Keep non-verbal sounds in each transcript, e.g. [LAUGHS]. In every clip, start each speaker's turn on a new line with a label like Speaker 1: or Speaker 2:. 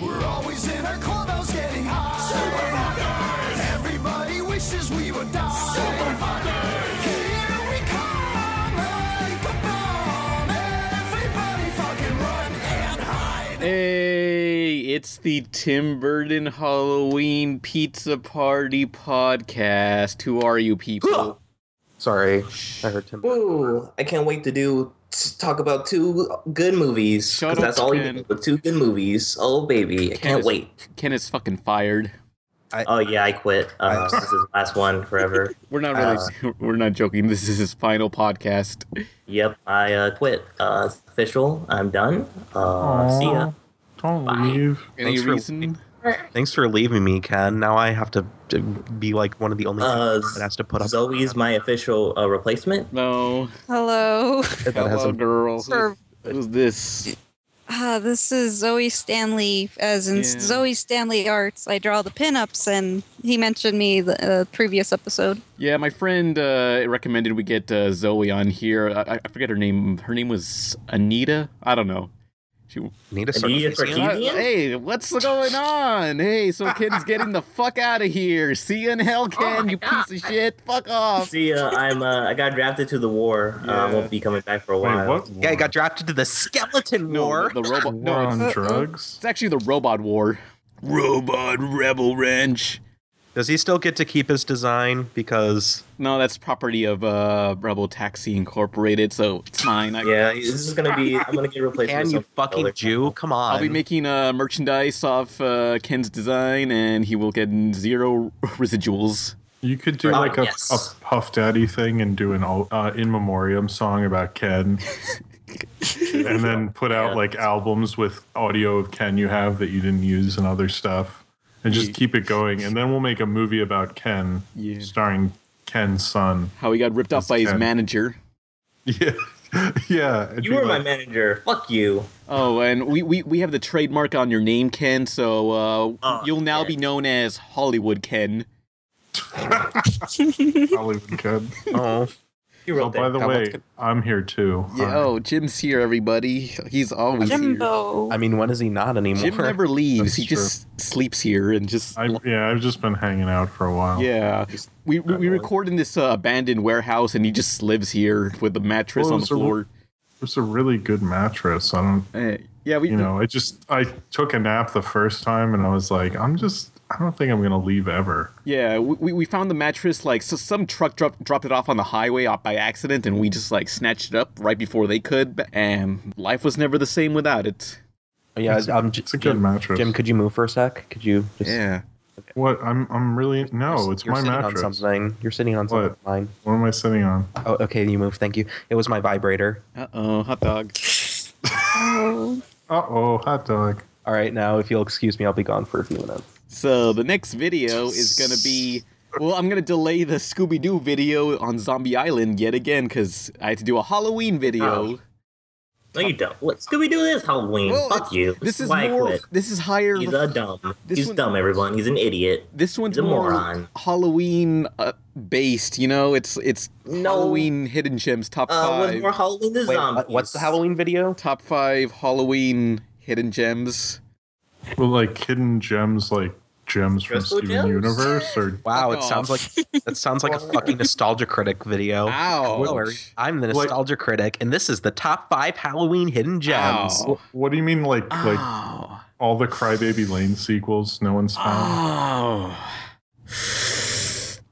Speaker 1: boys in our clubhouse getting high. Super fuckers! Everybody wishes we would die. Super fuckers! Here we come like a bomb. Everybody fucking run and hide.
Speaker 2: Hey, it's the Tim Burton Halloween Pizza Party Podcast. Who are you people?
Speaker 3: Sorry, I heard Tim.
Speaker 4: Woo! I can't wait to do to talk about two good movies.
Speaker 2: Shut
Speaker 4: 'cause
Speaker 2: up,
Speaker 4: that's all you
Speaker 2: Ken.
Speaker 4: do. but Two good movies. Oh baby, I can't
Speaker 2: Candace.
Speaker 4: wait.
Speaker 2: Ken is fucking fired.
Speaker 4: Oh yeah, I quit. Uh, this is the last one
Speaker 3: [LAUGHS]
Speaker 4: forever.
Speaker 2: We're not really [LAUGHS] we're not joking. This is his final podcast.
Speaker 4: Yep, I uh, quit. Uh, it's official. I'm done. Uh, see ya.
Speaker 5: Don't leave.
Speaker 2: Any
Speaker 3: Thanks for-
Speaker 2: reason?
Speaker 3: Thanks for leaving me, Ken. Now I have to, to be like one of the only
Speaker 4: Uh,
Speaker 3: people that has to put up.
Speaker 4: Zoe's my official uh, replacement.
Speaker 2: No.
Speaker 6: Hello. [LAUGHS]
Speaker 3: that has
Speaker 2: Hello,
Speaker 3: a,
Speaker 2: girl.
Speaker 6: Sir.
Speaker 2: Who's this?
Speaker 6: Ah, this is Zoe Stanley, as in
Speaker 2: Yeah.
Speaker 6: Zoe Stanley Arts. I draw the pinups, and he mentioned me the uh, previous episode.
Speaker 2: Yeah, my friend uh, recommended we get uh, Zoe on here. I, I forget her name. Her name was Anita. I don't know. She,
Speaker 3: need a
Speaker 4: Anita
Speaker 3: circumcision.
Speaker 4: Sarkeesian?
Speaker 2: Uh, hey, what's going on? Hey, so Ken's getting the fuck out of here. See you in hell, Ken, you piece of shit. Fuck off.
Speaker 4: See ya. I'm. Uh, I got drafted to the war. Uh,
Speaker 2: Yeah.
Speaker 4: won't be coming back for a
Speaker 5: Wait,
Speaker 4: while.
Speaker 5: what?
Speaker 3: Yeah, I got drafted to the skeleton war.
Speaker 2: the robot.
Speaker 5: War
Speaker 2: No,
Speaker 5: on
Speaker 2: it's,
Speaker 5: drugs?
Speaker 2: it's actually the robot war. Robot rebel wrench.
Speaker 3: Does he still get to keep his design? Because
Speaker 2: No, that's property of uh, Rebel Taxi Incorporated, so it's mine. I,
Speaker 4: Yeah, this is gonna be. I'm gonna get replaced.
Speaker 3: can
Speaker 4: with
Speaker 3: you
Speaker 4: some
Speaker 3: fucking
Speaker 4: other-
Speaker 3: Jew? Come on.
Speaker 2: I'll be making uh, merchandise off uh, Ken's design, and he will get zero residuals.
Speaker 5: You could do
Speaker 4: Oh,
Speaker 5: like a,
Speaker 4: yes.
Speaker 5: a Puff Daddy thing and do an o- uh, in memoriam song about [LAUGHS] Ken, and then put out
Speaker 4: Yeah.
Speaker 5: like albums with audio of Ken you have that you didn't use and other stuff, and just keep it going. And then we'll make a movie about Ken,
Speaker 2: Yeah.
Speaker 5: starring Ken's son.
Speaker 2: How he got ripped off by his
Speaker 5: Ken.
Speaker 2: manager.
Speaker 5: [LAUGHS] Yeah, yeah. it'd
Speaker 4: You
Speaker 5: be
Speaker 4: were my
Speaker 5: like-
Speaker 4: manager. Fuck you.
Speaker 2: Oh, and we, we, we have the trademark on your name, Ken, so uh,
Speaker 5: Ah,
Speaker 4: Oh,
Speaker 2: you'll now
Speaker 4: shit.
Speaker 2: be known as Hollywood Ken.
Speaker 5: Hollywood [LAUGHS] Ken.
Speaker 3: Oh,
Speaker 4: You
Speaker 5: Oh,
Speaker 4: wrote
Speaker 5: by
Speaker 4: that.
Speaker 5: the
Speaker 3: Come on,
Speaker 5: way,
Speaker 3: let's get-
Speaker 5: I'm here too. Um,
Speaker 2: Yeah,
Speaker 5: Hi.
Speaker 2: oh, Jim's here, everybody. He's always
Speaker 6: Jimbo.
Speaker 3: I mean, when is he not anymore?
Speaker 2: here. Jim never leaves.
Speaker 5: That's
Speaker 2: he just sleeps here and just.
Speaker 5: I, yeah, I've just been hanging out for a while.
Speaker 2: yeah, we we, we record in this uh, abandoned warehouse, and he just lives here with the mattress
Speaker 5: Well,
Speaker 2: on the
Speaker 5: it's a-
Speaker 2: floor.
Speaker 5: It's a really good mattress. I don't,
Speaker 2: Eh, yeah, we
Speaker 5: you know, I just, I took a nap the first time and I was like, I'm just, I don't think I'm going to leave ever.
Speaker 2: yeah we, we- we found the mattress like so some truck drop, dropped it off on the highway off by accident, and we just like snatched it up right before they could, and life was never the same without it.
Speaker 3: [LAUGHS] Yeah,
Speaker 5: It's a-
Speaker 3: um,
Speaker 5: it's a good
Speaker 3: Jim,
Speaker 5: mattress.
Speaker 3: Jim, could you move for a sec? Could you? Just,
Speaker 2: Yeah,
Speaker 5: What? I'm, I'm really, no,
Speaker 3: You're-
Speaker 5: it's
Speaker 3: you're
Speaker 5: my
Speaker 3: sitting
Speaker 5: mattress.
Speaker 3: On something. You're sitting on something.
Speaker 5: What?
Speaker 3: Mine.
Speaker 5: What am I sitting on?
Speaker 3: Oh, okay, you move. Thank you. It was my vibrator.
Speaker 2: uh oh, hot dog.
Speaker 6: Oh.
Speaker 5: Uh oh, hot dog.
Speaker 3: All right, now if you'll excuse me, I'll be gone for a few minutes.
Speaker 2: So the next video is gonna be. Well, I'm gonna delay the Scooby Doo video on Zombie Island yet again because I had to do a Halloween
Speaker 4: Oh,
Speaker 2: video.
Speaker 4: No, you don't. What Scooby Doo is Halloween.
Speaker 2: Well, it's-
Speaker 4: Fuck you.
Speaker 2: This is
Speaker 4: why I
Speaker 2: more.
Speaker 4: quit.
Speaker 2: This is higher.
Speaker 4: He's a dumb.
Speaker 2: This
Speaker 4: He's
Speaker 2: one-
Speaker 4: dumb. Everyone. He's an idiot.
Speaker 2: this one's
Speaker 4: he's a
Speaker 2: more
Speaker 4: moron.
Speaker 2: Halloween uh, based. You know, it's it's
Speaker 4: No.
Speaker 2: Halloween hidden gems top
Speaker 4: Uh,
Speaker 2: five.
Speaker 4: what's more Halloween than
Speaker 3: Wait,
Speaker 4: zombies?
Speaker 3: what- what's the Halloween video?
Speaker 2: Top five Halloween hidden gems.
Speaker 5: Well, like hidden gems, like gems from
Speaker 4: Crystal
Speaker 5: Steven
Speaker 4: gems?
Speaker 5: Universe or
Speaker 3: Wow,
Speaker 2: Fuck
Speaker 3: it sounds like that sounds like a fucking nostalgia critic video.
Speaker 2: Ow.
Speaker 3: Don't worry, I'm the
Speaker 5: What-
Speaker 3: nostalgia critic, and this is the top five Halloween hidden gems.
Speaker 2: Ow.
Speaker 5: what do you mean? Like, like
Speaker 3: Oh.
Speaker 2: Ow.
Speaker 5: all the Crybaby Lane sequels, no one's found.
Speaker 2: Ow.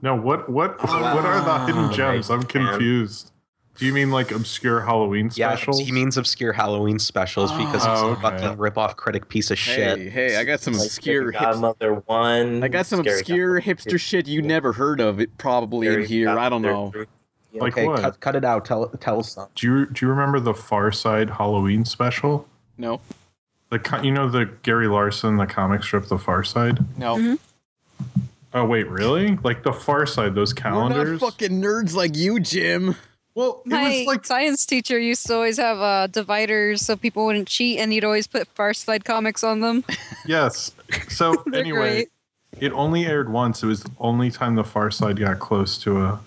Speaker 5: No, what what what are
Speaker 3: Oh,
Speaker 5: the hidden gems? I'm confused. Do you mean like obscure Halloween
Speaker 3: Yeah,
Speaker 5: specials?
Speaker 3: he means obscure Halloween specials because he's a
Speaker 5: Oh, okay.
Speaker 3: fucking rip-off critic piece of shit.
Speaker 2: Hey, hey, I got some
Speaker 4: Like,
Speaker 2: obscure
Speaker 4: Scary
Speaker 2: hits.
Speaker 4: Godmother one.
Speaker 2: I got some
Speaker 4: Scary
Speaker 2: obscure
Speaker 4: Godmother two,
Speaker 2: hipster shit you never heard of it probably
Speaker 4: Scary
Speaker 2: in here. I don't
Speaker 4: Godmother
Speaker 2: know.
Speaker 4: three. Yeah.
Speaker 5: like
Speaker 3: okay,
Speaker 5: what?
Speaker 3: cut, cut it out. Tell tell us something.
Speaker 5: do you do you remember the Far Side Halloween special?
Speaker 2: No.
Speaker 5: The co- you know the Gary Larson the comic strip The Far Side.
Speaker 2: No.
Speaker 5: Oh wait, really? Like the Far Side those
Speaker 2: We're
Speaker 5: calendars?
Speaker 2: not fucking nerds like you, Jim.
Speaker 5: well, it
Speaker 6: My
Speaker 5: was like
Speaker 6: science teacher used to always have uh, dividers so people wouldn't cheat, and he'd always put Far Side comics on them.
Speaker 5: yes. So
Speaker 6: They're
Speaker 5: anyway, it only aired once. It was the only time the Far Side got close to a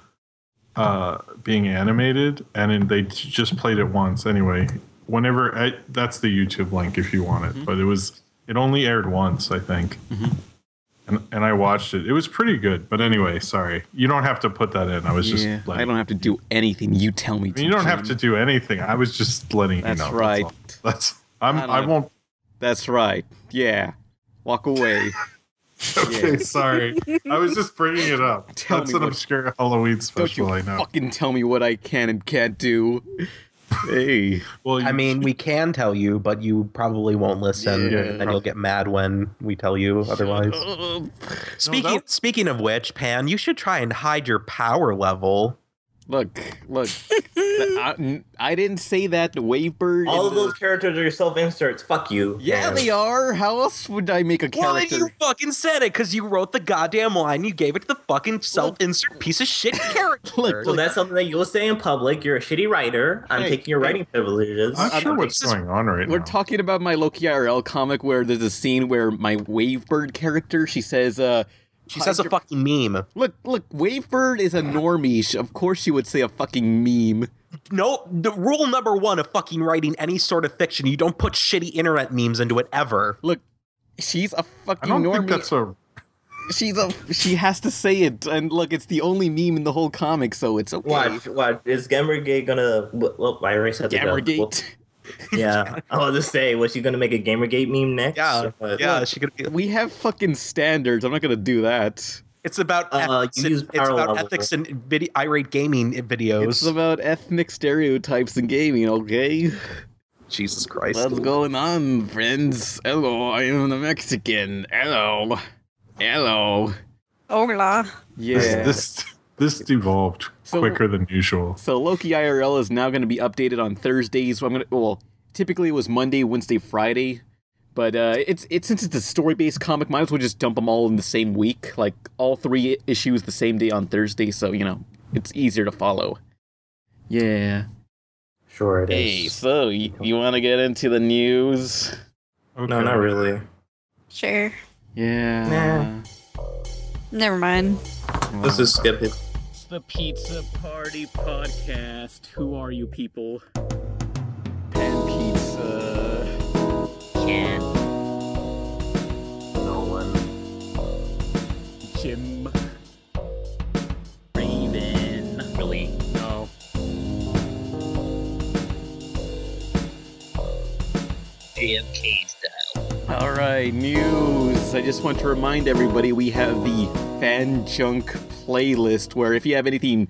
Speaker 5: uh, being animated, and then they t-
Speaker 2: Mm-hmm.
Speaker 5: just played it once. Anyway, whenever I, that's the YouTube link if you want it, but it was It only aired once, I think. And, and I watched it. It was pretty good. But anyway, sorry. You don't have to put that in. I was
Speaker 2: Yeah,
Speaker 5: just
Speaker 2: I
Speaker 5: letting
Speaker 2: don't have to do anything you tell me
Speaker 5: I
Speaker 2: to.
Speaker 5: mean, you don't
Speaker 2: Jim.
Speaker 5: have to do anything. I was just letting
Speaker 2: That's
Speaker 5: you know.
Speaker 2: right.
Speaker 5: That's, all. That's- I'm.
Speaker 2: I don't
Speaker 5: I,
Speaker 2: know.
Speaker 5: won't.
Speaker 2: That's right. Yeah. Walk
Speaker 5: [LAUGHS]
Speaker 2: away.
Speaker 5: Okay, sorry. I was just bringing it up.
Speaker 2: [LAUGHS] Tell
Speaker 5: That's
Speaker 2: me
Speaker 5: an
Speaker 2: what-
Speaker 5: obscure Halloween
Speaker 2: Don't you
Speaker 5: special. I know.
Speaker 2: fucking tell me what I can and can't do. Hey.
Speaker 5: Well,
Speaker 3: I
Speaker 5: you-
Speaker 3: mean, we can tell you, but you probably won't listen,
Speaker 2: Yeah. Oh,
Speaker 3: and you'll get mad when we tell you otherwise.
Speaker 2: Ugh.
Speaker 3: Speaking
Speaker 5: that-
Speaker 3: speaking of which, Pan, you should try and hide your power level.
Speaker 2: Look, look. [LAUGHS] I, I didn't say that to Wavebird. and
Speaker 4: All of
Speaker 2: the-
Speaker 4: those characters are self inserts. Fuck you.
Speaker 2: Yeah, they are. How else would I make a character?
Speaker 3: Well, then you fucking said it because you wrote the goddamn line. You gave it to the fucking self-insert piece
Speaker 2: [LAUGHS]
Speaker 3: of shit character.
Speaker 2: [LAUGHS] Look,
Speaker 4: So that's something that you'll say in public. You're a shitty writer. I'm
Speaker 2: Hey,
Speaker 4: taking your writing privileges.
Speaker 5: I'm not sure what's
Speaker 3: this-
Speaker 5: going on right
Speaker 2: We're
Speaker 5: now.
Speaker 2: talking about my Loki IRL comic where there's a scene where my Wavebird character, she says, uh,
Speaker 3: she says a fucking meme.
Speaker 2: look, look, Wavebird is a
Speaker 5: Uh-huh.
Speaker 2: normie. Sh- Of course she would say a fucking meme.
Speaker 3: No, the rule number one of fucking writing any sort of fiction, you don't put shitty internet memes into it ever.
Speaker 2: Look, she's a
Speaker 5: I
Speaker 2: fucking
Speaker 5: don't
Speaker 2: normie.
Speaker 5: think that's a.
Speaker 2: she's a, she has to say it. And look, it's the only meme in the whole comic, so it's okay.
Speaker 4: Watch, watch. Is Gamergate gonna? Well, I already said the joke. Well,
Speaker 2: Gamergate.
Speaker 3: [LAUGHS]
Speaker 4: yeah, I was just say, was she gonna make a Gamergate meme next?
Speaker 3: Yeah,
Speaker 4: But-
Speaker 3: yeah. She could. Be,
Speaker 2: We have fucking standards. I'm not gonna do that.
Speaker 3: it's about
Speaker 4: Uh,
Speaker 3: ethics.
Speaker 4: you
Speaker 3: and-
Speaker 4: use
Speaker 3: it's
Speaker 4: power
Speaker 3: about
Speaker 4: level.
Speaker 3: ethics and vid- irate gaming videos.
Speaker 2: It's about ethnic stereotypes in gaming, okay?
Speaker 3: [LAUGHS] Jesus Christ.
Speaker 2: What's going on, friends? Hello, I am the Mexican. Hello. Hello.
Speaker 6: Oh, Hola.
Speaker 2: Yeah.
Speaker 5: This, this this devolved
Speaker 2: So-
Speaker 5: quicker than usual.
Speaker 2: So Loki IRL is now going to be updated on Thursdays. I'm going to well, typically it was Monday, Wednesday, Friday, but uh, it's it since it's a story based comic, might as well just dump them all in the same week, like all three i- issues the same day on Thursday. So you know it's easier to follow. Yeah.
Speaker 4: sure it is.
Speaker 2: Hey, so y- you want to get into the news?
Speaker 5: Okay.
Speaker 4: No, not really.
Speaker 6: Sure.
Speaker 2: Yeah.
Speaker 6: Never mind.
Speaker 4: Let's just skip it.
Speaker 2: It's the Pizza Party Podcast. Who are you people? Pan Pizza.
Speaker 4: Nolan,
Speaker 2: Jim.
Speaker 4: Raven, really.
Speaker 2: No.
Speaker 4: AFK style.
Speaker 2: All right, news. I just want to remind everybody we have the fan junk playlist where if you have anything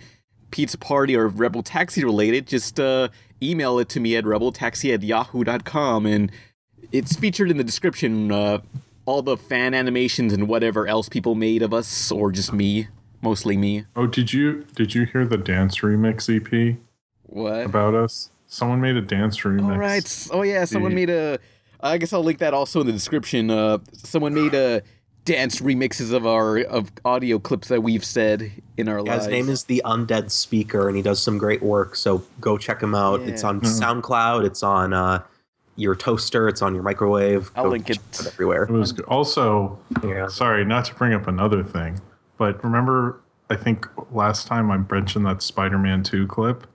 Speaker 2: pizza party or rebel taxi related, just uh, email it to me at rebeltaxi at yahoo.com and it's featured in the description. Uh, all the fan animations and whatever else people made of us, or just me, mostly me.
Speaker 5: Oh, did you did you hear the dance remix EP
Speaker 2: What?
Speaker 5: about us? Someone made a dance remix.
Speaker 2: All right. S- Oh yeah, someone
Speaker 5: Mhm.
Speaker 2: made a. I guess I'll link that also in the description. Uh, someone made a dance remixes of our of audio clips that we've said in our
Speaker 3: Yeah,
Speaker 2: lives.
Speaker 3: His name is the Undead Speaker, and he does some great work. So go check him out. It's
Speaker 2: Yeah.
Speaker 3: on
Speaker 5: Mhm.
Speaker 3: SoundCloud. It's on uh, your toaster. It's on your microwave.
Speaker 2: I'll
Speaker 3: Go
Speaker 2: link
Speaker 3: check
Speaker 2: it.
Speaker 3: everywhere.
Speaker 5: It was good. also
Speaker 4: Yeah.
Speaker 5: sorry not to bring up another thing, but remember I think last time I mentioned that Spider-Man Two clip.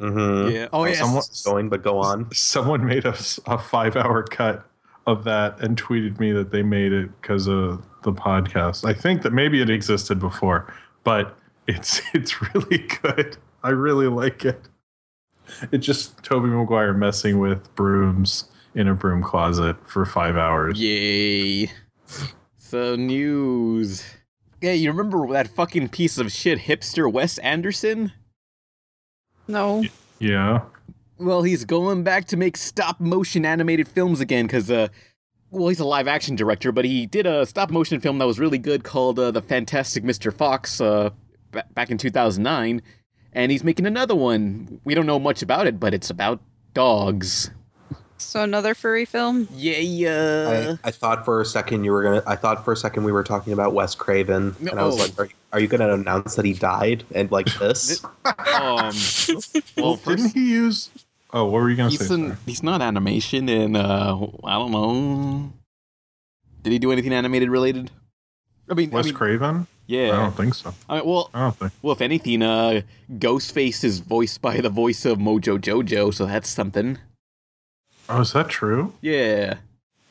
Speaker 3: Mm-hmm.
Speaker 2: Yeah. Oh yes.
Speaker 5: Someone
Speaker 3: Going, but go on.
Speaker 5: someone made a, s- a five-hour cut of that and tweeted me that they made it because of the podcast. I think that maybe it existed before, but it's [LAUGHS] it's really good. I really like it. It's just Toby Maguire messing with brooms in a broom closet for five hours.
Speaker 2: Yay. So news. Yeah, you remember that fucking piece of shit hipster Wes Anderson?
Speaker 6: No.
Speaker 5: Yeah.
Speaker 2: Well, he's going back to make stop motion animated films again because, uh, well, he's a live action director, but he did a stop motion film that was really good called uh, The Fantastic Mr. Fox uh, ba back in 2009. And he's making another one. We don't know much about it, but it's about dogs.
Speaker 6: So another furry film.
Speaker 2: Yeah.
Speaker 3: I, I thought for a second you were gonna. I thought for a second we were talking about Wes Craven,
Speaker 2: No.
Speaker 3: and I was like, are, are you gonna announce that he died?"
Speaker 2: [LAUGHS]
Speaker 3: And like this,
Speaker 5: [LAUGHS]
Speaker 2: um, well,
Speaker 5: Didn't
Speaker 2: first,
Speaker 5: he use? Oh, what were you gonna
Speaker 2: he's,
Speaker 5: say?
Speaker 2: in- he's not animation, and uh, I don't know. Did he do anything animated related? I mean, I
Speaker 5: Wes
Speaker 2: mean,
Speaker 5: Craven? I
Speaker 2: yeah.
Speaker 5: don't think so.
Speaker 2: I mean, well,
Speaker 5: I don't think.
Speaker 2: Well, if anything, uh, Ghostface is voiced by the voice of Mojo Jojo, so that's something.
Speaker 5: Oh, is that true?
Speaker 2: Yeah.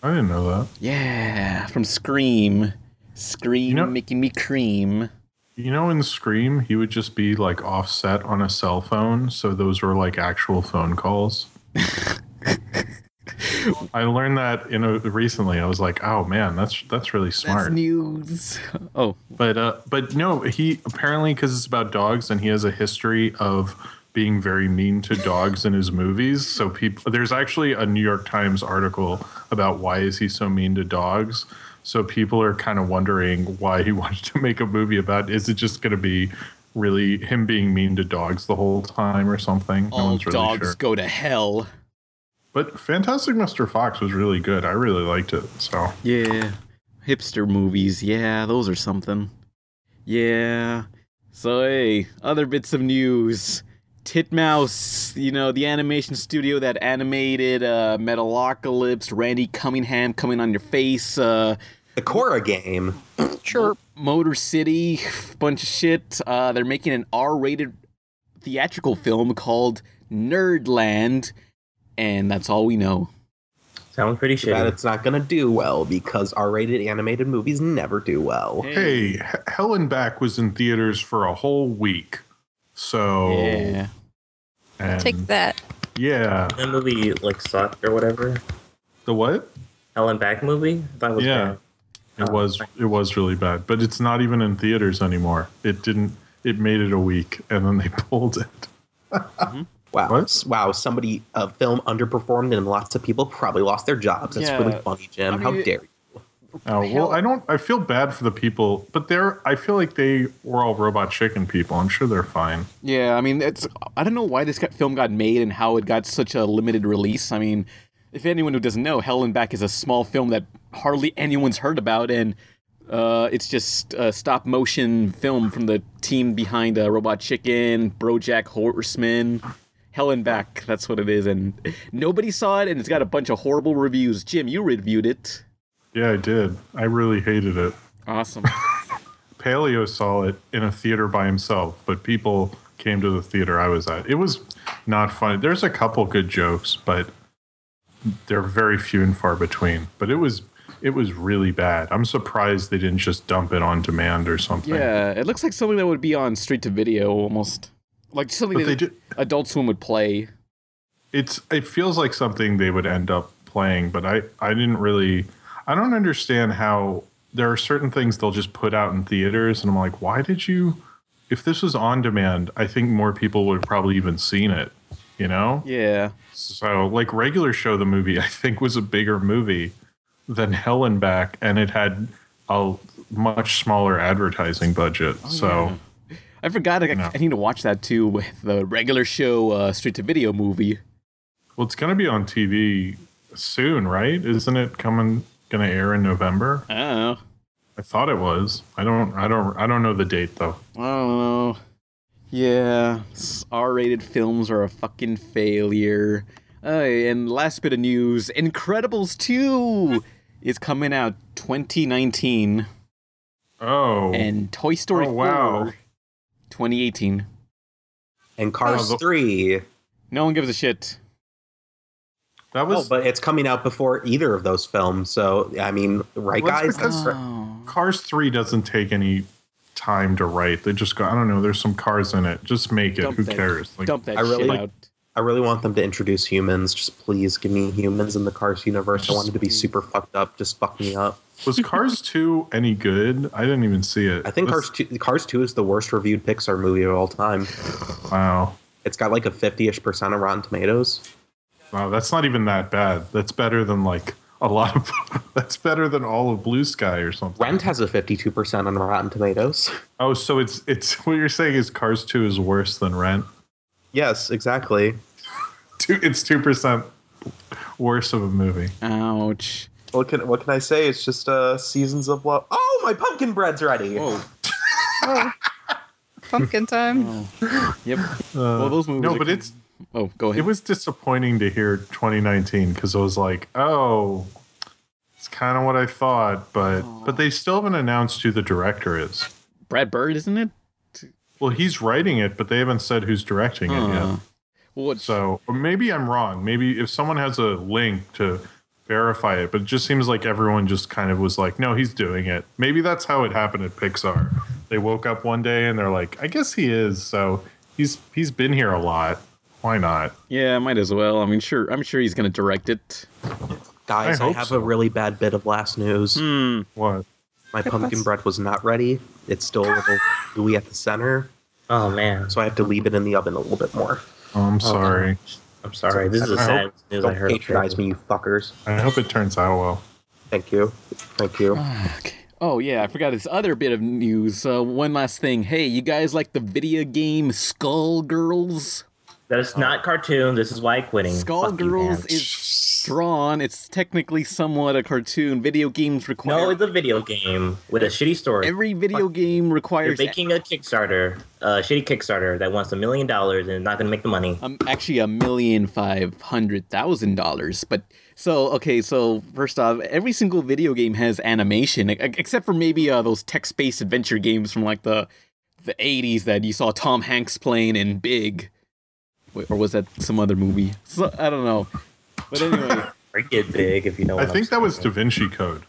Speaker 5: I didn't know that.
Speaker 2: Yeah, from Scream. Scream
Speaker 5: know-
Speaker 2: making me cream.
Speaker 5: You know, in Scream, he would just be like offset on a cell phone, so those were like actual
Speaker 2: [LAUGHS]
Speaker 5: phone calls. I learned that you know recently. I was like, "Oh man, that's that's really smart."
Speaker 2: That's news. [LAUGHS] Oh,
Speaker 5: But uh, but no, he apparently because it's about dogs and he has a history of being very mean to dogs in his movies. So people, there's actually a New York Times article about why is he so mean to dogs. So people are kind of wondering why he [LAUGHS] wanted to make a movie about. Is it just going to be really him being mean to dogs the whole time or something?
Speaker 2: all dogs go to hell.
Speaker 5: But Fantastic Mr. Fox was really good. I really liked it. So
Speaker 2: Yeah. Hipster movies. Yeah, those are something. Yeah. So, hey, other bits of news. Titmouse, you know, the animation studio that animated uh, Metalocalypse, Randy Cunningham coming on your face, uh,
Speaker 3: The Korra game.
Speaker 6: Chirp.
Speaker 2: Motor City, [LAUGHS] bunch of shit. Uh, they're making an R-rated theatrical film called Nerdland, and that's all we know.
Speaker 4: Sounds pretty
Speaker 3: That
Speaker 4: shitty.
Speaker 3: it's not going to do well because R-rated animated movies never do well.
Speaker 5: Hey, H- Helen Back was in theaters for a whole week. So
Speaker 2: Yeah.
Speaker 5: and-
Speaker 6: Take that.
Speaker 5: Yeah.
Speaker 4: That movie like sucked or whatever.
Speaker 5: The what?
Speaker 4: Helen Back movie. I thought it was
Speaker 5: Yeah.
Speaker 4: bad.
Speaker 5: It was it was really bad, but it's not even in theaters anymore. It didn't. It made it a week, and then they [LAUGHS] pulled it.
Speaker 3: Wow.
Speaker 5: What?
Speaker 3: S- Wow. Somebody, a film underperformed and lots of people probably lost their jobs. That's
Speaker 2: Yeah.
Speaker 3: really funny, Jim.
Speaker 2: I
Speaker 3: How
Speaker 2: mean,
Speaker 3: dare you?
Speaker 5: Uh, well, I don't. I feel bad for the people, but they're. I feel like they were all robot chicken people. I'm sure they're fine.
Speaker 2: Yeah, I mean, it's I don't know why this got, film got made and how it got such a limited release. I mean, if anyone who doesn't know, Hell and Back is a small film that hardly anyone's heard about, and uh, it's just a stop motion film from the team behind uh, Robot Chicken, BoJack Horseman, Hell and Back. That's what it is, and nobody saw it, and it's got a bunch of horrible reviews. Jim, you reviewed it.
Speaker 5: Yeah, I did. I really hated it.
Speaker 2: Awesome.
Speaker 5: Paleo saw it in a theater by himself, but people came to the theater I was at. It was not funny. There's a couple good jokes, but they're very few and far between. But it was it was really bad. I'm surprised they didn't just dump it on demand or something.
Speaker 2: yeah, it looks like something that would be on straight to video almost, like something
Speaker 5: But they
Speaker 2: that
Speaker 5: did
Speaker 2: Adult Swim would play.
Speaker 5: it's it feels like something they would end up playing, but I I didn't really I don't understand how there are certain things they'll just put out in theaters and I'm like, why did you if this was on demand, I think more people would have probably even seen it, you know?
Speaker 2: Yeah.
Speaker 5: So like regular show the movie [LAUGHS] I think was a bigger movie than Helen back and it had a much smaller advertising budget. so
Speaker 2: I forgot. I,
Speaker 5: No.
Speaker 2: I need to watch that too with the regular show uh, straight to video movie.
Speaker 5: well it's gonna be on TV soon, right? Isn't it coming gonna air in November?
Speaker 2: I don't know.
Speaker 5: I thought it was. I don't. I don't. I don't know the date though.
Speaker 2: I don't know. Yeah, s- R-rated films are a fucking failure. Uh, and last bit of news: Incredibles 2 is coming out 2019,
Speaker 5: Oh,
Speaker 2: and Toy Story
Speaker 5: Oh, wow.
Speaker 2: 4 2018.
Speaker 3: And Cars
Speaker 5: Oh, the-
Speaker 3: 3.
Speaker 2: No one gives a shit.
Speaker 5: that
Speaker 3: No,
Speaker 5: was
Speaker 3: Oh, but it's coming out before either of those films. So, I mean, right,
Speaker 5: Well,
Speaker 3: guys?
Speaker 5: it's because-
Speaker 2: Oh.
Speaker 3: That's
Speaker 2: Uh.
Speaker 3: right.
Speaker 5: Cars Three. Doesn't take any time to write. They just go. I don't know. There's some cars in it. Just make it.
Speaker 2: Dump
Speaker 5: Who
Speaker 2: that.
Speaker 5: cares? Like,
Speaker 2: Dump that
Speaker 3: I really
Speaker 2: shit
Speaker 3: like-
Speaker 2: out.
Speaker 3: I really want them to introduce humans. Just please give me humans in the Cars universe. I want it to be super fucked up. Just fuck me up.
Speaker 5: was Cars Two any good? I didn't even see it.
Speaker 3: I think
Speaker 5: That's-
Speaker 3: Cars 2, Cars 2 is the worst reviewed Pixar movie of all time.
Speaker 5: Wow.
Speaker 3: It's got like a 50 ish percent of Rotten Tomatoes.
Speaker 5: Wow. That's not even that bad. That's better than like a lot of. [LAUGHS] that's better than all of Blue Sky or something.
Speaker 3: Rent has a 52% on Rotten Tomatoes.
Speaker 5: Oh, so it's it's [LAUGHS] what you're saying is Cars Two is worse than Rent.
Speaker 3: Yes, exactly.
Speaker 5: Two. It's two percent worse of a movie.
Speaker 2: Ouch.
Speaker 3: What can what can I say? It's just uh seasons of love. Oh, my pumpkin bread's ready.
Speaker 2: Whoa.
Speaker 6: Pumpkin time.
Speaker 5: [LAUGHS]
Speaker 2: Yep.
Speaker 5: Uh,
Speaker 2: Well, those movies
Speaker 5: No,
Speaker 2: are-
Speaker 5: but it's
Speaker 2: Oh, go ahead.
Speaker 5: it was disappointing to hear 2019 because I was like, oh, it's kind of what I thought, but but they still haven't announced who the director is.
Speaker 2: Brad Bird, isn't it?
Speaker 5: Well, he's writing it, but they haven't said who's directing it
Speaker 2: Huh.
Speaker 5: yet.
Speaker 2: Well, it's-
Speaker 5: So or maybe I'm wrong. Maybe if someone has a link to verify it, but it just seems like everyone just kind of was like, no, he's doing it. Maybe that's how it happened at Pixar. They woke up one day and they're like, I guess he is. So he's he's been here a lot. Why not?
Speaker 2: Yeah, might as well. I mean, sure. I'm sure he's gonna direct it.
Speaker 3: Guys,
Speaker 5: I
Speaker 3: I,
Speaker 5: hope
Speaker 3: have
Speaker 5: so.
Speaker 3: a really bad bit of last news.
Speaker 2: Hmm.
Speaker 5: What?
Speaker 3: My pumpkin bread was not ready. It's still a little gooey at the center,
Speaker 4: Oh man,
Speaker 3: so I have to leave it in the oven a little bit more.
Speaker 5: Oh, I'm sorry.
Speaker 4: I'm sorry. This is the
Speaker 5: I
Speaker 4: sad
Speaker 5: hope-
Speaker 4: news I
Speaker 3: Don't
Speaker 4: heard.
Speaker 3: patronize me, you fuckers.
Speaker 5: I hope it turns out well.
Speaker 3: Thank you. Thank you.
Speaker 2: [SIGHS] Okay. Oh yeah, I forgot this other bit of news. Uh, one last thing. Hey, you guys like the video game Skull Girls?
Speaker 4: That is not cartoon. This is why I'm quitting.
Speaker 2: Skull
Speaker 4: Fuck you,
Speaker 2: Girls
Speaker 4: man.
Speaker 2: is drawn. It's technically somewhat a cartoon. Video games require
Speaker 4: no, it's a video game with a shitty story.
Speaker 2: every video game
Speaker 4: You're
Speaker 2: requires
Speaker 4: making a Kickstarter, a shitty Kickstarter that wants a million dollars and is not going to make the money.
Speaker 2: um, actually a million five hundred thousand dollars. But so okay, so first off, every single video game has animation, e- except for maybe uh, those text-based adventure games from like the the eighties that you saw Tom Hanks playing in Big, Wait, or was that some other movie? So I don't know. But anyway,
Speaker 4: Or get big if you know.
Speaker 5: I
Speaker 4: what
Speaker 5: think
Speaker 4: I'm
Speaker 5: that was Da
Speaker 4: saying.
Speaker 5: Vinci Code.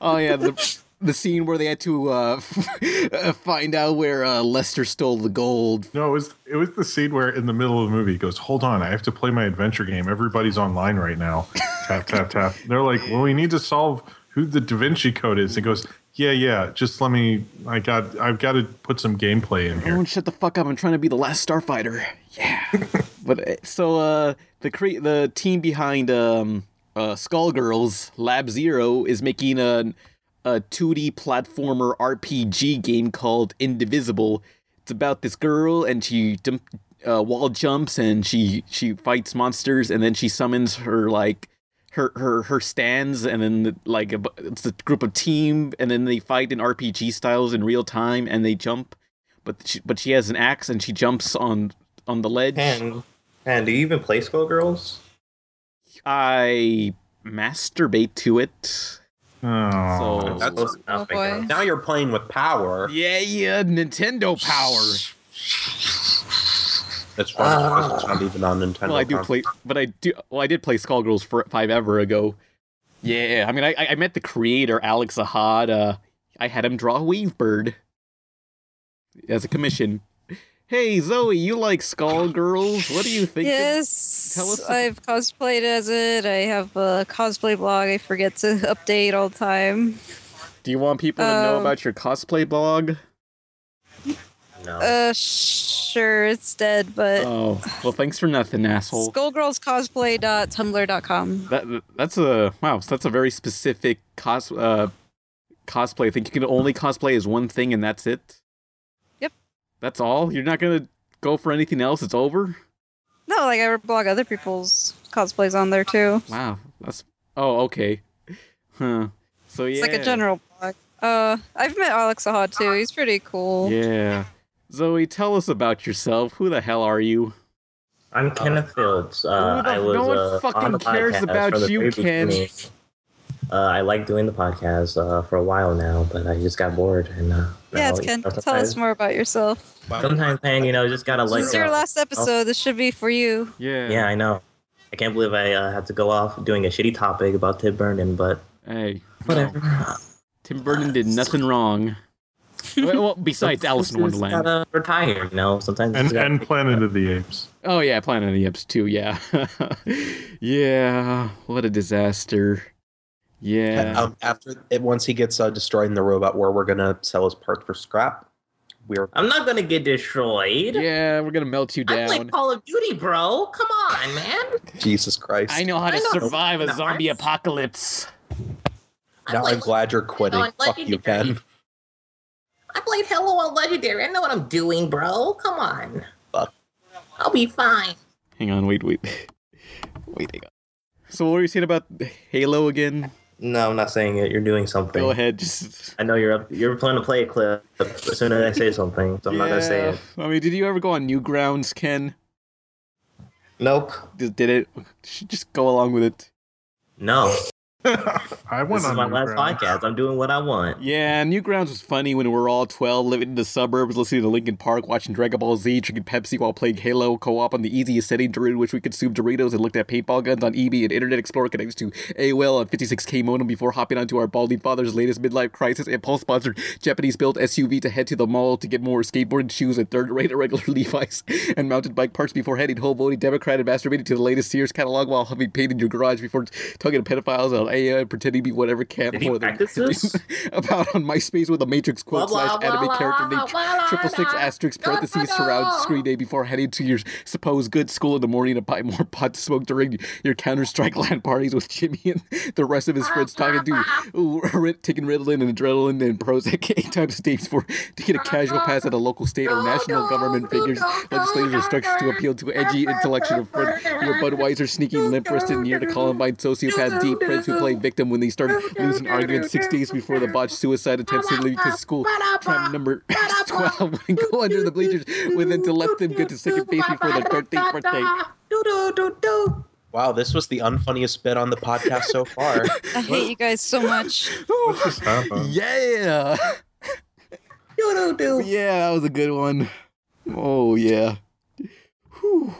Speaker 2: oh yeah, the the scene where they had to uh, [LAUGHS] uh, find out where uh, Lester stole the gold
Speaker 5: No, it was it was the scene where in the middle of the movie he goes, "Hold on, I have to play my adventure game. Everybody's online right now." tap tap tap. They're like, "Well, we need to solve who the Da Vinci Code is." He goes, "Yeah, yeah, just let me. I got I've got to put some gameplay in here."
Speaker 2: Everyone shut the fuck up. I'm trying to be the last starfighter. Yeah. but uh, so uh the cre- the team behind um uh Skullgirls Lab 0 is making a a 2D platformer RPG game called Indivisible. It's about this girl and she dump, uh, wall jumps and she she fights monsters and then she summons her like her her her stands and then the, like a, bu- it's a group of team and then they fight in RPG styles in real time and they jump but she, but she has an axe and she jumps on on the ledge.
Speaker 4: And and do you even play Skull Girls?
Speaker 2: I masturbate to it.
Speaker 5: Oh,
Speaker 2: So-
Speaker 3: That's,
Speaker 6: Oh, boy.
Speaker 3: now you're playing with power.
Speaker 2: Yeah, yeah, Nintendo power.
Speaker 3: That's funny because it's not even on Nintendo.
Speaker 2: Well, I do
Speaker 3: console.
Speaker 2: play, but I do. Well, I did play Skullgirls for five ever ago. Yeah, I mean, I I I met the creator Alex Ahad. Uh, I had him draw Weavebird as a commission. Hey Zoe, you like Skullgirls? What do you think? of-
Speaker 6: Yes,
Speaker 2: tell us-
Speaker 6: I've cosplayed as it. I have a cosplay blog. I forget to update all the time.
Speaker 2: Do you want people to know
Speaker 6: Um,
Speaker 2: about your cosplay blog?
Speaker 4: No.
Speaker 6: Uh, sure, it's dead, but
Speaker 2: Oh, well, thanks for nothing, asshole.
Speaker 6: skullgirlscosplay.tumblr.com.
Speaker 2: That that's a wow. So that's a very specific cos uh, cosplay. I think you can only cosplay as one thing, and that's it.
Speaker 6: Yep.
Speaker 2: That's all. You're not gonna go for anything else. It's over.
Speaker 6: No, like I blog other people's cosplays on there too.
Speaker 2: Wow. That's oh okay. Huh. So yeah.
Speaker 6: It's like a general blog. Uh, I've met Alex Ahad too. He's pretty cool.
Speaker 2: Yeah. Zoe, tell us about yourself. Who the hell are you?
Speaker 4: I'm Kenneth Fields. Uh,
Speaker 2: Who the-
Speaker 4: I was
Speaker 2: no one
Speaker 4: uh,
Speaker 2: fucking
Speaker 4: on the
Speaker 2: cares
Speaker 4: podcast
Speaker 2: about
Speaker 4: for the
Speaker 2: you,
Speaker 4: previous
Speaker 2: Ken.
Speaker 4: meeting. Uh, I like doing the podcast uh, for a while now, but I just got bored and uh, now,
Speaker 6: Yeah, it's
Speaker 4: you
Speaker 6: Ken.
Speaker 4: know,
Speaker 6: Tell us
Speaker 4: sometimes-
Speaker 6: more about yourself.
Speaker 4: Sometimes, man, you know, just gotta like.
Speaker 6: this is your
Speaker 4: uh,
Speaker 6: last episode. This should be for you.
Speaker 2: Yeah.
Speaker 4: Yeah, I know. I can't believe I uh, had to go off doing a shitty topic about Ted Burden, but
Speaker 2: Hey.
Speaker 4: whatever.
Speaker 2: Tim Burton did nothing
Speaker 4: [LAUGHS]
Speaker 2: wrong. well, well, besides Alice in
Speaker 4: Sometimes you just
Speaker 2: Wonderland.
Speaker 4: Gotta retire, you know. Sometimes. you
Speaker 5: and
Speaker 4: just gotta-
Speaker 5: and Planet of the Apes.
Speaker 2: Oh yeah, Planet of the Apes too. Yeah, [LAUGHS] yeah. What a disaster. Yeah.
Speaker 3: Um, after it, once he gets uh, destroyed in the robot war, we're gonna sell his parts for scrap. We're
Speaker 4: I'm not gonna get destroyed.
Speaker 2: Yeah, we're gonna melt you
Speaker 4: I play
Speaker 2: down.
Speaker 4: Call of Duty, bro. Come on, man.
Speaker 3: Jesus Christ.
Speaker 2: I know how to
Speaker 4: I know
Speaker 2: survive a
Speaker 4: the
Speaker 2: zombie
Speaker 4: arts.
Speaker 2: apocalypse.
Speaker 4: I
Speaker 3: Now
Speaker 4: play-
Speaker 3: I'm glad you're quitting.
Speaker 4: on
Speaker 3: Fuck you,
Speaker 4: Legendary.
Speaker 3: Ken.
Speaker 4: I played Hello on Legendary. I know what I'm doing, bro. Come on.
Speaker 3: Fuck.
Speaker 4: I'll be fine.
Speaker 2: Hang on, wait, [LAUGHS] wait, wait. Hang on. So what were you saying about Halo again?
Speaker 4: No, I'm not saying it. You're doing something.
Speaker 2: Go ahead. Just
Speaker 4: I know you're up. You're planning to play a clip as soon as I say something, so I'm not gonna say
Speaker 2: Yeah.
Speaker 4: it.
Speaker 2: I mean, did you ever go on Newgrounds, Ken?
Speaker 4: Nope.
Speaker 2: Just did it? Just go along with it.
Speaker 4: No.
Speaker 5: I
Speaker 4: This
Speaker 5: went
Speaker 4: is
Speaker 5: on
Speaker 4: my last
Speaker 5: Newgrounds.
Speaker 4: podcast. I'm doing what I want.
Speaker 2: Yeah, Newgrounds was funny when we were all 12, living in the suburbs, listening to Linkin Park, watching Dragon Ball Z, drinking Pepsi while playing Halo co op on the easiest setting during which we consumed Doritos and looked at paintball guns on EB and Internet Explorer connects to AOL on 56K modem before hopping onto our balding father's latest midlife crisis and Paul sponsored Japanese built SUV to head to the mall to get more skateboard shoes and third rate [LAUGHS] irregular Levi's and mountain bike parts before heading home, voting Democrat and masturbating to the latest Sears catalog while having paint in your garage before tugging pedophiles on AA and pretending to be whatever camp
Speaker 4: Did he
Speaker 2: for them
Speaker 4: practice this?
Speaker 2: [LAUGHS] about on MySpace with a Matrix quote slash anime character named triple six asterisk parentheses surround screen day before heading to your supposed good school in the morning to buy more pot to smoke during your Counter [LAUGHS] Strike LAN parties with Jimmy and the rest of his friends talking to ooh, [LAUGHS] Rit- taking Ritalin and adrenaline and Prozac eight times a day before to get a casual pass at a local state or national government figures legislators or structures to appeal to edgy intellectual friends your Budweiser sneaking limp wristed near to Columbine sociopath deep friends who play victim when they start losing arguments six days before the botched suicide attempts to leave to
Speaker 6: [LAUGHS]
Speaker 2: school. Trump number [LAUGHS] 12
Speaker 4: [LAUGHS]
Speaker 2: would go under the bleachers with them to let them get to second base before their 13th birthday.
Speaker 3: Wow, this was the unfunniest bit on the podcast
Speaker 2: [LAUGHS]
Speaker 3: so far.
Speaker 6: I hate you guys so much.
Speaker 5: What just happened?
Speaker 2: Yeah! Yeah, that was a good one. Oh, yeah. Whew.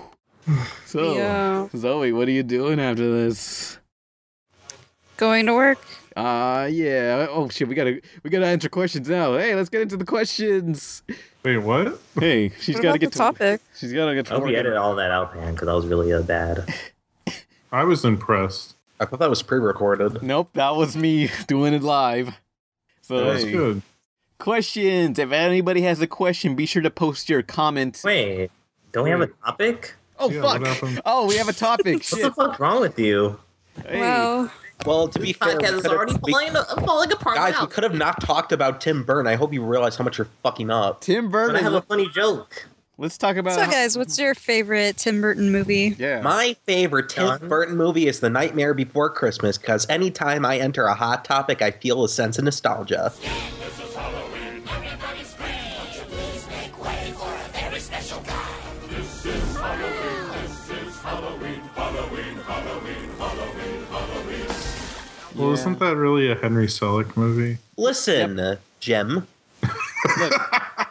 Speaker 2: So,
Speaker 6: Yeah.
Speaker 2: Zoe, what are you doing after this?
Speaker 6: Going to work.
Speaker 2: Uh yeah. Oh shit, we gotta we gotta answer questions now. Hey, let's get into the questions.
Speaker 5: Wait, what?
Speaker 2: Hey, she's
Speaker 6: what
Speaker 2: gotta
Speaker 6: about
Speaker 2: get
Speaker 6: the
Speaker 2: to
Speaker 6: topic?
Speaker 2: She's gotta get
Speaker 4: I
Speaker 2: to
Speaker 4: hope
Speaker 2: work.
Speaker 4: you edited all that out, man, because that was really uh, bad.
Speaker 5: I was impressed.
Speaker 3: I thought that was pre-recorded.
Speaker 2: Nope, that was me [LAUGHS] doing it live. So
Speaker 5: That was
Speaker 2: hey,
Speaker 5: good.
Speaker 2: questions. If anybody has a question, be sure to post your comment.
Speaker 4: Wait, don't we have a topic?
Speaker 2: oh
Speaker 5: Yeah, what happened?
Speaker 2: fuck! Oh, we have a topic.
Speaker 4: What the
Speaker 2: Shit.
Speaker 4: fuck's wrong with you?
Speaker 2: Hey.
Speaker 6: Well,
Speaker 3: Well, to be fair, we
Speaker 7: podcast is
Speaker 3: could've-
Speaker 7: already
Speaker 3: we-
Speaker 7: falling, falling apart
Speaker 3: guys,
Speaker 7: now.
Speaker 3: we could have not talked about Tim Burton. I hope you realize how much you're fucking up.
Speaker 2: Tim
Speaker 4: But I have
Speaker 2: Burton.
Speaker 4: a funny joke.
Speaker 2: Let's talk about.
Speaker 6: so guys, what's your favorite Tim Burton movie?
Speaker 2: yeah.
Speaker 3: My favorite Tim
Speaker 4: Done.
Speaker 3: Burton movie is The Nightmare Before Christmas because anytime I enter a hot topic, I feel a sense of nostalgia.
Speaker 5: Well, isn't that really a Henry Selick movie?
Speaker 3: Listen, Jim,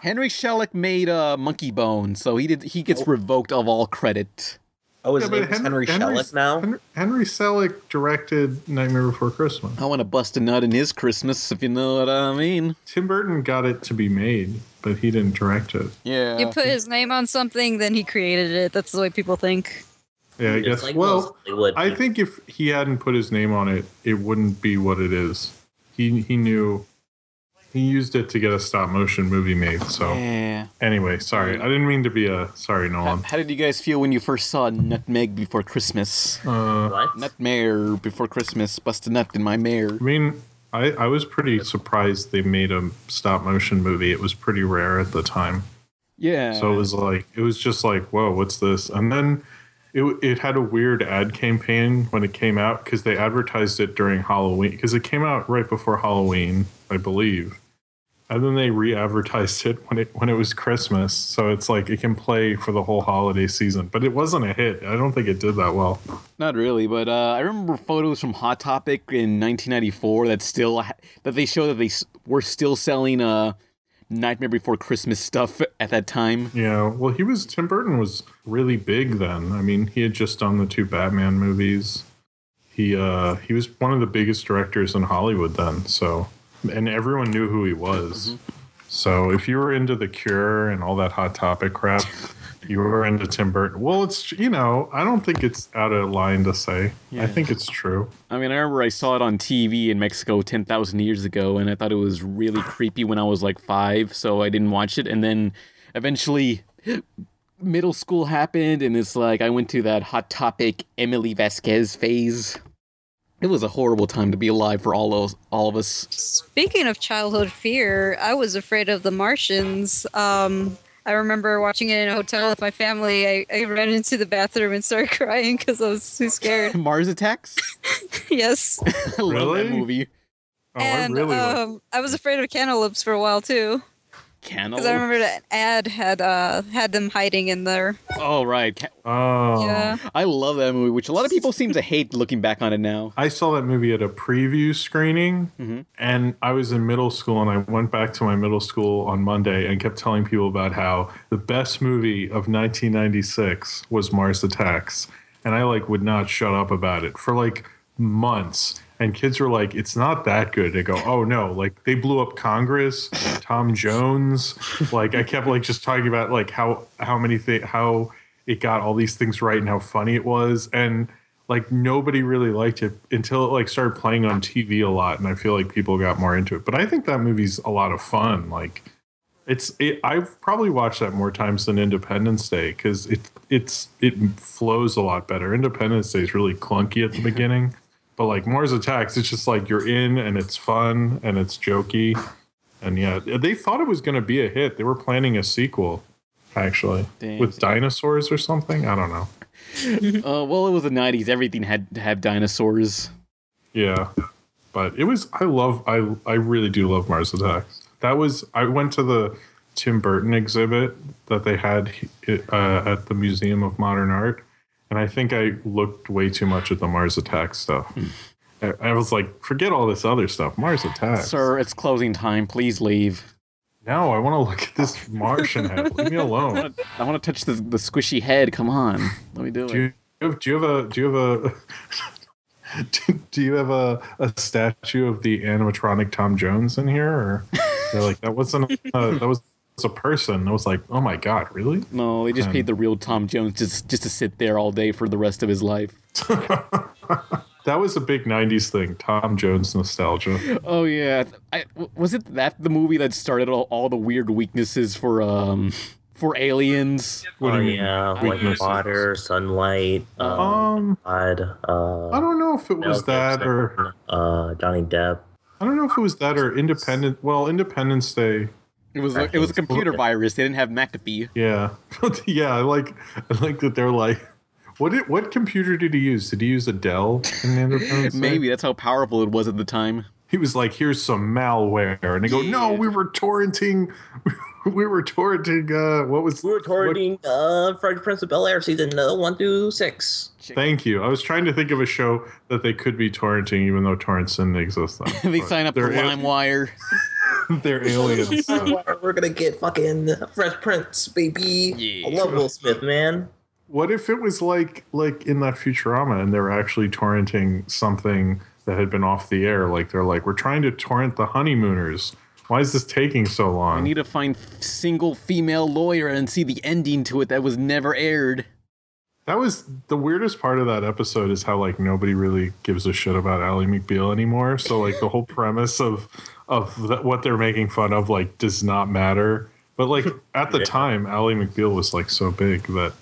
Speaker 2: Henry Selick made uh, Monkey Bone, so he did. He gets revoked of all credit.
Speaker 3: Oh, his name is Henry, Selick now.
Speaker 5: Henry, Henry Selick directed Nightmare Before Christmas.
Speaker 2: I want to bust a nut in his Christmas, if you know what I mean.
Speaker 5: Tim Burton got it to be made, but he didn't direct it.
Speaker 2: Yeah.
Speaker 6: You put his name on something, then he created it. That's the way people think.
Speaker 5: Yeah, I guess.
Speaker 4: It's like most
Speaker 5: well,
Speaker 4: Hollywood
Speaker 5: I
Speaker 4: people.
Speaker 5: think if he hadn't put his name on it, it wouldn't be what it is. He he knew he used it to get a stop motion movie made. So
Speaker 2: yeah.
Speaker 5: anyway, sorry, I didn't mean to be a sorry,
Speaker 4: [LAUGHS]
Speaker 5: Nolan.
Speaker 2: How did you guys feel when you first saw Nutmeg Before Christmas?
Speaker 5: Uh,
Speaker 4: What?
Speaker 2: Nutmare Before Christmas, bust a nut in my mare.
Speaker 5: I mean, I I was pretty surprised they made a stop motion movie. It was pretty rare at the time.
Speaker 2: Yeah.
Speaker 5: So it was like it was just like, whoa, what's this? And then it it had a weird ad campaign when it came out because they advertised it during Halloween because it came out right before Halloween, I believe. And then they re-advertised it when it when it was Christmas, so it's like it can play for the whole holiday season. But it wasn't a hit. I don't think it did that well.
Speaker 2: Not really, but uh, I remember photos from Hot Topic in 1994 that still ha- that they show that they s- were still selling uh, Nightmare Before Christmas stuff at that time.
Speaker 5: Yeah, well, he was Tim Burton was really big then. I mean, he had just done the two Batman movies. He uh he was one of the biggest directors in Hollywood then, so and everyone knew who he was. So if you were into The Cure and all that hot topic crap, you were into Tim Burton. Well, it's you know, I don't think it's out of line to say. I think it's true.
Speaker 2: I mean, I remember I saw it on TV in Mexico 10,000 years ago, and I thought it was really creepy when I was like five, so I didn't watch it. And then eventually, [GASPS] middle school happened, and it's like I went to that Hot Topic Emily Vasquez phase. It was a horrible time to be alive for all of, all of us. [LAUGHS]
Speaker 6: Speaking of childhood fear, I was afraid of the Martians. Um, I remember watching it in a hotel with my family. I, I ran into the bathroom and started [LAUGHS] crying because I was too scared. [LAUGHS]
Speaker 2: Mars Attacks?
Speaker 6: yes.
Speaker 2: [LAUGHS] I love that
Speaker 5: Really?
Speaker 2: movie.
Speaker 5: Oh,
Speaker 6: and uh,
Speaker 5: I really like
Speaker 6: um, I was afraid of cantaloupes for a while too.
Speaker 2: Cantaloupes.
Speaker 6: Because
Speaker 5: Oh.
Speaker 6: I remember that ad had uh, had them hiding in there.
Speaker 2: Oh right, Ca-
Speaker 5: Oh,
Speaker 6: Yeah.
Speaker 2: I love that movie, which a lot of people seem to hate looking back on it
Speaker 6: [LAUGHS]
Speaker 2: now.
Speaker 5: I saw that movie at a preview screening, and I was in middle school, and I went back to my middle school on Monday and kept telling people about how the best movie of 1996 was Mars Attacks, and I like would not shut up about it for like months. And kids were like, "It's not that good." They go, "Oh no!" Like they blew up Congress, Tom Jones. Like I kept like just talking about like how how many thi- how it got all these things right and how funny it was and like nobody really liked it until it like started playing on TV a lot, and I feel like people got more into it. But I think that movie's a lot of fun. Like, it's it, I've probably watched that more times than Independence Day because it it's it flows a lot better. Independence Day is really clunky at the beginning, but like Mars Attacks, it's just like you're in and it's fun and it's jokey, and yeah, they thought it was going to be a hit. They were planning a sequel, actually,
Speaker 2: Damn,
Speaker 5: with
Speaker 2: see.
Speaker 5: dinosaurs or something. I don't know.
Speaker 2: Uh, well, it was the '90s; everything had to have dinosaurs.
Speaker 5: Yeah. But it was I love I I really do love Mars Attacks. That was I went to the Tim Burton exhibit that they had uh, at the Museum of Modern Art and I think I looked way too much at the Mars Attacks stuff. I, I was like, forget all this other stuff. Mars Attacks.
Speaker 2: Sir, it's closing time. Please leave.
Speaker 5: No, I want to look at this Martian head. Leave me alone.
Speaker 2: I want to touch the, the squishy head. Come on, let me do
Speaker 5: Do
Speaker 2: it.
Speaker 5: you, do you have a do you have a [LAUGHS] do, do you have a, a statue of the animatronic Tom Jones in here? [LAUGHS] Or they're like that wasn't a, that was it's a person. I was like, oh my god, really? [LAUGHS]
Speaker 2: No, they just paid the real Tom Jones just just to sit there all day for the rest of his life.
Speaker 5: That was a big '90s thing, Tom Jones nostalgia.
Speaker 2: Oh yeah, I, w- was it that the movie that started all, all the weird weaknesses for um for aliens?
Speaker 5: What do you mean?
Speaker 4: Oh, yeah, like
Speaker 5: Weaknesses.
Speaker 4: water, sunlight, um,
Speaker 5: Um,
Speaker 4: God, uh,
Speaker 5: I don't know if it was that or
Speaker 4: uh, Johnny Depp.
Speaker 5: I don't know if it was that or Independent. Well, Independence Day.
Speaker 2: It was a, it was a computer virus. They didn't have McAfee.
Speaker 5: Yeah, [LAUGHS] yeah. I like I like that they're like, what did, what computer did he use? Did he use a Dell? In Independence Day?
Speaker 2: Maybe that's how powerful it was at the time. [LAUGHS]
Speaker 5: he was like, "Here's some malware," and they go, "No, we were torrenting, [LAUGHS] we were torrenting. Uh, what was?
Speaker 4: We were
Speaker 5: what-
Speaker 4: recording uh, Fresh Prince of Bel Air season uh, one through six.
Speaker 5: Thank you. I was trying to think of a show that they could be torrenting, even though torrents didn't exist
Speaker 2: [LAUGHS]
Speaker 5: then.
Speaker 2: they
Speaker 5: But
Speaker 2: sign up for
Speaker 5: they're al-
Speaker 2: LimeWire.
Speaker 5: [LAUGHS] they're aliens. so.
Speaker 4: We're gonna get fucking Fresh Prince, baby.
Speaker 2: Yeah.
Speaker 4: I love Will Smith, man.
Speaker 5: What if it was like like in that Futurama, and they were actually torrenting something that had been off the air? Like they're like, "We're trying to torrent the Honeymooners. Why is this taking so
Speaker 2: I
Speaker 5: long?"
Speaker 2: need to find f- single female lawyer and see the ending to it that was never aired. [LAUGHS]
Speaker 5: That was the weirdest part of that episode is how like nobody really gives a shit about Ally McBeal anymore. So like the whole premise of of th- what they're making fun of like does not matter. But like at the time, Ally McBeal was like so big that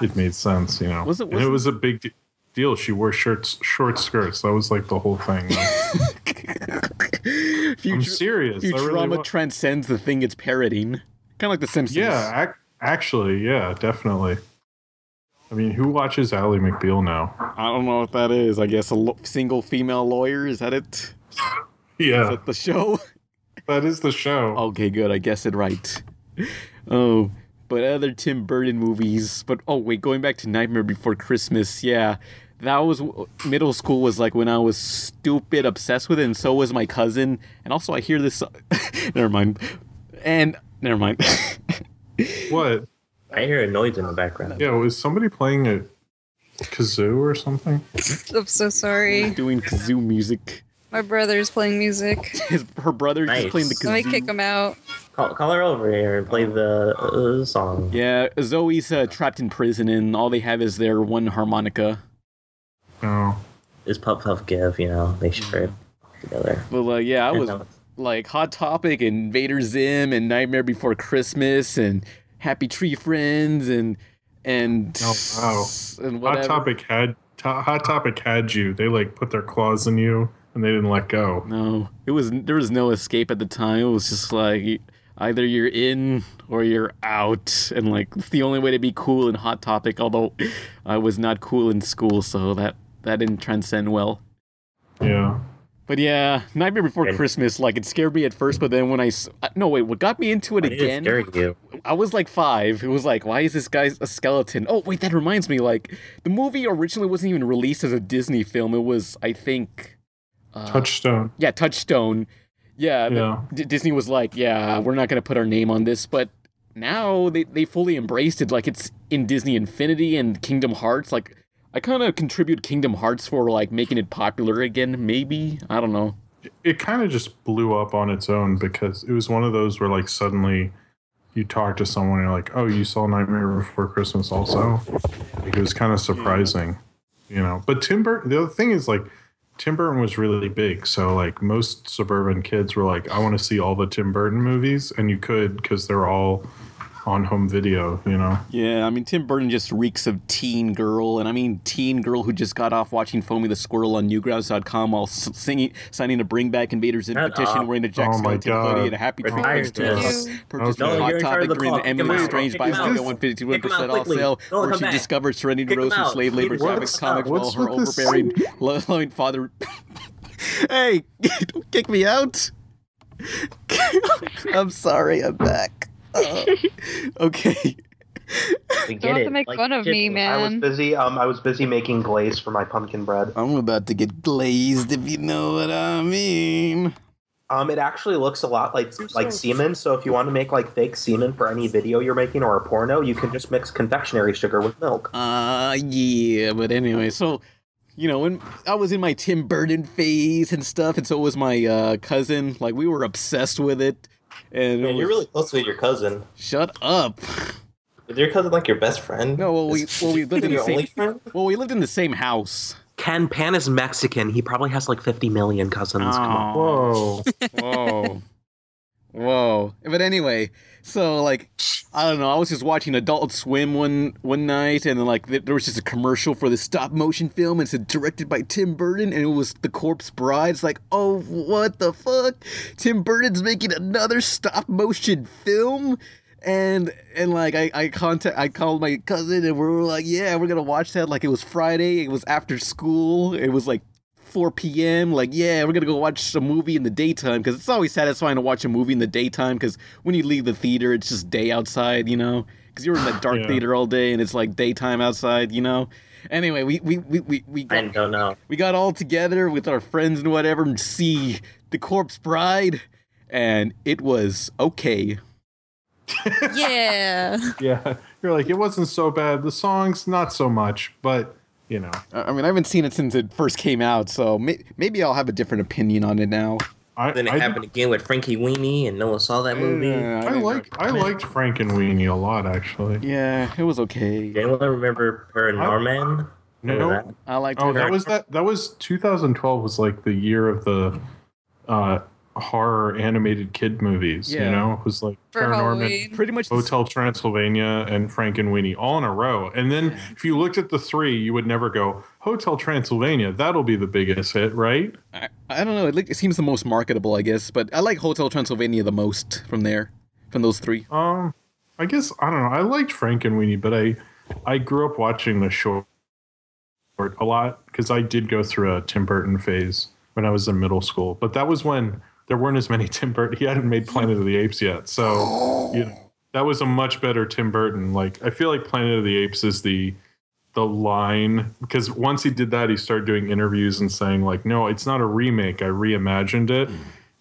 Speaker 5: it made sense, you know.
Speaker 2: Was it-
Speaker 5: and
Speaker 2: was
Speaker 5: it
Speaker 2: it-
Speaker 5: was a big de- deal. She wore shirts, short skirts. That was like the whole thing.
Speaker 2: [LAUGHS]
Speaker 5: I'm
Speaker 2: Future,
Speaker 5: serious. I
Speaker 2: Futurama
Speaker 5: really wa-
Speaker 2: transcends the thing it's parodying. Kind of like The Simpsons.
Speaker 5: yeah, ac- actually, yeah, definitely. I mean, who watches Ally McBeal now? [LAUGHS]
Speaker 2: I don't know what that is. I guess a lo- single female lawyer. Is that it? Is
Speaker 5: Yeah,
Speaker 2: that the show? [LAUGHS]
Speaker 5: that is the show.
Speaker 2: Okay, good. I guess it right. [LAUGHS] Oh, but other Tim Burton movies. But oh wait, going back to Nightmare Before Christmas. Yeah, that was middle school was like when I was stupid obsessed with it, and so was my cousin. And also, I hear this. [LAUGHS] never mind. And never mind. [LAUGHS]
Speaker 5: What?
Speaker 4: I hear a noise in the background.
Speaker 5: Yeah, was somebody playing a kazoo or something?
Speaker 6: I'm so sorry.
Speaker 2: Doing kazoo music.
Speaker 6: My brother's playing music.
Speaker 2: His her brother just
Speaker 4: Nice.
Speaker 2: playing the
Speaker 6: Let me
Speaker 2: kazoo.
Speaker 6: kick him out.
Speaker 4: Call, call her over here and play the uh, song.
Speaker 2: Yeah, Zoe's uh, trapped in prison, and all they have is their one harmonica.
Speaker 5: No.
Speaker 4: It's Puff Puff Give, you know, they share it together.
Speaker 2: But like, yeah, I
Speaker 4: Yeah,
Speaker 2: was
Speaker 4: that was-
Speaker 2: like Hot Topic and Invader Zim and Nightmare Before Christmas and Happy Tree Friends and and
Speaker 5: Oh, wow.
Speaker 2: and
Speaker 5: Hot
Speaker 2: whatever.
Speaker 5: Topic had to, Hot Topic had you. They like put their claws in you and they didn't let go.
Speaker 2: No, it was there was no escape at the time. It was just like either you're in or you're out, and like it's the only way to be cool in Hot Topic. Although I was not cool in school, so that that didn't transcend well.
Speaker 5: Yeah.
Speaker 2: But yeah, Nightmare Before
Speaker 4: Okay.
Speaker 2: Christmas, like it scared me at first, but then when I s- uh, no wait, what got me into it
Speaker 4: Why did it
Speaker 2: again?
Speaker 4: scared you.
Speaker 2: I was like five. It was like, why is this guy a skeleton? Oh wait, that reminds me. Like the movie originally wasn't even released as a Disney film. It was, I think, uh,
Speaker 5: Touchstone.
Speaker 2: yeah, Touchstone. Yeah, the-
Speaker 5: Yeah.
Speaker 2: D- Disney was like, yeah, we're not gonna put our name on this, but now they they fully embraced it. Like it's in Disney Infinity and Kingdom Hearts. Like I kind of contribute Kingdom Hearts for like making it popular again. Maybe I don't know.
Speaker 5: It kind of just blew up on its own because it was one of those where like suddenly you talk to someone and you're like, oh, you saw Nightmare Before Christmas also. Like, it was kind of surprising, you know. But Tim Burton, the other thing is like, Tim Burton was really big, so like most suburban kids were like, I want to see all the Tim Burton movies, and you could because they're all on home video, you know.
Speaker 2: Yeah, I mean Tim Burton just reeks of teen girl, and I mean teen girl who just got off watching Foamy the Squirrel on Newgrounds.com while s- singing, signing a Bring Back Invaders in
Speaker 4: Shut
Speaker 2: petition,
Speaker 4: up.
Speaker 2: wearing a Jack
Speaker 5: Oh my
Speaker 2: Skeleton
Speaker 5: God.
Speaker 2: hoodie and a Happy
Speaker 4: We're
Speaker 2: Tree
Speaker 4: tired
Speaker 2: Friends
Speaker 4: of
Speaker 2: to
Speaker 6: this.
Speaker 2: purchasing
Speaker 5: Okay. No,
Speaker 2: Hot
Speaker 4: you're in charge
Speaker 2: Topic
Speaker 4: of the
Speaker 2: during the
Speaker 4: clock.
Speaker 2: Emily
Speaker 4: Come out.
Speaker 2: Strange
Speaker 4: Kick
Speaker 2: buys
Speaker 4: him out.
Speaker 2: one get one fifty two
Speaker 4: Kick him out
Speaker 2: percent off
Speaker 4: quickly.
Speaker 2: sale,
Speaker 4: Don't
Speaker 2: where
Speaker 4: come
Speaker 2: she
Speaker 4: back.
Speaker 2: discovers Serenity
Speaker 4: Kick him
Speaker 2: Rose from
Speaker 4: out.
Speaker 2: slave labor
Speaker 4: What's
Speaker 2: traffics
Speaker 4: up?
Speaker 2: comics while
Speaker 5: What's
Speaker 2: her
Speaker 5: with this-
Speaker 2: overbearing, [LAUGHS] loving father. [LAUGHS] hey, [LAUGHS] don't kick me out. [LAUGHS] I'm sorry, I'm back. Uh, okay.
Speaker 4: We get
Speaker 6: Don't have
Speaker 4: it.
Speaker 6: to make
Speaker 4: Like,
Speaker 6: fun of
Speaker 4: kids-
Speaker 6: me,
Speaker 3: I was
Speaker 6: man.
Speaker 3: busy. Um, I was busy making glaze for my pumpkin bread.
Speaker 2: I'm about to get glazed if you know what I mean.
Speaker 3: Um, it actually looks a lot like like semen. So if you want to make like fake semen for any video you're making or a porno, you can just mix confectionery sugar with milk.
Speaker 2: Uh yeah, but anyway, so you know, when I was in my Tim Burton phase and stuff, and so was my uh, cousin. Like we were obsessed with it. And it was-
Speaker 7: close with your cousin.
Speaker 2: shut up.
Speaker 7: Is your cousin like your best friend?
Speaker 2: No, well we well we lived in the
Speaker 7: your only
Speaker 2: same
Speaker 7: friend.
Speaker 2: well we lived in the same house.
Speaker 3: Ken Pan is Mexican. He probably has like 50 million cousins. Come
Speaker 2: Aw.
Speaker 3: on.
Speaker 5: [LAUGHS] Whoa.
Speaker 2: Whoa. Whoa. But anyway, so like I don't know, I was just watching Adult Swim one one night and then like th- there was just a commercial for this stop motion film and it said directed by Tim Burton and it was The Corpse Bride. It's like, "Oh, what the fuck? Tim Burton's making another stop motion film?" And and like I I contact I called my cousin and we were like, "Yeah, we're going to watch that." Like it was Friday, it was after school. It was like 4 p.m. Like, yeah, we're gonna go watch a movie in the daytime because it's always satisfying to watch a movie in the daytime because when you leave the theater, it's just day outside, you know. Because you were in that dark
Speaker 5: Yeah.
Speaker 2: theater all day and it's like daytime outside, you know. Anyway, we we we we, we
Speaker 4: I
Speaker 2: got
Speaker 4: don't know.
Speaker 2: we got all together with our friends and whatever and see the Corpse Bride, and it was okay.
Speaker 6: [LAUGHS] Yeah.
Speaker 5: [LAUGHS] Yeah, you're like it wasn't so bad. The songs not so much, but you know,
Speaker 2: I I mean, I haven't seen it since it first came out, so may- maybe I'll have a different opinion on it now.
Speaker 5: I
Speaker 4: Then it
Speaker 5: I,
Speaker 4: happened again with Frankie Weenie, and no one saw that movie.
Speaker 2: Yeah,
Speaker 5: I
Speaker 2: didn't-
Speaker 5: like I liked Frank and Weenie a lot actually.
Speaker 2: Yeah, it was okay.
Speaker 4: Anyone remember Paranorman? Remember
Speaker 5: No,
Speaker 4: that?
Speaker 2: I liked
Speaker 5: oh
Speaker 2: it.
Speaker 5: that was that that was 2012 was like the year of the uh, horror animated kid movies.
Speaker 2: Yeah.
Speaker 5: You know, it was like
Speaker 6: For Halloween.
Speaker 2: pretty much the
Speaker 5: Hotel Transylvania and Frank and Weenie all in a row. And then if you looked at the three, you would never go Hotel Transylvania. That'll be the biggest hit, right?
Speaker 2: I, I don't know. It, look, it seems the most marketable, I guess. But I like Hotel Transylvania the most from there, from those three.
Speaker 5: Um, I guess I don't know. I liked Frank and Weenie, but I I grew up watching the short a lot because I did go through a Tim Burton phase when I was in middle school. But that was when there weren't as many [LAUGHS] Tim Burton. He hadn't made Planet of the Apes yet, so you know that was a much better Tim Burton. Like I feel like Planet of the Apes is the the line because once he did that, he started doing interviews and saying like, "No, it's not a remake. I reimagined it."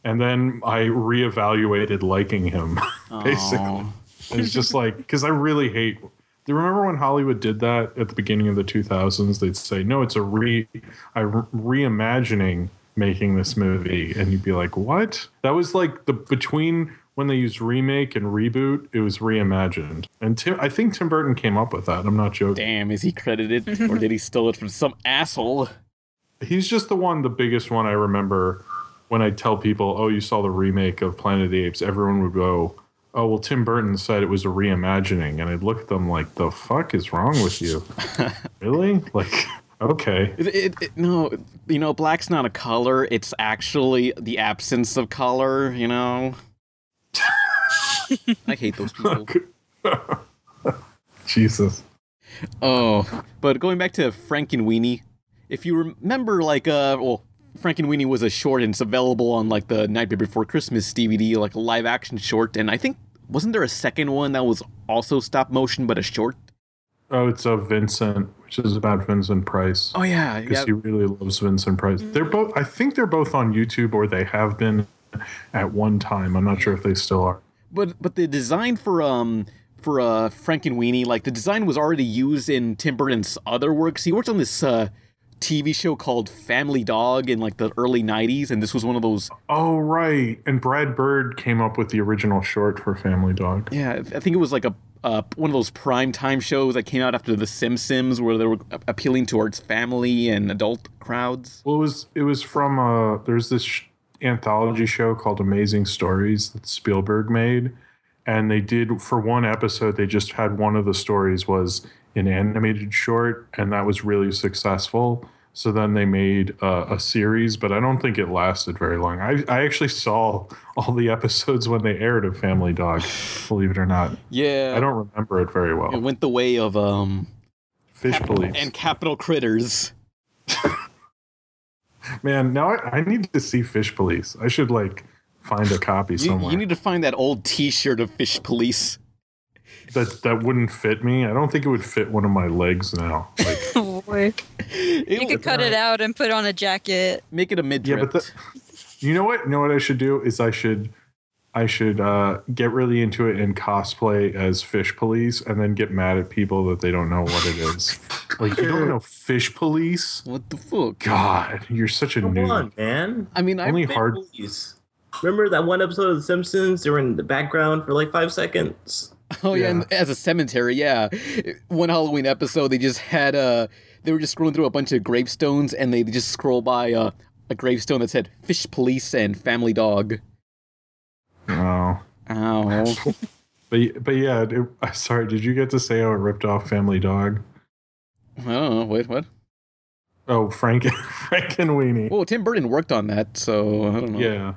Speaker 5: And then I reevaluated liking him. [LAUGHS] Basically.
Speaker 2: Aw.
Speaker 5: It's just like because I really hate. Do you remember when Hollywood did that at the beginning of the 2000s? They'd say, "No, it's a re, I re- reimagining making this movie," and you'd be like, "What?" That was like the between when they used remake and reboot. It was reimagined, and Tim, I think Tim Burton came up with that. I'm not joking.
Speaker 2: Damn, is he [LAUGHS] credited or did he steal it from some asshole?
Speaker 5: He's just the one, the biggest one I remember. When I tell people, "Oh, you saw the remake of Planet of the Apes," everyone would go. Oh well, Tim Burton said it was a reimagining, and I'd look at them like, "The fuck is wrong with you?" Really? Like, okay.
Speaker 2: It, it, it, no, you know, black's not a color. It's actually the absence of color. You know. I hate those people.
Speaker 5: Jesus.
Speaker 2: Oh, but going back to Frank and Weenie, if you remember, like, uh, well, Frankenweenie was a short and it's available on like the Night Before Christmas DVD, like a live action short. And I think wasn't there a second one that was also stop motion but a short?
Speaker 5: Oh, it's of Vincent, which is about Vincent Price.
Speaker 2: Oh yeah,
Speaker 5: because
Speaker 2: yeah.
Speaker 5: he really loves Vincent Price. They're both. I think they're both on YouTube, or they have been at one time. I'm not sure if they still are.
Speaker 2: But but the design for um for uh Frankenweenie, like the design was already used in Tim Burton's other works. He worked on this uh TV show called Family Dog in like the early '90s, and this was one of those.
Speaker 5: Oh, right. And Brad Bird came up with the original short for Family Dog.
Speaker 2: Yeah, I think it was like a uh, one of those prime time shows that came out after The Simpsons, where they were a- appealing towards family and adult crowds.
Speaker 5: Well, it was it was from uh there's this sh- anthology show called Amazing Stories that Spielberg made, and they did for one episode they just had one of the stories was an animated short, and that was really successful. So then they made uh, a series, but I don't think it lasted very long. I I actually saw [LAUGHS] all the episodes when they aired of Family Dog, believe it or not.
Speaker 2: Yeah,
Speaker 5: I don't remember it very
Speaker 2: It
Speaker 5: well.
Speaker 2: went the way of um
Speaker 5: Fish beliefs.
Speaker 2: and Capital Critters.
Speaker 5: Man, now I, I need to see Fish Police. I should like find a copy
Speaker 2: You,
Speaker 5: somewhere
Speaker 2: you need to find that old T-shirt of Fish Police. [LAUGHS]
Speaker 5: that that wouldn't fit me. I don't think it would fit one of my legs now. Like,
Speaker 6: Oh, boy.
Speaker 2: It
Speaker 6: You
Speaker 2: would
Speaker 6: could cut it out and put on a jacket.
Speaker 2: make it a mid
Speaker 5: yeah, but the, you know what? You know what I should do is I should I should uh, get really into it and cosplay as Fish Police, and then get mad at people that they don't know what
Speaker 4: [LAUGHS]
Speaker 5: it is. like you don't know Fish Police?
Speaker 2: What the fuck?
Speaker 5: God, you're such a
Speaker 4: Come
Speaker 5: noob.
Speaker 4: on, man.
Speaker 2: I mean, I
Speaker 5: Only hard.
Speaker 4: Please. Remember that one episode of The Simpsons? They were in the background for like five seconds.
Speaker 2: oh yeah, and as a cemetery, yeah. One Halloween episode, they just had uh they were just scrolling through a bunch of gravestones, and they just scroll by uh, a gravestone that said "Fish Police" and "Family Dog."
Speaker 5: Oh. [LAUGHS]
Speaker 2: Ow.
Speaker 5: But, but yeah, it, [LAUGHS] I'm sorry. Did you get to say how it ripped off Family Dog?
Speaker 2: oh wait, what?
Speaker 5: Oh, Frank, [LAUGHS] Frank and Weenie.
Speaker 2: Well, Tim Burton worked on that, so I don't know.
Speaker 5: yeah.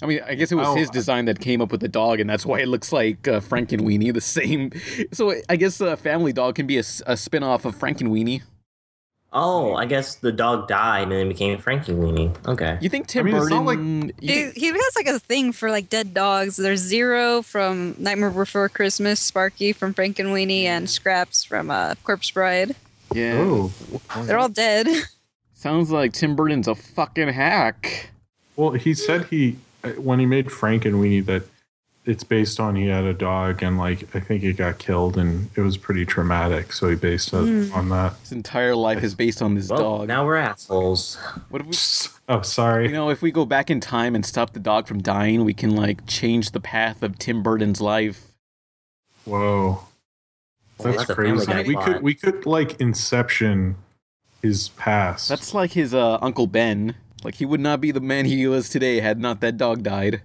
Speaker 2: I mean, I guess it was
Speaker 5: Oh,
Speaker 2: his
Speaker 5: I-
Speaker 2: design that came up with the dog, and that's why it looks like uh, Frankenweenie, the same. [LAUGHS] So I guess uh, Family Dog can be a, s- a spin off of Frankenweenie.
Speaker 4: Oh, I guess the dog died and then became Frankie Weenie. Okay.
Speaker 2: You think Tim
Speaker 5: I mean, it's
Speaker 2: Burton?
Speaker 5: not
Speaker 2: you
Speaker 6: He,
Speaker 2: think-
Speaker 6: he has like a thing for like dead dogs. There's Zero from Nightmare Before Christmas, Sparky from Frankenweenie, and Scraps from uh, Corpse Bride.
Speaker 2: yeah.
Speaker 5: Oh.
Speaker 6: They're all dead. [LAUGHS]
Speaker 2: Sounds like Tim Burton's a fucking hack.
Speaker 5: Well, he said he uh, when he made Frank and Weenie that it's based on he had a dog and like I think he got killed and it was pretty traumatic, so he based it on that. [LAUGHS]
Speaker 2: His entire life is based on this
Speaker 4: Well,
Speaker 2: dog.
Speaker 4: now we're assholes.
Speaker 2: what if we,
Speaker 5: Oh, sorry.
Speaker 2: you know, if we go back in time and stop the dog from dying, we can like change the path of Tim Burton's life.
Speaker 5: Whoa.
Speaker 4: Well,
Speaker 5: That's
Speaker 4: that's a Family
Speaker 5: crazy.
Speaker 4: Guy
Speaker 5: We could
Speaker 4: plot.
Speaker 5: we could like Inception his past.
Speaker 2: That's like his uh, Uncle Ben. Like he would not be the man he was today had not that dog died.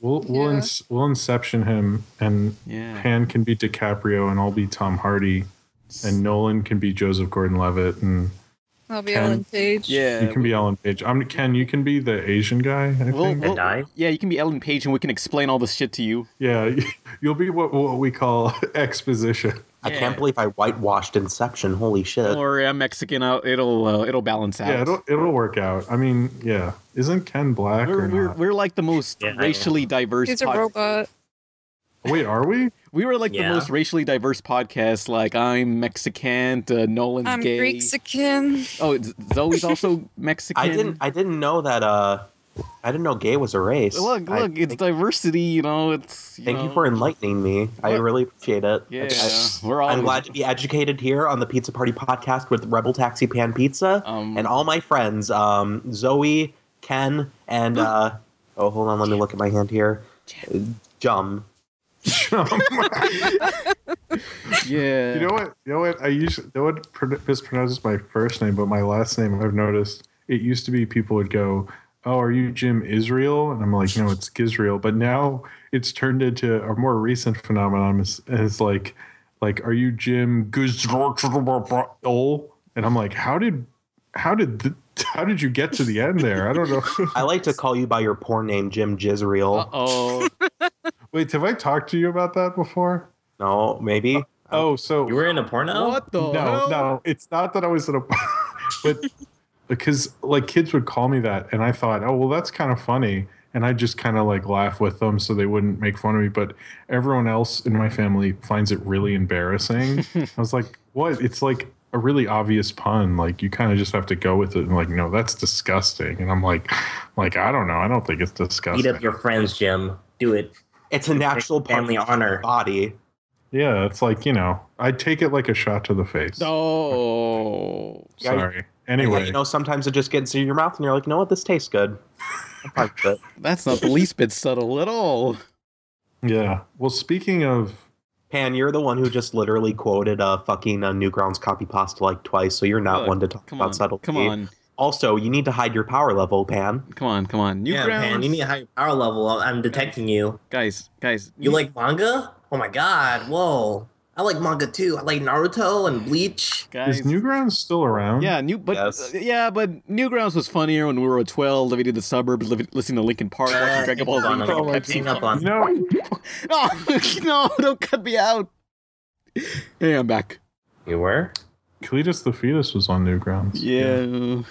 Speaker 5: we'll we'll,
Speaker 6: Yeah.
Speaker 5: ins- we'll Inception him and
Speaker 4: [LAUGHS]
Speaker 2: Yeah.
Speaker 5: Pan can be DiCaprio and I'll be Tom Hardy and Nolan can be Joseph Gordon-Levitt and
Speaker 6: I'll be
Speaker 5: Ken.
Speaker 6: Ellen Page.
Speaker 2: Yeah.
Speaker 5: you can be Ellen Page. I'm Ken. You can be the Asian guy. I
Speaker 2: Well,
Speaker 5: think.
Speaker 2: well-
Speaker 4: And I?
Speaker 2: Yeah, you can be Ellen Page and we can explain all this shit to you.
Speaker 5: Yeah, [LAUGHS] you'll be what what we call [LAUGHS] exposition.
Speaker 3: I
Speaker 2: Yeah.
Speaker 3: can't believe I whitewashed Inception. Holy shit.
Speaker 4: Uh,
Speaker 2: Don't worry, I'm Mexican. I'll, it'll uh, it'll balance out.
Speaker 5: Yeah, it'll it'll work out. I mean, yeah, isn't Ken black
Speaker 2: we're,
Speaker 5: or
Speaker 2: we're,
Speaker 5: not?
Speaker 2: we're like the most
Speaker 4: Yeah, I know.
Speaker 2: racially diverse.
Speaker 6: He's a
Speaker 2: pod-
Speaker 6: robot.
Speaker 5: Wait, are we? [LAUGHS]
Speaker 2: We were like
Speaker 4: Yeah.
Speaker 2: the most racially diverse podcast. Like I'm Mexican, uh, Nolan's
Speaker 6: I'm
Speaker 2: gay.
Speaker 6: Greeksican.
Speaker 2: oh, Z-
Speaker 3: [LAUGHS]
Speaker 2: Zoe's also Mexican.
Speaker 3: I didn't I didn't know that uh I didn't know gay was a race.
Speaker 2: Look,
Speaker 3: I-
Speaker 2: look, it's diversity. You know, it's. You
Speaker 3: Thank
Speaker 2: know,
Speaker 3: you for enlightening me. I
Speaker 2: Look.
Speaker 3: really appreciate it.
Speaker 2: Yeah,
Speaker 3: I,
Speaker 2: we're all.
Speaker 3: am glad to be educated here on the Pizza Party podcast with Rebel Taxi Pan Pizza
Speaker 2: Um,
Speaker 3: and all my friends, um, Zoe, Ken, and uh, oh, hold on, let me look at my hand here, Jum.
Speaker 2: yeah.
Speaker 3: [LAUGHS]
Speaker 5: you know what? You know what? I usually no one pr- mispronounces my first name, but my last name. I've noticed it used to be people would go, "Oh, are you Jim Israel?" And I'm like, "No, it's Gizrael." But now it's turned into a more recent phenomenon. Is, is like, like, are you Jim Gizrael? And I'm like, how did, how did, th- how did you get to the end there? I don't know. [LAUGHS]
Speaker 3: I like to call you by your porn name, Jim Jizreel.
Speaker 2: Uh
Speaker 3: [LAUGHS]
Speaker 2: oh.
Speaker 5: Wait, have I talked to you about that before?
Speaker 3: No, maybe.
Speaker 5: Oh, so
Speaker 4: You were in a porno?
Speaker 2: what the
Speaker 5: no,
Speaker 2: hell?
Speaker 5: no, it's not that I was in a, [LAUGHS] but because like kids would call me that and i thought oh well that's kind of funny and i just kind of like laugh with them so they wouldn't make fun of me but everyone else in my family finds it really embarrassing i was like what it's like a really obvious pun like you kind of just have to go with it and like no that's disgusting and i'm like like i don't know i don't think it's disgusting
Speaker 4: Eat up your friends, Jim. Do it.
Speaker 3: It's a natural part
Speaker 4: Family
Speaker 3: of your
Speaker 4: honor.
Speaker 3: body.
Speaker 5: yeah it's like you know i take it like a shot to the face
Speaker 2: Oh.
Speaker 3: Yeah, you-
Speaker 5: sorry
Speaker 3: And yeah,
Speaker 5: anyway
Speaker 3: you know, sometimes it just gets in your mouth, and you're like, you know what, this tastes good. I'm fine with it.
Speaker 2: That's not the least bit subtle at all.
Speaker 5: yeah well speaking of
Speaker 3: Pan, you're the one who just literally quoted a fucking uh, Newgrounds copy pasta like twice, so you're not
Speaker 2: Look,
Speaker 3: one to talk
Speaker 2: Come
Speaker 3: about
Speaker 2: on.
Speaker 3: subtlety.
Speaker 2: Come on.
Speaker 3: Also, you need to hide your power level, Pan.
Speaker 2: Come on. Come on. New
Speaker 4: yeah, man. You need a higher power level. I- I'm detecting you.
Speaker 2: Guys, guys.
Speaker 4: You like manga? Oh my god! Whoa. I like manga too. I like Naruto and Bleach.
Speaker 2: guys.
Speaker 5: is newgrounds still around
Speaker 2: Yeah, new but
Speaker 3: Yes.
Speaker 2: uh, yeah, but Newgrounds was funnier when we were 12, living in the suburbs, living, listening to Linkin Park,
Speaker 4: Uh,
Speaker 2: watching Dragon Ball Z,
Speaker 4: Hang up on
Speaker 2: drinking
Speaker 4: him. Hang
Speaker 2: Pepsi.
Speaker 4: up on
Speaker 5: you
Speaker 4: him.
Speaker 5: know
Speaker 2: [LAUGHS] No, Oh, no, don't cut me out. Hey, I'm back.
Speaker 4: You were?
Speaker 5: Cletus the fetus was on Newgrounds.
Speaker 2: Yeah.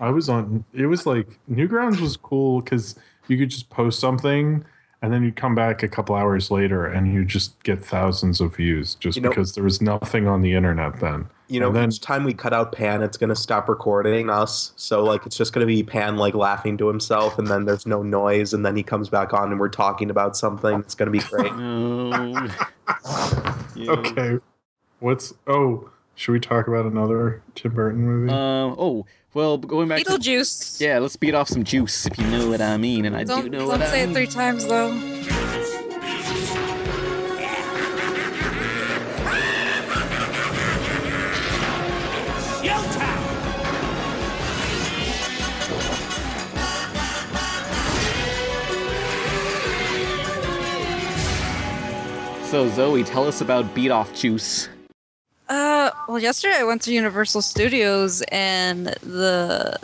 Speaker 5: I was on. It was like Newgrounds was cool because you could just post something, and then you'd come back a couple hours later, and you just get thousands of views just
Speaker 3: You know-
Speaker 5: because there was nothing on the internet then.
Speaker 3: You know,
Speaker 5: And then-
Speaker 3: each time we cut out Pan, it's gonna stop recording us. So like, it's just gonna be Pan like laughing to himself, and then there's no noise, and then he comes back on, and we're talking about something. It's gonna be great.
Speaker 2: No. Yeah.
Speaker 5: Okay, what's oh? Should we talk about another Tim Burton movie?
Speaker 2: Um. oh, well, going back. To,
Speaker 6: Beetlejuice.
Speaker 2: yeah, let's beat off some juice if you know what I mean, and I do
Speaker 6: Don't,
Speaker 2: know
Speaker 6: don't
Speaker 2: what
Speaker 6: say
Speaker 2: I
Speaker 6: it
Speaker 2: mean.
Speaker 6: three times though.
Speaker 2: So Zoe, tell us about beat off juice.
Speaker 6: Uh, well, yesterday I went to Universal Studios and the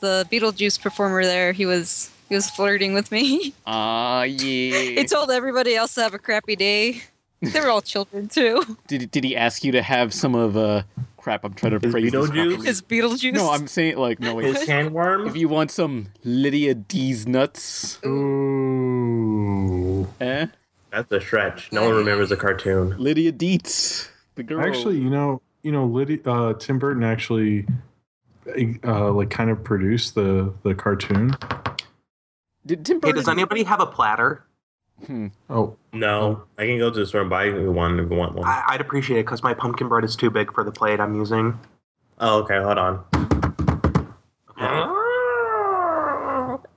Speaker 6: the Beetlejuice performer there. He was he was flirting with me. [LAUGHS]
Speaker 2: Ah, yeah.
Speaker 6: he told everybody else to have a crappy day. They were all children too. [LAUGHS]
Speaker 2: did Did he ask you to have some of uh? Crap, I'm trying to
Speaker 4: Is
Speaker 2: phrase this
Speaker 4: Beetlejuice-
Speaker 2: properly.
Speaker 6: His Beetlejuice.
Speaker 2: No, I'm saying like no wait.
Speaker 4: His handworm.
Speaker 2: if you want some Lydia D's nuts,
Speaker 5: Ooh.
Speaker 2: eh?
Speaker 4: That's a stretch. No one remembers the cartoon.
Speaker 2: Lydia Dietz, the girl.
Speaker 5: Actually, you know, you know, Lydia, uh, Tim Burton actually, uh, like, kind of produced the the cartoon.
Speaker 2: did Tim
Speaker 3: hey,
Speaker 2: Burton?
Speaker 3: does anybody have a platter?
Speaker 5: Oh,
Speaker 4: No, I can go to the store and buy one if you want
Speaker 3: [LAUGHS]
Speaker 4: one.
Speaker 3: I- I'd appreciate it because my pumpkin bread is too big for the plate I'm using.
Speaker 4: Oh, okay. Hold on.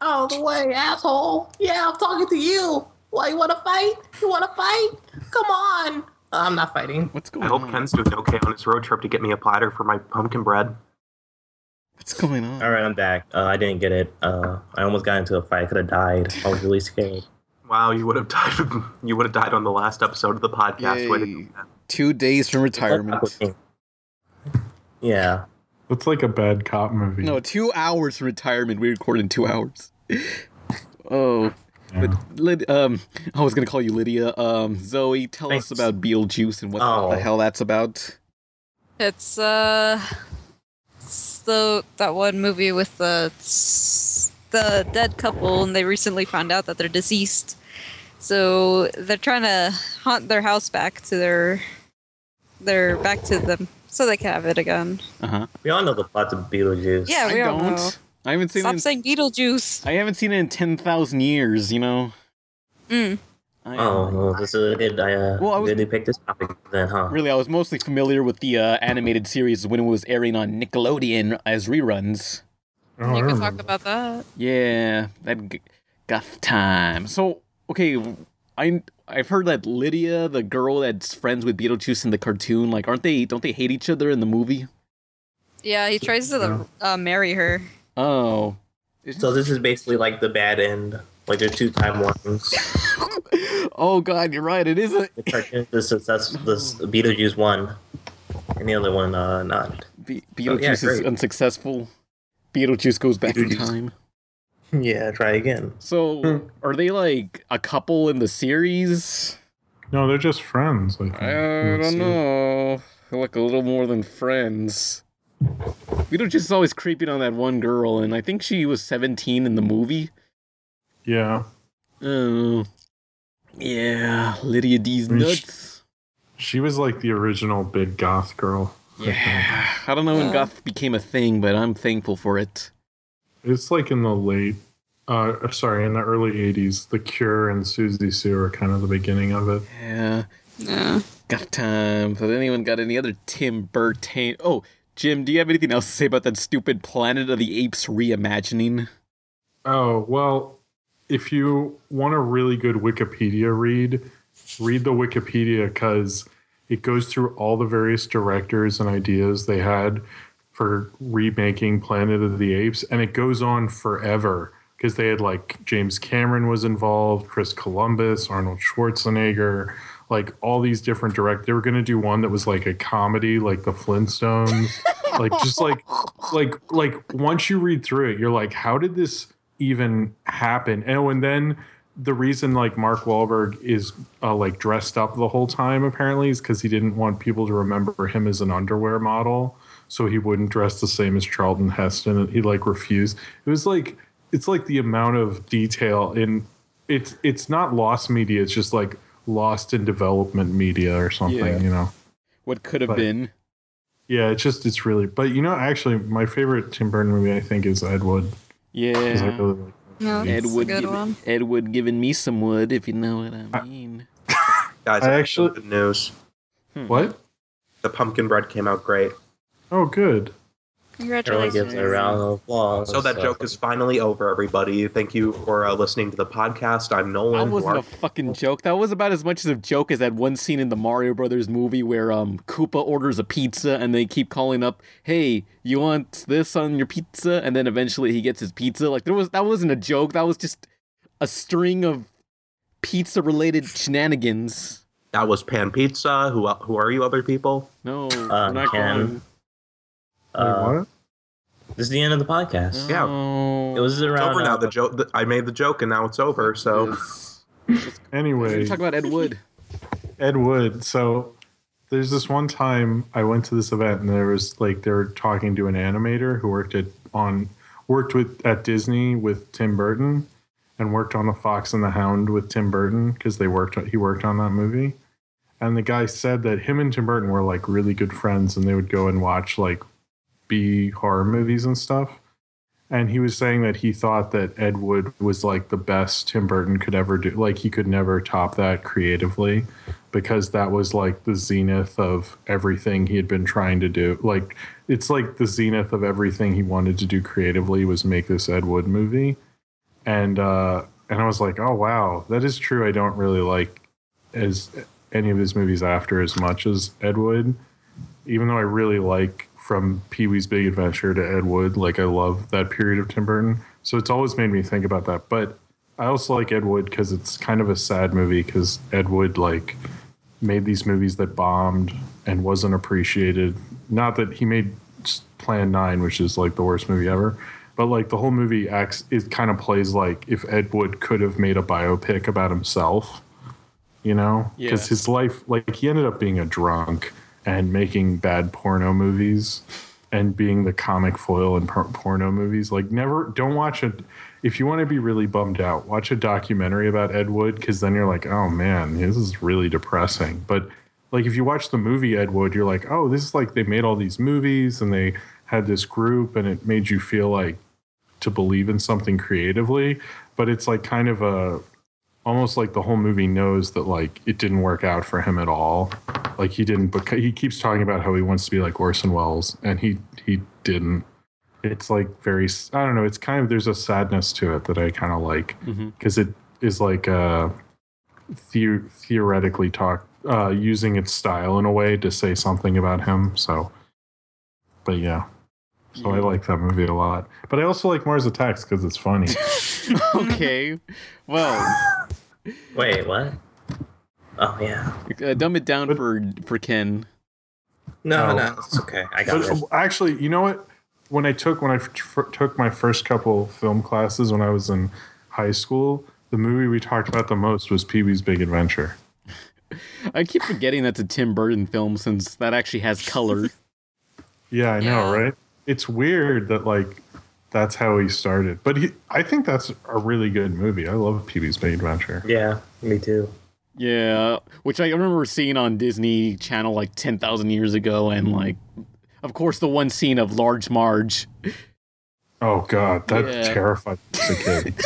Speaker 8: Out of the way, asshole. Yeah, I'm talking to you. Why you wanna fight? You wanna fight? Come on. I'm not fighting.
Speaker 2: what's going
Speaker 3: I hope
Speaker 2: on?
Speaker 3: Ken's doing okay on his road trip to get me a platter for my pumpkin bread.
Speaker 2: What's going on?
Speaker 4: All right, I'm back. Uh, I didn't get it. Uh, I almost got into a fight. I could have died. I was really
Speaker 2: [LAUGHS]
Speaker 4: scared.
Speaker 3: Wow, you would have died. [LAUGHS] You would have died on the last episode of the podcast. Way to
Speaker 2: Yay.
Speaker 3: go, Ken.
Speaker 2: Two days from retirement.
Speaker 4: Yeah.
Speaker 5: that's like a bad cop movie.
Speaker 2: No, two hours from retirement. We recorded in two hours. [LAUGHS] Oh,
Speaker 5: Yeah.
Speaker 2: but Lyd- um, I was gonna call you Lydia. Um, Zoe, tell
Speaker 4: Thanks.
Speaker 2: us about Beetlejuice and what
Speaker 4: Oh.
Speaker 2: the hell that's about.
Speaker 6: It's uh, it's the that one movie with the the dead couple, and they recently found out that they're deceased. So they're trying to haunt their house back to their their back to them, so they can have it again.
Speaker 2: Uh huh.
Speaker 4: We all know the plot to Beetlejuice.
Speaker 6: Yeah,
Speaker 2: I
Speaker 6: we all
Speaker 2: don't.
Speaker 6: know.
Speaker 2: I haven't seen.
Speaker 6: Stop
Speaker 2: it
Speaker 6: saying Beetlejuice.
Speaker 2: in, I haven't seen it in ten thousand years. You know.
Speaker 6: Mm.
Speaker 2: I,
Speaker 4: Oh, well, this is a good. I, uh,
Speaker 2: Well, I was-
Speaker 4: did they pick this topic then, huh?
Speaker 2: Really, I was mostly familiar with the uh, animated series when it was airing on Nickelodeon as reruns.
Speaker 5: Oh, I
Speaker 6: you can talk
Speaker 5: remember.
Speaker 6: about that.
Speaker 2: Yeah, that g- goth time. So, okay, I I've heard that Lydia, the girl that's friends with Beetlejuice in the cartoon, like, aren't they? Don't they hate each other in the movie?
Speaker 6: Yeah, he tries to uh, marry her.
Speaker 2: Oh, [LAUGHS]
Speaker 4: So this is basically like the bad end. Like there's two timelines.
Speaker 2: oh God, you're right. It is a
Speaker 4: The cartoon, the success, this Beetlejuice one, and the other one uh, not.
Speaker 2: Be-
Speaker 4: Oh, yeah,
Speaker 2: Beetlejuice is
Speaker 4: great.
Speaker 2: unsuccessful. Beetlejuice goes back in
Speaker 4: Beetlejuice. Hmm.
Speaker 2: time.
Speaker 4: Yeah, try again.
Speaker 2: So, are they like a couple in the series?
Speaker 5: No, they're Hmm, just friends. I, think.
Speaker 2: I don't know. Like a little more than friends. Beetlejuice is always creeping on that one girl, and I think she was 17 in the movie.
Speaker 5: Yeah.
Speaker 2: Oh. Yeah, Lydia D's
Speaker 5: Rich.
Speaker 2: nuts.
Speaker 5: She was like the original big goth girl.
Speaker 2: Yeah. I don't know when
Speaker 6: Yeah.
Speaker 2: goth became a thing, but I'm thankful for it.
Speaker 5: It's like in the late, uh, sorry, in the early 80s, The Cure and Susie Sue are kind of the beginning of it.
Speaker 2: Yeah.
Speaker 6: Yeah.
Speaker 2: Got time. Has anyone got any other Tim Burton? Oh, Jim, do you have anything else to say about that stupid Planet of the Apes reimagining?
Speaker 5: Oh, well, if you want a really good Wikipedia read, read the Wikipedia because it goes through all the various directors and ideas they had for remaking Planet of the Apes, and it goes on forever because they had like James Cameron was involved, Chris Columbus, Arnold Schwarzenegger, like all these different direct. They were going to do one that was like a comedy, like The Flintstones, like just like like like once you read through it, you're like, how did this even happen? Oh, and then the reason like Mark Wahlberg is uh, like dressed up the whole time apparently is because he didn't want people to remember him as an underwear model, so he wouldn't dress the same as Charlton Heston, and he like refused. It was like it's like the amount of detail in it's it's not lost media. It's just like lost in development media or something,
Speaker 2: Yeah.
Speaker 5: you know.
Speaker 2: What could have
Speaker 5: But-
Speaker 2: been?
Speaker 5: Yeah, it's just it's really. But you know, actually, my favorite Tim Burton movie I think is Ed Wood. 'cause I
Speaker 2: Yeah.
Speaker 5: really like that
Speaker 6: No,
Speaker 5: movie.
Speaker 2: Ed
Speaker 6: That's a
Speaker 2: Wood,
Speaker 6: good
Speaker 2: giving,
Speaker 6: one.
Speaker 2: Ed Wood giving me some wood, if you know what I mean.
Speaker 3: Guys,
Speaker 5: I
Speaker 3: I
Speaker 5: actually-
Speaker 3: actually good news.
Speaker 2: Hmm.
Speaker 5: What?
Speaker 3: The pumpkin bread came out great.
Speaker 5: Oh, good.
Speaker 4: Everyone gives
Speaker 6: Congratulations.
Speaker 4: a round of applause.
Speaker 3: So that
Speaker 4: Uh,
Speaker 3: joke is finally over, everybody. Thank you for uh, listening to the podcast. I'm
Speaker 2: that
Speaker 3: Nolan.
Speaker 2: wasn't a
Speaker 3: Mark-
Speaker 2: fucking joke. That was about as much of a joke as that one scene in the Mario Brothers movie where um Koopa orders a pizza and they keep calling up, "Hey, you want this on your pizza?" And then eventually he gets his pizza. Like there was that wasn't a joke. That was just a string of pizza-related shenanigans.
Speaker 3: that was Pan Pizza. Who el- who are you, other people?
Speaker 2: No,
Speaker 4: Uh,
Speaker 2: we're not
Speaker 4: Ken.
Speaker 2: going.
Speaker 5: Wait,
Speaker 4: Uh,
Speaker 5: what?
Speaker 4: this is the end of the podcast.
Speaker 3: Yeah.
Speaker 2: No.
Speaker 4: It was
Speaker 3: It's
Speaker 4: around.
Speaker 3: over now.
Speaker 4: uh,
Speaker 3: The joke. The, I made the joke, and now it's over. So
Speaker 2: Yes. We're
Speaker 5: Anyway,
Speaker 2: gonna talk about Ed
Speaker 4: [LAUGHS]
Speaker 2: Wood.
Speaker 5: Ed Wood. So there's this one time I went to this event and there was like they were talking to an animator who worked at on worked with at Disney with Tim Burton and worked on The Fox and the Hound with Tim Burton because they worked he worked on that movie. And the guy said that him and Tim Burton were like really good friends and they would go and watch like B horror movies and stuff. And he was saying that he thought that Ed Wood was like the best Tim Burton could ever do. Like he could never top that creatively because that was like the zenith of everything he had been trying to do. Like it's like the zenith of everything he wanted to do creatively was make this Ed Wood movie. And uh and I was like, "Oh wow, that is true. I don't really like as any of his movies after as much as Ed Wood, even though I really like from Pee Wee's Big Adventure to Ed Wood, like I love that period of Tim Burton. So it's always made me think about that. But I also like Ed Wood because it's kind of a sad movie because Ed Wood like made these movies that bombed and wasn't appreciated. Not that he made s- Plan Nine, which is like the worst movie ever, but like the whole movie acts it kind of plays like if Ed Wood could have made a biopic about himself, you know, because
Speaker 2: Yeah.
Speaker 5: his life like he ended up being a drunk and making bad porno movies and being the comic foil in por- porno movies. Like, never don't watch it. If you want to be really bummed out, watch a documentary about Ed Wood because then you're like, oh man, this is really depressing. But like, if you watch the movie Ed Wood, you're like, oh, this is like they made all these movies and they had this group and it made you feel like to believe in something creatively. But it's like kind of a almost like the whole movie knows that like it didn't work out for him at all. Like he didn't because he keeps talking about how he wants to be like Orson Welles and he he didn't. It's like very s- I don't know, it's kind of there's a sadness to it that I kind of like
Speaker 2: Mhm.
Speaker 5: cuz it is like uh the- theoretically talk uh using its style in a way to say something about him, so but yeah. So I like that movie a lot. But I also like Mars Attacks cuz it's funny.
Speaker 2: okay. Well,
Speaker 4: Wait, what? Oh yeah.
Speaker 2: uh, dumb it down
Speaker 5: But-
Speaker 2: for for Ken.
Speaker 4: No,
Speaker 5: Oh.
Speaker 4: no, it's okay. I got
Speaker 5: But uh,
Speaker 4: it.
Speaker 5: actually, you know what? When I took when I f- f- took my first couple film classes when I was in high school, the movie we talked about the most was Pee Wee's Big Adventure. [LAUGHS]
Speaker 2: I keep forgetting that's a Tim Burton film since that actually has color.
Speaker 5: Yeah, I
Speaker 6: Yeah.
Speaker 5: know, right? It's weird that like that's how he started, but he, I think that's a really good movie. I love Pee-wee's Big Adventure.
Speaker 4: Yeah, me too.
Speaker 2: Yeah, which I remember seeing on Disney Channel like 10,000 years ago, and like, of course, the one scene of Large Marge.
Speaker 5: Oh God, that
Speaker 2: Yeah.
Speaker 5: terrified me as a kid.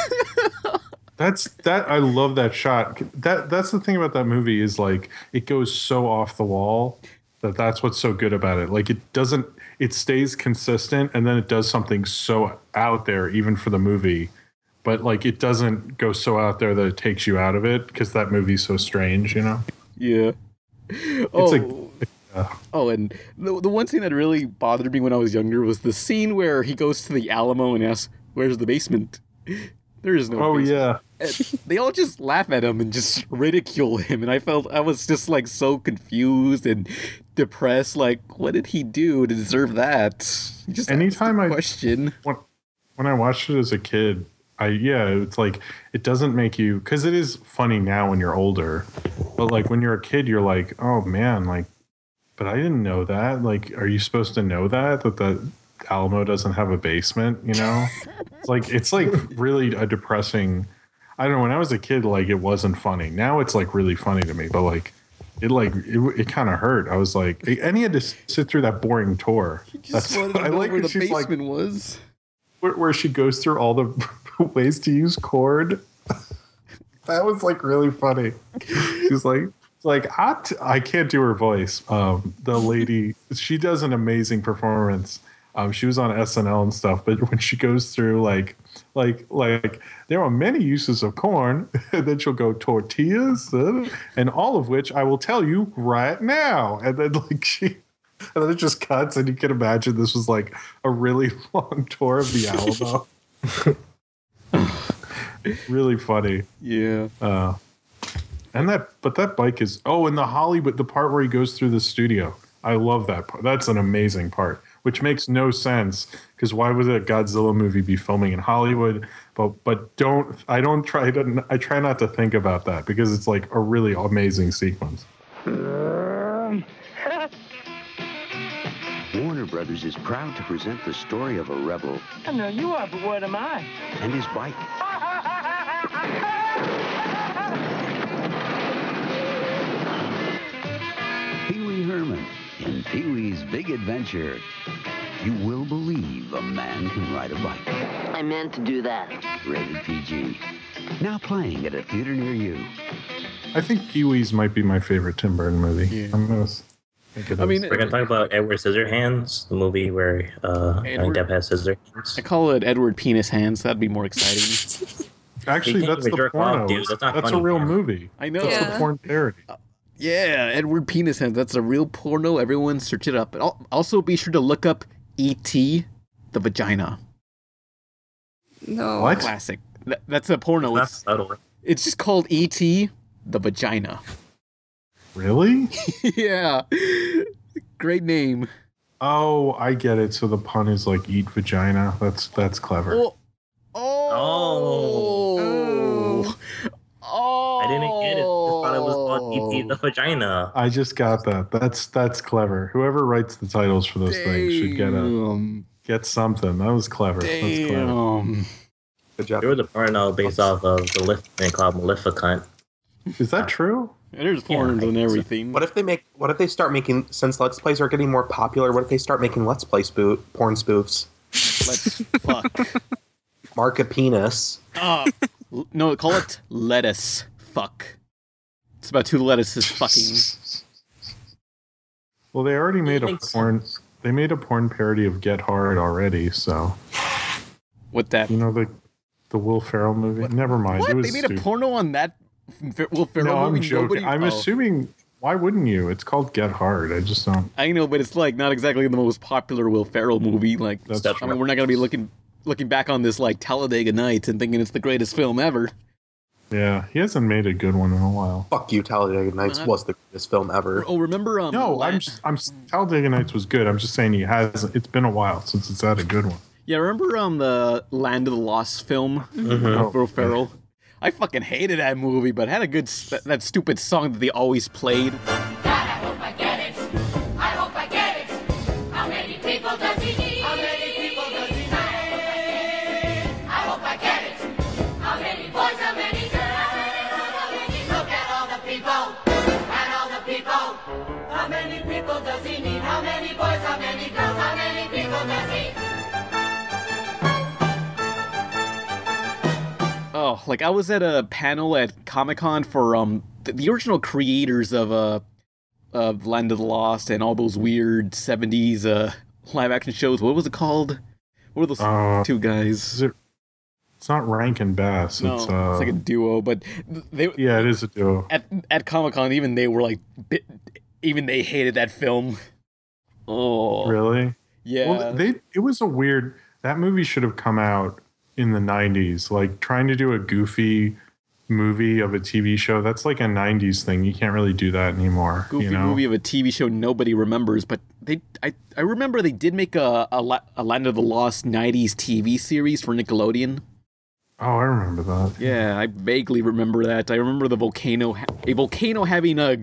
Speaker 5: that's that. I love that shot. That that's the thing about that movie is like it goes so off the wall that that's what's so good about it. Like it doesn't. It stays consistent, and then it does something so out there, even for the movie. But like it doesn't go so out there that it takes you out of it because that movie's so strange, you know.
Speaker 2: Yeah.
Speaker 5: It's
Speaker 2: oh,
Speaker 5: like- uh,
Speaker 2: oh, and the, the one scene that really bothered me when I was younger was the scene where he goes to the Alamo and asks, Where's the basement? [LAUGHS] There is no
Speaker 5: Oh
Speaker 2: basement.
Speaker 5: yeah,
Speaker 2: And they all just laugh at him and just [LAUGHS] ridicule him. And I felt I was just like so confused and depressed. Like, what did he do to deserve that? He Just asked
Speaker 5: Anytime
Speaker 2: the
Speaker 5: I- [LAUGHS]
Speaker 2: question.
Speaker 5: when when I watched it as a kid, I yeah, it's like it doesn't make you because it is funny now when you're older, but like when you're a kid, you're like, oh man, like, but I didn't know that. Like, are you supposed to know that that the Alamo doesn't have a basement? You know, it's like
Speaker 2: [LAUGHS]
Speaker 5: it's like really a depressing. I don't know. When I was a kid, like it wasn't funny. Now it's like really funny to me, but like. It like it, it kind of hurt. I was like, and he had to sit through that boring tour.
Speaker 2: Just
Speaker 5: [LAUGHS]
Speaker 2: wanted to know where
Speaker 5: when
Speaker 2: the
Speaker 5: she's
Speaker 2: basement was.
Speaker 5: where, where she goes through all the [LAUGHS] ways to use cord. that was like really funny. She's like, it's like I, t- I can't do her voice. Um, the lady, she does an amazing performance. Um, she was on SNL and stuff, but when she goes through like, like, like, there are many uses of corn. [LAUGHS] and then she'll go tortillas, uh, and all of which I will tell you right now. And then like she, and then it just cuts, and you can imagine this was like a really [LAUGHS] long tour of the Alamo.
Speaker 2: [LAUGHS]
Speaker 5: really funny.
Speaker 2: Yeah.
Speaker 5: Uh, and that, but that bike is oh, and the Hollywood, the part where he goes through the studio. I love that part. That's an amazing part, which makes no sense because why would a Godzilla movie be filming in Hollywood? But but don't I don't try to I try not to think about that because it's like a really amazing sequence.
Speaker 9: Warner Brothers is proud to present the story of a rebel
Speaker 10: I know you are, but what am I?
Speaker 9: and his
Speaker 10: [LAUGHS]
Speaker 9: bike. Pee Wee Herman in Pee Wee's Big Adventure. You will believe a man can ride a bike.
Speaker 10: I meant to do that.
Speaker 9: Rated PG. Now playing at a theater near you.
Speaker 5: I think Pee Wee's might be my favorite Tim Burton movie.
Speaker 2: Yeah.
Speaker 5: I'm gonna s- think it
Speaker 2: I
Speaker 5: is.
Speaker 2: mean,
Speaker 4: We're gonna talk about Edward Scissorhands, the movie where uh, Johnny
Speaker 2: Edward-
Speaker 4: Depp has
Speaker 2: I
Speaker 4: scissorhands.
Speaker 2: call it Edward Penis Hands. That'd be more exciting.
Speaker 5: Actually,
Speaker 4: You can't
Speaker 5: that's
Speaker 4: even
Speaker 5: the
Speaker 4: jerk off,
Speaker 5: porno.
Speaker 4: dude. That's not
Speaker 5: That's a
Speaker 4: funny,
Speaker 5: real
Speaker 4: man.
Speaker 5: movie.
Speaker 2: I know.
Speaker 5: That's
Speaker 6: Yeah.
Speaker 5: the porn parody.
Speaker 2: [LAUGHS] Yeah, Edward Penis Hands. That's a real porno. Everyone search it up. And al- Also, be sure to look up E.T. the Vagina.
Speaker 6: No.
Speaker 5: What?
Speaker 2: Classic. Th- That's a porno.
Speaker 4: Not
Speaker 2: It's,
Speaker 4: subtle.
Speaker 2: it's just called E.T. the Vagina.
Speaker 5: Really?
Speaker 2: [LAUGHS] yeah. Great name.
Speaker 5: Oh, I get it. So the pun is like eat vagina. That's that's clever.
Speaker 2: Oh. Oh. Oh.
Speaker 4: I didn't get it. I thought it was E called E.T. the vagina.
Speaker 5: I just got that. That's that's clever. Whoever writes the titles for those things should get a
Speaker 2: Damn.
Speaker 5: get something. That was clever. That's clever.
Speaker 2: Damn.
Speaker 3: Good job.
Speaker 4: There was a porno based off of the lift thing called Maleficent.
Speaker 5: Is that true?
Speaker 2: There's porns and everything.
Speaker 3: What if they make? What if they start making? Since Let's Plays are getting more popular, what if they start making Let's Play spoo- porn spoofs?
Speaker 4: [LAUGHS]
Speaker 2: Let's fuck.
Speaker 3: Mark a penis.
Speaker 4: Oh.
Speaker 2: Ah, l- no, call it lettuce. Fuck. It's about two lettuces fucking.
Speaker 5: Well, they already made a
Speaker 4: Thanks.
Speaker 5: porn. They made a porn parody of Get Hard already. So
Speaker 2: What that?
Speaker 5: you know the the Will Ferrell movie. Never mind.
Speaker 2: What? They
Speaker 5: It was
Speaker 2: made a
Speaker 5: stupid.
Speaker 2: porno on that Fer- Will Ferrell
Speaker 5: no,
Speaker 2: movie?
Speaker 5: I'm joking.
Speaker 2: Nobody-
Speaker 5: I'm
Speaker 2: oh.
Speaker 5: assuming. Why wouldn't you? It's called Get Hard. I just don't.
Speaker 2: I know, but it's like not exactly the most popular Will Ferrell movie. Like,
Speaker 5: That's
Speaker 4: That's
Speaker 2: I
Speaker 5: true.
Speaker 2: mean, we're not gonna be looking looking back on this like Talladega Nights and thinking it's the greatest film ever.
Speaker 5: Yeah, he hasn't made a good one in a while.
Speaker 3: Fuck you, Talladega Nights
Speaker 2: Uh,
Speaker 3: was the greatest film ever.
Speaker 2: Oh, remember? Um,
Speaker 5: No,
Speaker 2: la-
Speaker 5: I'm just, I'm Talladega Nights was good. I'm just saying he has. It's been a while since it's had a good one.
Speaker 2: yeah, remember um the Land of the Lost film
Speaker 5: Oh,
Speaker 2: with Will Ferrell. I fucking hated that movie, but had a good s- that, that stupid song that they always played.
Speaker 10: I hope I get it. I hope I get it. How many people?
Speaker 2: Oh, like I was at a panel at Comic Con for um the, the original creators of uh of Land of the Lost and all those weird '70s uh live action shows. What was it called? What were those
Speaker 5: Uh,
Speaker 2: two guys?
Speaker 5: it's not Rankin Bass.
Speaker 2: No,
Speaker 5: it's, uh,
Speaker 2: it's like a duo, but they
Speaker 5: yeah, it is a duo.
Speaker 2: at at Comic Con even they were like bit, even they hated that film. Oh,
Speaker 5: Really?
Speaker 2: Yeah.
Speaker 5: Well, they it was a weird. That movie should have come out in the '90s. Like trying to do a goofy movie of a TV show. That's like a '90s thing. You can't really do that anymore.
Speaker 2: goofy
Speaker 5: you know?
Speaker 2: movie of a TV show nobody remembers, but they I, I remember they did make a, a La- a Land of the Lost '90s TV series for Nickelodeon.
Speaker 5: Oh, I remember that.
Speaker 2: Yeah, I vaguely remember that. I remember the volcano ha- a volcano having a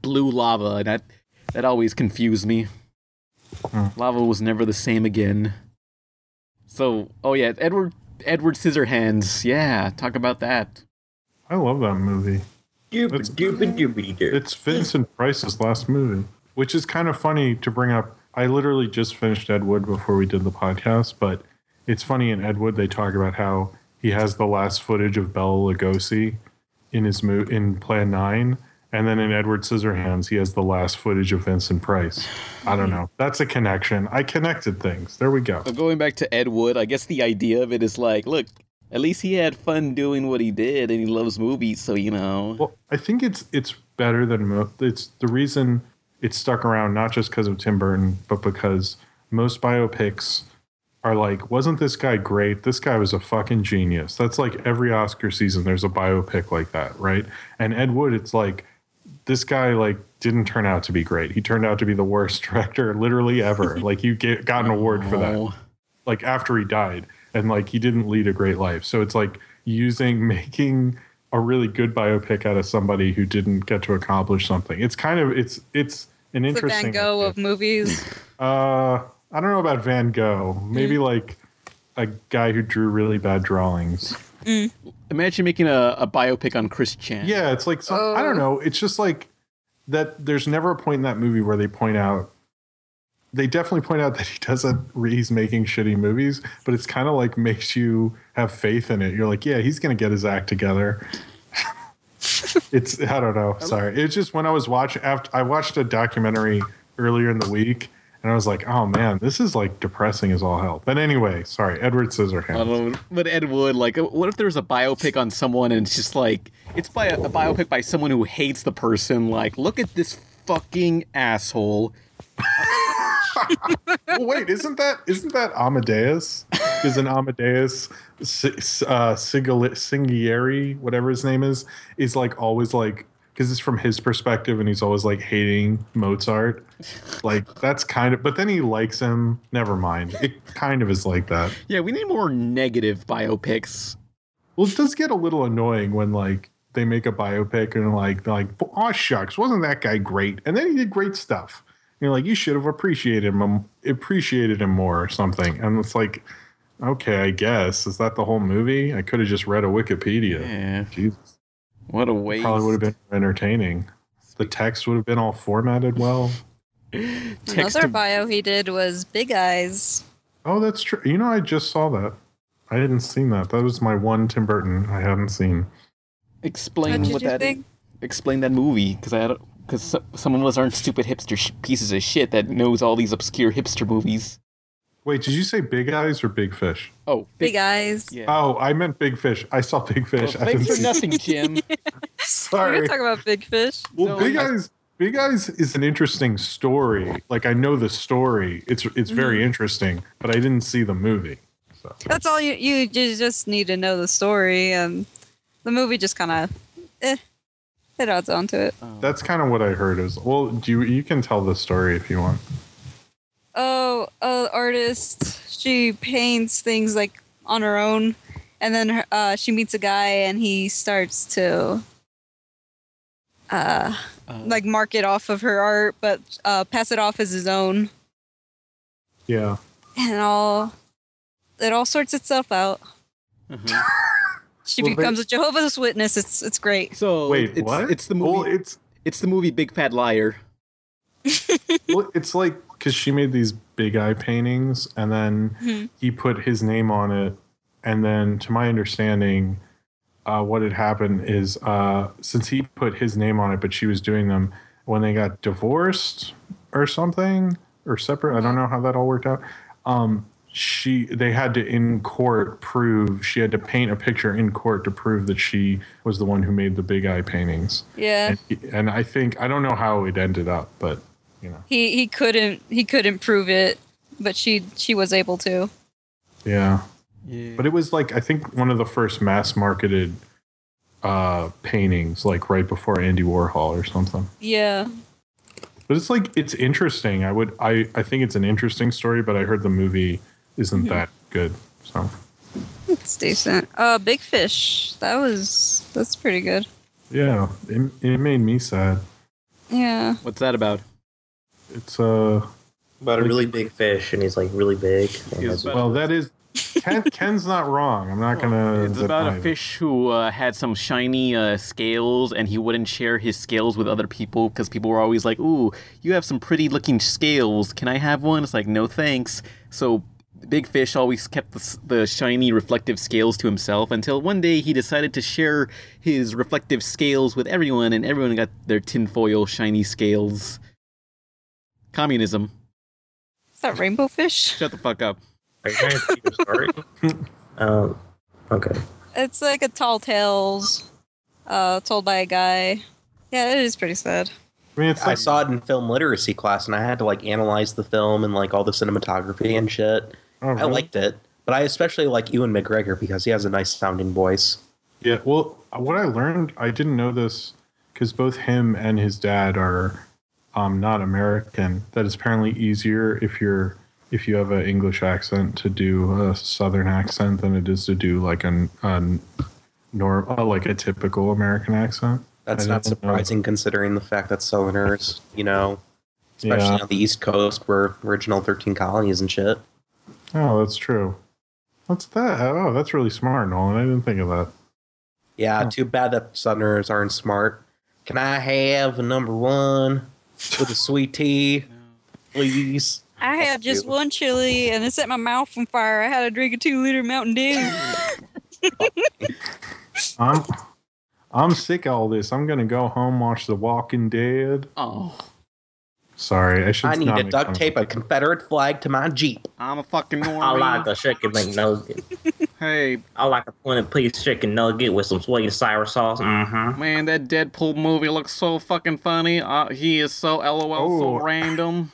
Speaker 2: blue lava, and that that always confused me. Lava was never the same again. So, oh yeah, Edward Edward Scissorhands. Yeah, talk about that.
Speaker 5: I love that movie.
Speaker 7: It's, it's
Speaker 5: Vincent Price's last movie, which is kind of funny to bring up. I literally just finished Ed Wood before we did the podcast, but it's funny in Ed Wood they talk about how he has the last footage of Bela Lugosi in his mo- in Plan Nine, and then in Edward Scissorhands he has the last footage of Vincent Price. I don't know. That's a connection. I connected things. There we go.
Speaker 2: So going back to Ed Wood, I guess the idea of it is like, look, at least he had fun doing what he did, and he loves movies, so you know.
Speaker 5: Well, I think it's it's better than mo- it's the reason it stuck around not just because of Tim Burton, but because most biopics are like, wasn't this guy great? This guy was a fucking genius. That's like every Oscar season. There's a biopic like that, right? And Ed Wood, it's like this guy like didn't turn out to be great. He turned out to be the worst [LAUGHS] director literally ever. like you get, got an award for
Speaker 2: Oh.
Speaker 5: that. Like after he died and like he didn't lead a great life. So it's like using [LAUGHS] making a really good biopic out of somebody who didn't get to accomplish something. It's kind of it's it's an
Speaker 6: The Van
Speaker 5: interesting
Speaker 6: Gogh of Mm. movies.
Speaker 5: uh, I don't know about Van Gogh. Maybe like a guy who drew really bad drawings.
Speaker 2: Imagine making a, a biopic on Chris Chan.
Speaker 5: Yeah, it's like some, I don't know. It's just like that. There's never a point in that movie where they point out. They definitely point out [LAUGHS] that he doesn't. He's making shitty movies, but it's kind of like makes you have faith in it. You're like, yeah, he's gonna get his act together. [LAUGHS] it's I don't know. Sorry, it's just when I was watching after I watched a documentary earlier in the week, and I was like, oh man, this is like depressing as all hell. But anyway, sorry, Edward Scissorhands.
Speaker 2: I don't know, but Ed Wood, like, uh, what if there's a biopic on someone and it's just like, it's by a, a biopic by someone who hates the person? Like, look at this fucking asshole.
Speaker 5: well, wait, isn't that isn't that Amadeus? Isn't Amadeus Si- uh, Sigil- Singieri, whatever his name is, is like always like because it's from his perspective, and he's always like hating Mozart. Like that's kind of, but then he likes him. Never mind. It kind of is like that.
Speaker 2: Yeah, we need more negative biopics.
Speaker 5: Well, it does get a little annoying when like they make a biopic and like they're like, oh shucks, wasn't that guy great? And then he did great stuff. And you're like, you should have appreciated him appreciated him more or something. And it's like, okay, I guess. Is that the whole movie? I could have just read a Wikipedia.
Speaker 2: Yeah.
Speaker 5: Jesus.
Speaker 2: Eh. What a waste.
Speaker 5: Probably would have been more entertaining. The text would have been all formatted well.
Speaker 2: Text
Speaker 6: Another
Speaker 2: to-
Speaker 6: bio he did was Big Eyes.
Speaker 5: Oh, that's true. You know, I just saw that. I hadn't seen that. That was my one Tim Burton I hadn't seen.
Speaker 2: Explain
Speaker 6: What did
Speaker 2: what
Speaker 6: you
Speaker 2: that.
Speaker 6: think?
Speaker 2: Explain that movie, because I don't. Because so, some of us aren't stupid hipster sh- pieces of shit that knows all these obscure hipster movies.
Speaker 5: Wait, did you say Big Eyes or Big Fish?
Speaker 2: Oh,
Speaker 6: Big Eyes.
Speaker 2: [LAUGHS] Yeah.
Speaker 5: Oh, I meant Big Fish. I saw Big Fish.
Speaker 2: Well,
Speaker 5: I
Speaker 2: thanks
Speaker 5: didn't
Speaker 2: for
Speaker 5: see-
Speaker 2: nothing, Jim.
Speaker 6: We're
Speaker 5: Sorry.
Speaker 6: gonna talk about Big Fish.
Speaker 5: Well,
Speaker 2: No,
Speaker 5: Big
Speaker 2: I-
Speaker 5: Eyes. Big Eyes is an interesting story. Like I know the story. It's it's very interesting, but I didn't see the movie. So
Speaker 6: That's all you you you just need to know the story and the movie just kind of eh, it adds on to it.
Speaker 2: Uh,
Speaker 5: that's kind of what I heard. Is well, do you you can tell the story if you want.
Speaker 6: oh, a artist. She paints things like on her own, and then her, uh, she meets a guy, and he starts to uh, like market off of her art, but uh, pass it off as his own,
Speaker 5: Yeah.
Speaker 6: and all it all sorts itself out.
Speaker 2: Uh-huh.
Speaker 6: [LAUGHS] She
Speaker 5: Mm-hmm. Well, they-
Speaker 6: becomes a Jehovah's Witness. It's it's great.
Speaker 2: So
Speaker 5: Wait,
Speaker 2: it's,
Speaker 5: what? Oh,
Speaker 2: It's the
Speaker 5: Well,
Speaker 2: movie.
Speaker 5: it's
Speaker 2: it's the movie Big Fat Liar.
Speaker 5: well, it's like because she made these big eye paintings, and then
Speaker 6: Mhm.
Speaker 5: he put his name on it. And then, to my understanding, uh, what had happened is uh, since he put his name on it, but she was doing them when they got divorced or something or separate. I don't know how that all worked out. Um, she they had to in court prove she had to paint a picture in court to prove that she was the one who made the big eye paintings.
Speaker 6: Yeah.
Speaker 5: And, and I think I don't know how it ended up, but you know,
Speaker 6: He he couldn't he couldn't prove it, but she she was able to.
Speaker 5: yeah. But it was like I think one of the first mass marketed uh paintings like right before Andy Warhol or something.
Speaker 6: Yeah.
Speaker 5: But it's like it's interesting. I would I I think it's an interesting story, but I heard the movie isn't
Speaker 6: Mhm.
Speaker 5: that good. So
Speaker 6: It's decent. Uh Big Fish. That was that's pretty good.
Speaker 5: yeah, it, it made me sad.
Speaker 6: Yeah.
Speaker 2: What's that about?
Speaker 5: It's uh
Speaker 4: about a really big fish, and he's like really big.
Speaker 5: well, that is Ken, Ken's not wrong. I'm not gonna.
Speaker 2: It's about
Speaker 5: deny
Speaker 2: a
Speaker 5: it.
Speaker 2: fish who uh, had some shiny uh, scales, and he wouldn't share his scales with other people because people were always like, "Ooh, you have some pretty looking scales. Can I have one?" It's like, "No, thanks." So Big Fish always kept the, s- the shiny reflective scales to himself until one day he decided to share his reflective scales with everyone, and everyone got their tinfoil shiny scales. Communism.
Speaker 6: Is that Rainbow Fish?
Speaker 2: Shut the fuck up.
Speaker 4: Are you trying to tell your story? um, okay.
Speaker 6: It's like a tall tales uh told by a guy. Yeah, it is pretty sad.
Speaker 5: I mean, it's
Speaker 3: I saw it in film literacy class, and I had to like analyze the film and like all the cinematography and shit. I
Speaker 5: really?
Speaker 3: liked it, but I especially like Ewan McGregor because he has a nice sounding voice.
Speaker 5: Yeah, well, what I learned, I didn't know this because both him and his dad are um, not American. That it's apparently easier if you're if you have an English accent to do a Southern accent than it is to do like an, an nor uh, like a typical American accent.
Speaker 3: That's
Speaker 5: I
Speaker 3: not
Speaker 5: didn't know.
Speaker 3: surprising considering the fact that Southerners, you know, especially
Speaker 5: Yeah.
Speaker 3: on the East Coast, were original thirteen colonies and shit.
Speaker 5: Oh, that's true. What's that? Oh, that's really smart, Nolan. I didn't think of that.
Speaker 3: Yeah, too bad that Southerners aren't smart. Can I have a number one with a sweet tea, please?
Speaker 6: I had just
Speaker 3: you.
Speaker 6: one chili and it set my mouth on fire. I had to drink a two liter Mountain Dew.
Speaker 5: [LAUGHS]
Speaker 6: [LAUGHS]
Speaker 5: I'm I'm sick of all this. I'm gonna go home watch The Walking Dead.
Speaker 2: Oh.
Speaker 5: Sorry, I should.
Speaker 3: I need
Speaker 5: not
Speaker 3: to
Speaker 5: make fun
Speaker 3: duct
Speaker 5: of
Speaker 3: tape a Confederate flag to my Jeep.
Speaker 2: I'm [LAUGHS] a fucking
Speaker 4: I
Speaker 2: normie.
Speaker 4: like a chicken McNugget.
Speaker 2: Hey,
Speaker 4: I like a point and please chicken nugget with some sweet and sour sauce. Mm-hmm.
Speaker 2: Man, that Deadpool movie looks so fucking funny. Uh, he is so LOL, so
Speaker 4: Oh.
Speaker 2: random.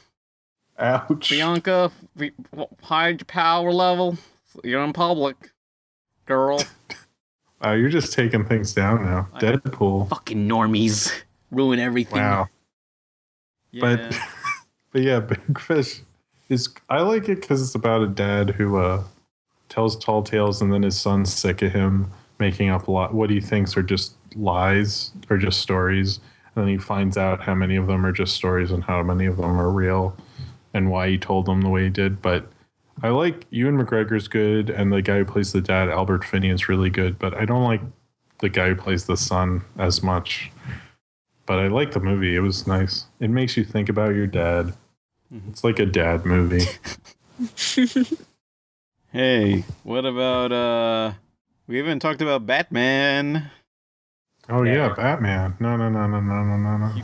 Speaker 5: Ouch.
Speaker 2: Bianca, we- w- hide your power level. You're in public, girl.
Speaker 5: Wow, Oh, you're just taking things down now. Deadpool.
Speaker 2: Fucking normies ruin everything.
Speaker 5: Wow. But [LAUGHS] but yeah, Big Fish is I like it because it's about a dad who uh tells tall tales and then his son's sick of him making up li what he thinks are just lies or just stories. And then he finds out how many of them are just stories and how many of them are real and why he told them the way he did. But I like Ewan McGregor's good and the guy who plays the dad, Albert Finney, is really good, but I don't like the guy who plays the son as much. But I like the movie. It was nice. It makes you think about your dad. It's like a dad movie.
Speaker 2: Hey, what about uh? We haven't talked about Batman.
Speaker 5: Oh yeah, Batman. No, no, no, no, no, no, no, no.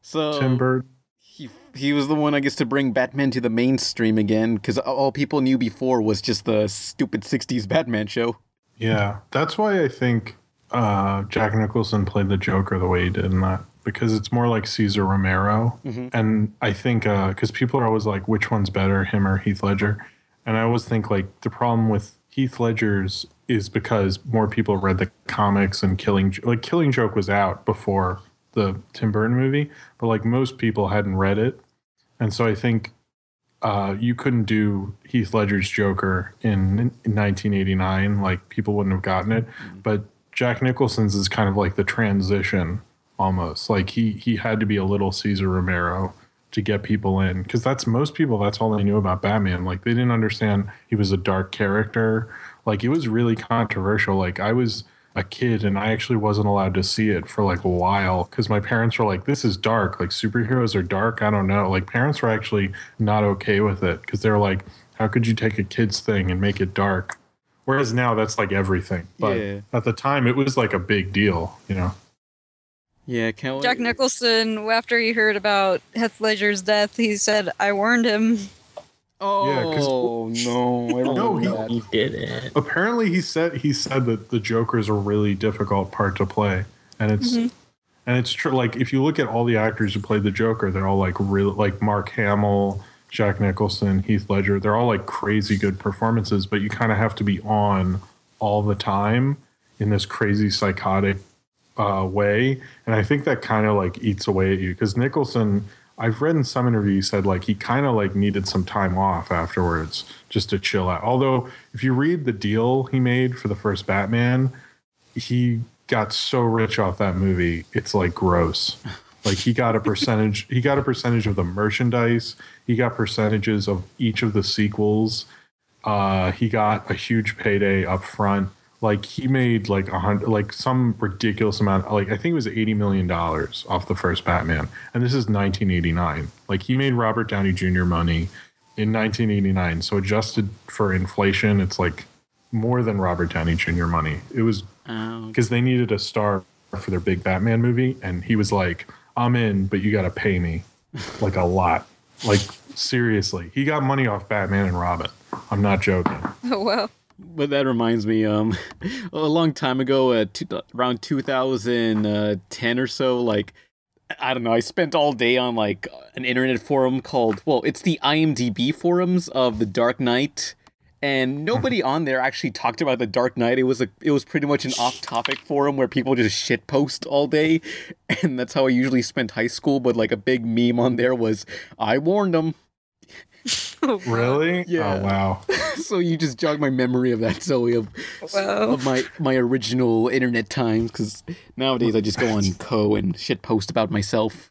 Speaker 2: So
Speaker 5: Tim Burton.
Speaker 2: he he was the one I guess to bring Batman to the mainstream again because all people knew before was just the stupid '60s Batman show.
Speaker 5: Yeah, that's why I think uh, Jack Nicholson played the Joker the way he did in that because it's more like Caesar Romero.
Speaker 2: Mhm.
Speaker 5: And I think because people are always like, which one's better, him or Heath Ledger? And I always think like the problem with Heath Ledger's is because more people read the comics and Killing Jo- like Killing Joke was out before the Tim Burton movie, but like most people hadn't read it, and so I think uh, you couldn't do Heath Ledger's Joker in, in 1989. Like people wouldn't have gotten it. But Jack Nicholson's is kind of like the transition almost. Like he he had to be a little Caesar Romero to get people in because that's most people. That's all they knew about Batman. Like they didn't understand he was a dark character. Like it was really controversial. Like I was a kid and I actually wasn't allowed to see it for like a while because my parents were like, this is dark. Like superheroes are dark. I don't know. Like parents were actually not okay with it because they were like, how could you take a kid's thing and make it dark? Whereas now that's like everything. But
Speaker 2: Yeah.
Speaker 5: at the time it was like a big deal, you know?
Speaker 2: Yeah, can
Speaker 6: Jack Nicholson, after he heard about Heath Ledger's death, he said, "I warned him." [LAUGHS]
Speaker 2: Oh no!
Speaker 5: no, he,
Speaker 4: he did it.
Speaker 5: Apparently, he said he said that the Joker is a really difficult part to play, and it's
Speaker 6: Mhm.
Speaker 5: and it's true. Like if you look at all the actors who played the Joker, they're all like real, like Mark Hamill, Jack Nicholson, Heath Ledger. They're all like crazy good performances, but you kind of have to be on all the time in this crazy psychotic uh, way, and I think that kind of like eats away at you because Nicholson. I've read in some interview he said like he kind of like needed some time off afterwards just to chill out. Although if you read the deal he made for the first Batman, he got so rich off that movie it's like gross like he got a percentage he got a percentage of the merchandise he got percentages of each of the sequels uh he got a huge payday up front like he made like a hundred like some ridiculous amount like i think it was 80 million dollars off the first batman and this is 1989 like he made robert downey jr money in 1989 so adjusted for inflation it's like more than robert downey jr money it was
Speaker 2: Uh,
Speaker 5: because they needed a star for their big Batman movie, and he was like, "I'm in, but you got to pay me like a lot, like seriously." He got money off Batman and Robin. I'm not joking.
Speaker 6: Oh wow!
Speaker 2: But that reminds me, um, [LAUGHS] a long time ago, uh, two, around 2010 or so, like, I don't know, I spent all day on, like, an internet forum called, well, it's the IMDb forums of The Dark Knight.
Speaker 5: [LAUGHS]
Speaker 2: And nobody on there actually talked about the Dark Knight. It was a, it was pretty much an off-topic forum where people just shitpost all day, [LAUGHS] and that's how I usually spent high school. But like a big meme on there was, "I warned them."
Speaker 5: Really?
Speaker 2: Yeah.
Speaker 5: Oh wow.
Speaker 2: so you just jogged my memory of that, Zoe, of,
Speaker 6: Wow.
Speaker 2: of my my original internet times. Because nowadays I just go on Co and shit post about myself.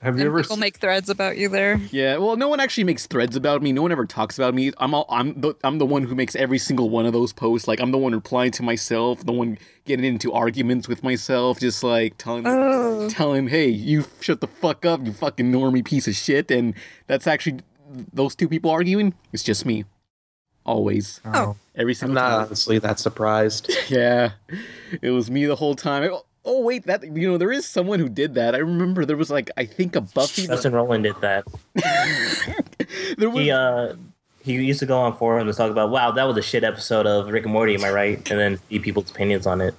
Speaker 5: Have
Speaker 6: And people make threads about you there.
Speaker 2: Yeah, well, no one actually makes threads about me. No one ever talks about me. I'm all, I'm the I'm the one who makes every single one of those posts. Like I'm the one replying to myself, the one getting into arguments with myself, just like telling
Speaker 6: Oh.
Speaker 2: telling, hey, you shut the fuck up, you fucking normie piece of shit. And that's actually those two people arguing. It's just me, always.
Speaker 5: Oh.
Speaker 2: Every single
Speaker 3: Not
Speaker 2: time.
Speaker 3: honestly that surprised.
Speaker 2: Yeah, it was me the whole time. I- oh wait, that you know there is someone who did that. I remember there was like I think a Buffy. the-
Speaker 4: Justin Rowland did that. He uh, he used to go on forums to talk about, wow, that was a shit episode of Rick and Morty, am I right? And then see people's opinions on it.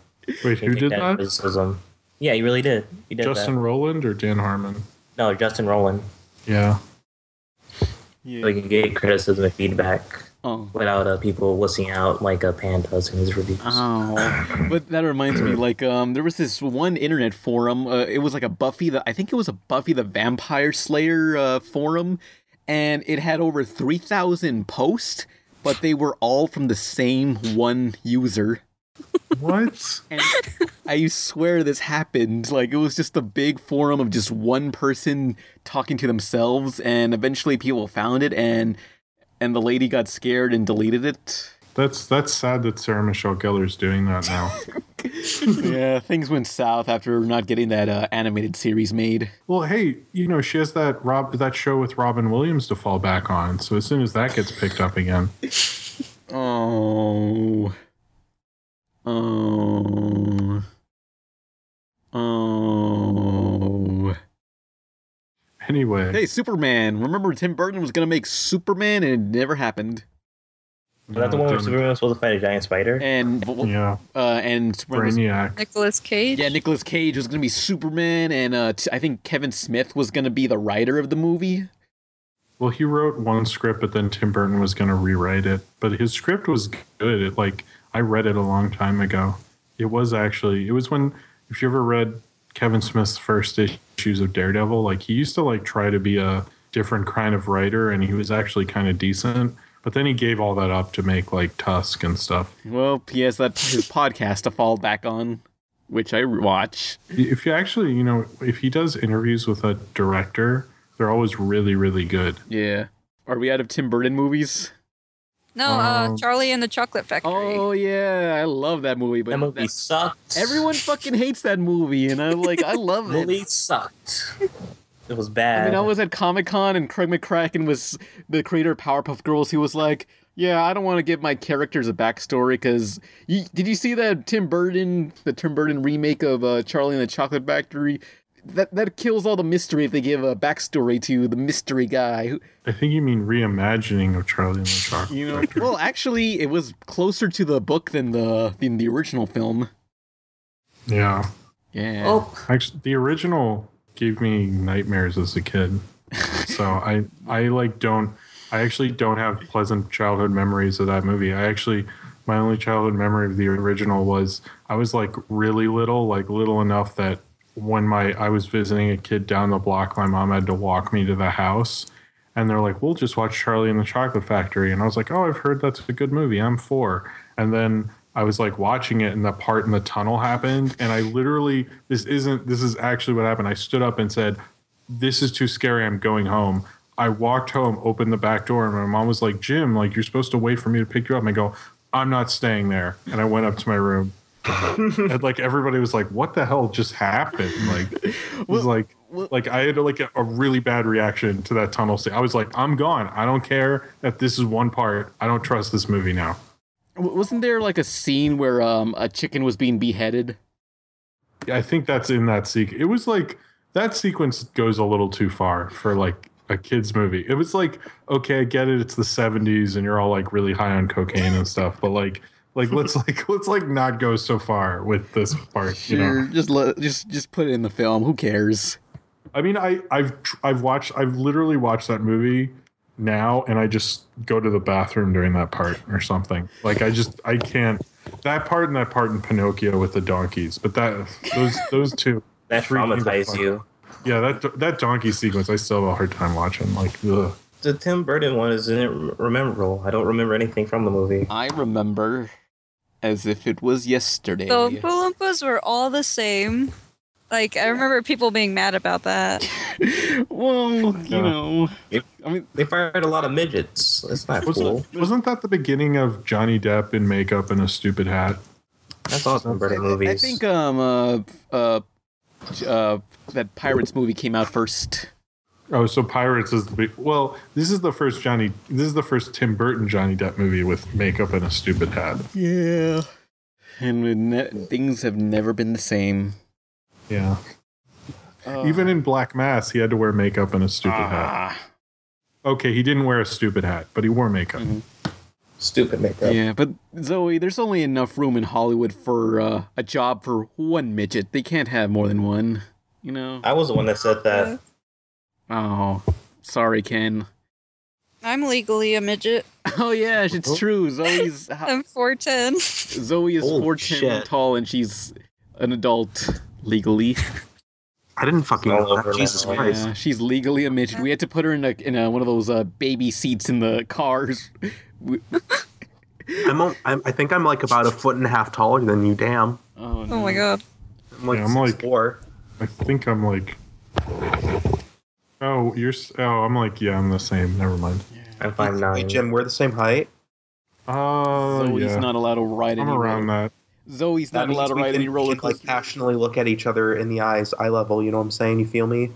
Speaker 5: Wait,
Speaker 4: They
Speaker 5: who
Speaker 4: take
Speaker 5: did that?
Speaker 4: Criticism. Yeah, he really did. He did
Speaker 5: Justin
Speaker 4: that.
Speaker 5: Rowland or Dan Harmon?
Speaker 4: No, Justin Rowland.
Speaker 5: Yeah.
Speaker 4: So you can get criticism and feedback
Speaker 2: Oh.
Speaker 4: without uh, people wussing out like a pan does in his reviews.
Speaker 2: Oh, but that reminds me, like, um, there was this one internet forum. Uh, it was like a Buffy the, I think it was a Buffy the Vampire Slayer uh, forum, and it had over three thousand posts, but they were all from the same one user.
Speaker 5: What?
Speaker 2: And I swear this happened. Like it was just a big forum of just one person talking to themselves, and eventually people found it, and and the lady got scared and deleted it.
Speaker 5: That's that's sad that Sarah Michelle Gellar's doing that now.
Speaker 2: yeah, things went south after not getting that uh, animated series made.
Speaker 5: well, hey, you know she has that Rob that show with Robin Williams to fall back on. So as soon as that gets picked up again,
Speaker 2: Oh. Oh. Oh.
Speaker 5: anyway.
Speaker 2: Hey, Superman. Remember Tim Burton was going to make Superman and it never happened.
Speaker 4: Was that the
Speaker 5: Oh,
Speaker 4: one where Superman was supposed to fight a giant spider?
Speaker 2: And
Speaker 5: yeah,
Speaker 2: uh, and Superman was-
Speaker 5: Brainiac.
Speaker 6: Nicholas Cage.
Speaker 2: yeah, Nicolas Cage was going to be Superman and uh, t- I think Kevin Smith was going to be the writer of the movie.
Speaker 5: Well, he wrote one script, but then Tim Burton was going to rewrite it. But his script was good. It like I read it a long time ago. It was actually it was when if you ever read Kevin Smith's first issues of Daredevil, like he used to like try to be a different kind of writer, and he was actually kind of decent. But then he gave all that up to make like Tusk and stuff.
Speaker 2: Well, P.S. That's his podcast to fall back on, which I watch.
Speaker 5: If you actually, you know, if he does interviews with a director, they're always really, really good.
Speaker 2: Yeah. Are we out of Tim Burton movies?
Speaker 6: No, uh, Charlie and the Chocolate Factory.
Speaker 2: Oh yeah, I love that movie. But that movie
Speaker 4: sucked.
Speaker 2: Everyone fucking hates that movie, and I'm like, I [LAUGHS] love it.
Speaker 4: Movie sucked. It was bad.
Speaker 2: I mean, I was at Comic Con, and Craig McCracken was the creator of Powerpuff Girls. He was like, "Yeah, I don't want to give my characters a backstory because did you see that Tim Burton, the Tim Burton remake of uh, Charlie and the Chocolate Factory? That that kills all the mystery if they give a backstory to the mystery guy who."
Speaker 5: I think you mean reimagining of Charlie and the Chocolate.
Speaker 2: You know, [LAUGHS] well, actually, it was closer to the book than the than the original film.
Speaker 5: Yeah.
Speaker 2: Yeah.
Speaker 8: Oh,
Speaker 5: Actually, the original gave me nightmares as a kid. so I I like don't I actually don't have pleasant childhood memories of that movie. I actually my only childhood memory of the original was I was like really little, like little enough that when my I was visiting a kid down the block, my mom had to walk me to the house and they're like, "We'll just watch Charlie and the Chocolate Factory." And I was like, "Oh, I've heard that's a good movie. I'm 4." And then I was like watching it, and the part in the tunnel happened, and I literally this isn't this is actually what happened. I stood up and said, "This is too scary. I'm going home." I walked home, opened the back door, and my mom was like, "Jim, like you're supposed to wait for me to pick you up." And I go, "I'm not staying there," and I went up to my room. [LAUGHS] and like everybody was like, "What the hell just happened?" Like, it was like, like I had like a, a really bad reaction to that tunnel scene. I was like, "I'm gone. I don't care if this is one part. I don't trust this movie now."
Speaker 2: W- Wasn't there like a scene where um a chicken was being beheaded?
Speaker 5: I think that's in that sequence. It was like that sequence goes a little too far for like a kids movie. It was like, okay, I get it. It's the '70s, and you're all like really high on cocaine and stuff. But like, like let's [LAUGHS] like let's like not go so far with this part. You
Speaker 2: Sure,
Speaker 5: know,
Speaker 2: just let, just just put it in the film. Who cares?
Speaker 5: I mean, I I've tr- I've watched I've literally watched that movie now, and I just go to the bathroom during that part or something. Like I just I can't that part and that part in Pinocchio with the donkeys, but that those those two
Speaker 4: [LAUGHS] That
Speaker 5: freak me the
Speaker 4: traumatized
Speaker 5: fuck
Speaker 4: you.
Speaker 5: out. Yeah, that that donkey sequence I still have a hard time watching. Like ugh.
Speaker 4: The Tim Burton one isn't it rememberable. I don't remember anything from the movie.
Speaker 2: I remember as if it was yesterday. [LAUGHS]
Speaker 6: The Oompa Loompas were all the same. Like I remember people being mad about that.
Speaker 2: well,
Speaker 5: Yeah.
Speaker 2: know,
Speaker 4: I mean, they fired a lot of midgets. That's not
Speaker 5: Wasn't,
Speaker 4: cool.
Speaker 5: wasn't that the beginning of Johnny Depp in makeup and a stupid hat?
Speaker 4: That's all Tim Burton
Speaker 2: I
Speaker 4: movies.
Speaker 2: think um uh uh uh that pirates movie came out first.
Speaker 5: Oh, so Pirates is the big. Well, this is the first Johnny. This is the first Tim Burton Johnny Depp movie with makeup and a stupid hat.
Speaker 2: Yeah. And we ne- things have never been the same.
Speaker 5: Yeah. Even in Black Mass, he had to wear makeup and a stupid
Speaker 2: Ah.
Speaker 5: hat. Okay, he didn't wear a stupid hat, but he wore makeup.
Speaker 2: Mm-hmm.
Speaker 4: Stupid makeup.
Speaker 2: Yeah, but Zoe, there's only enough room in Hollywood for uh, a job for one midget. They can't have more than one. You know.
Speaker 4: I was the one that said
Speaker 6: Uh,
Speaker 4: that.
Speaker 2: Oh, sorry, Ken. [LAUGHS]
Speaker 6: I'm legally a midget.
Speaker 2: Oh yeah, it's true. Zoe's
Speaker 6: I'm four ten. [LAUGHS]
Speaker 2: Zoe is
Speaker 6: Holy
Speaker 2: four ten
Speaker 6: shit.
Speaker 2: tall, and she's an adult legally.
Speaker 3: I didn't fucking know that. Jesus Christ.
Speaker 2: Yeah, she's legally a midget. We had to put her in a in a, one of those uh, baby seats in the cars. We-
Speaker 3: I'm, on- I'm, I think I'm like about a foot and a half taller than you, damn.
Speaker 2: Oh,
Speaker 6: Oh my god.
Speaker 3: I'm like,
Speaker 5: Yeah, I'm like-
Speaker 3: four.
Speaker 5: I think I'm like. Oh, you're. s- Oh, I'm like. Yeah, I'm the same. Never mind.
Speaker 4: I'm five
Speaker 3: Wait,
Speaker 4: nine.
Speaker 3: Jim, we're the same height.
Speaker 5: Oh,
Speaker 2: Zoe's
Speaker 5: yeah.
Speaker 2: not allowed to ride
Speaker 5: I'm
Speaker 2: any.
Speaker 5: around that.
Speaker 2: Zoe's not allowed to
Speaker 3: we
Speaker 2: ride
Speaker 3: can-
Speaker 2: any roller
Speaker 3: we can,
Speaker 2: coaster.
Speaker 3: like passionately look at each other in the eyes, eye level. You know what I'm saying? You feel me?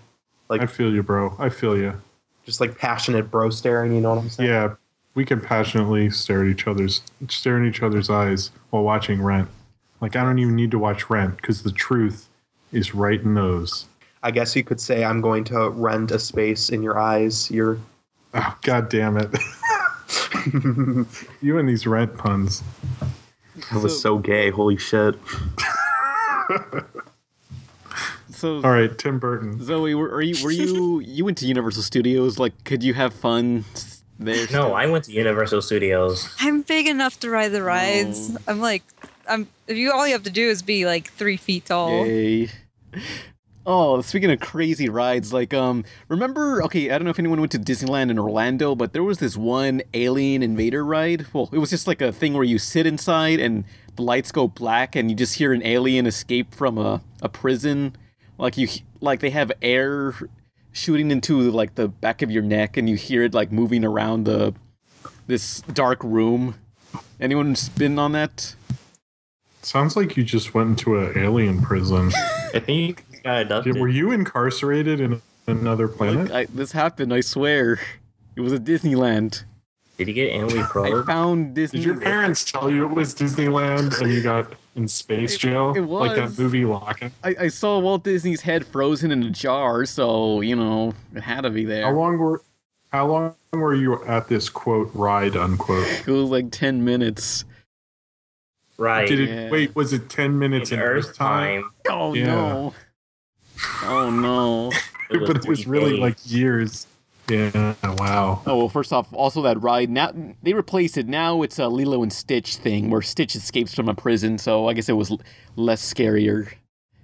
Speaker 3: Like
Speaker 5: I feel you, bro. I feel you.
Speaker 3: just like passionate bro staring. You know what I'm saying?
Speaker 5: Yeah, we can passionately stare at each other's stare in each other's eyes while watching Rent. Like I don't even need to watch Rent because the truth is right in those.
Speaker 3: I guess you could say I'm going to rent a space in your eyes. You're
Speaker 5: Oh God damn it! [LAUGHS] you and these Rent puns.
Speaker 3: I was so gay. Holy shit.
Speaker 2: So
Speaker 5: All right, Tim Burton.
Speaker 2: Zoe, were, are you were you you went to Universal Studios? Like, could you have fun s- there?
Speaker 4: No, I went to Universal Studios.
Speaker 6: I'm big enough to ride the rides.
Speaker 2: Oh.
Speaker 6: I'm like I'm if you all you have to do is be like three feet tall.
Speaker 2: Yay. [LAUGHS] Oh, speaking of crazy rides, like um, remember? Okay, I don't know if anyone went to Disneyland in Orlando, but there was this one alien invader ride. Well, it was just like a thing where you sit inside and the lights go black, and you just hear an alien escape from a, a prison. Like you, like they have air shooting into like the back of your neck, and you hear it like moving around the this dark room. Anyone's been on that?
Speaker 5: Sounds like you just went into an alien prison.
Speaker 4: I think
Speaker 5: Were you incarcerated in another planet?
Speaker 2: Look, I, this happened. I swear, it was a Disneyland.
Speaker 4: Did you get Emily
Speaker 2: I
Speaker 4: Pro?
Speaker 2: found Disney.
Speaker 5: Did your parents tell you it was Disneyland and you got in space jail?
Speaker 2: it
Speaker 5: Like
Speaker 2: was.
Speaker 5: that movie Locke.
Speaker 2: I, I saw Walt Disney's head frozen in a jar, so you know it had to be
Speaker 5: How
Speaker 2: there.
Speaker 5: long were how long were you at this quote ride unquote?
Speaker 2: It was like ten minutes.
Speaker 4: Right.
Speaker 5: Did it
Speaker 2: Yeah.
Speaker 5: wait, was it ten minutes in, Earth time?
Speaker 2: Oh
Speaker 5: Yeah.
Speaker 2: no! Oh no!
Speaker 4: It was
Speaker 5: [LAUGHS] but it was
Speaker 4: three
Speaker 5: really
Speaker 4: days.
Speaker 5: like years. Yeah, wow.
Speaker 2: Oh well. First off, also that ride now they replaced it. Now it's a Lilo and Stitch thing where Stitch escapes from a prison. So I guess it was l- less scarier.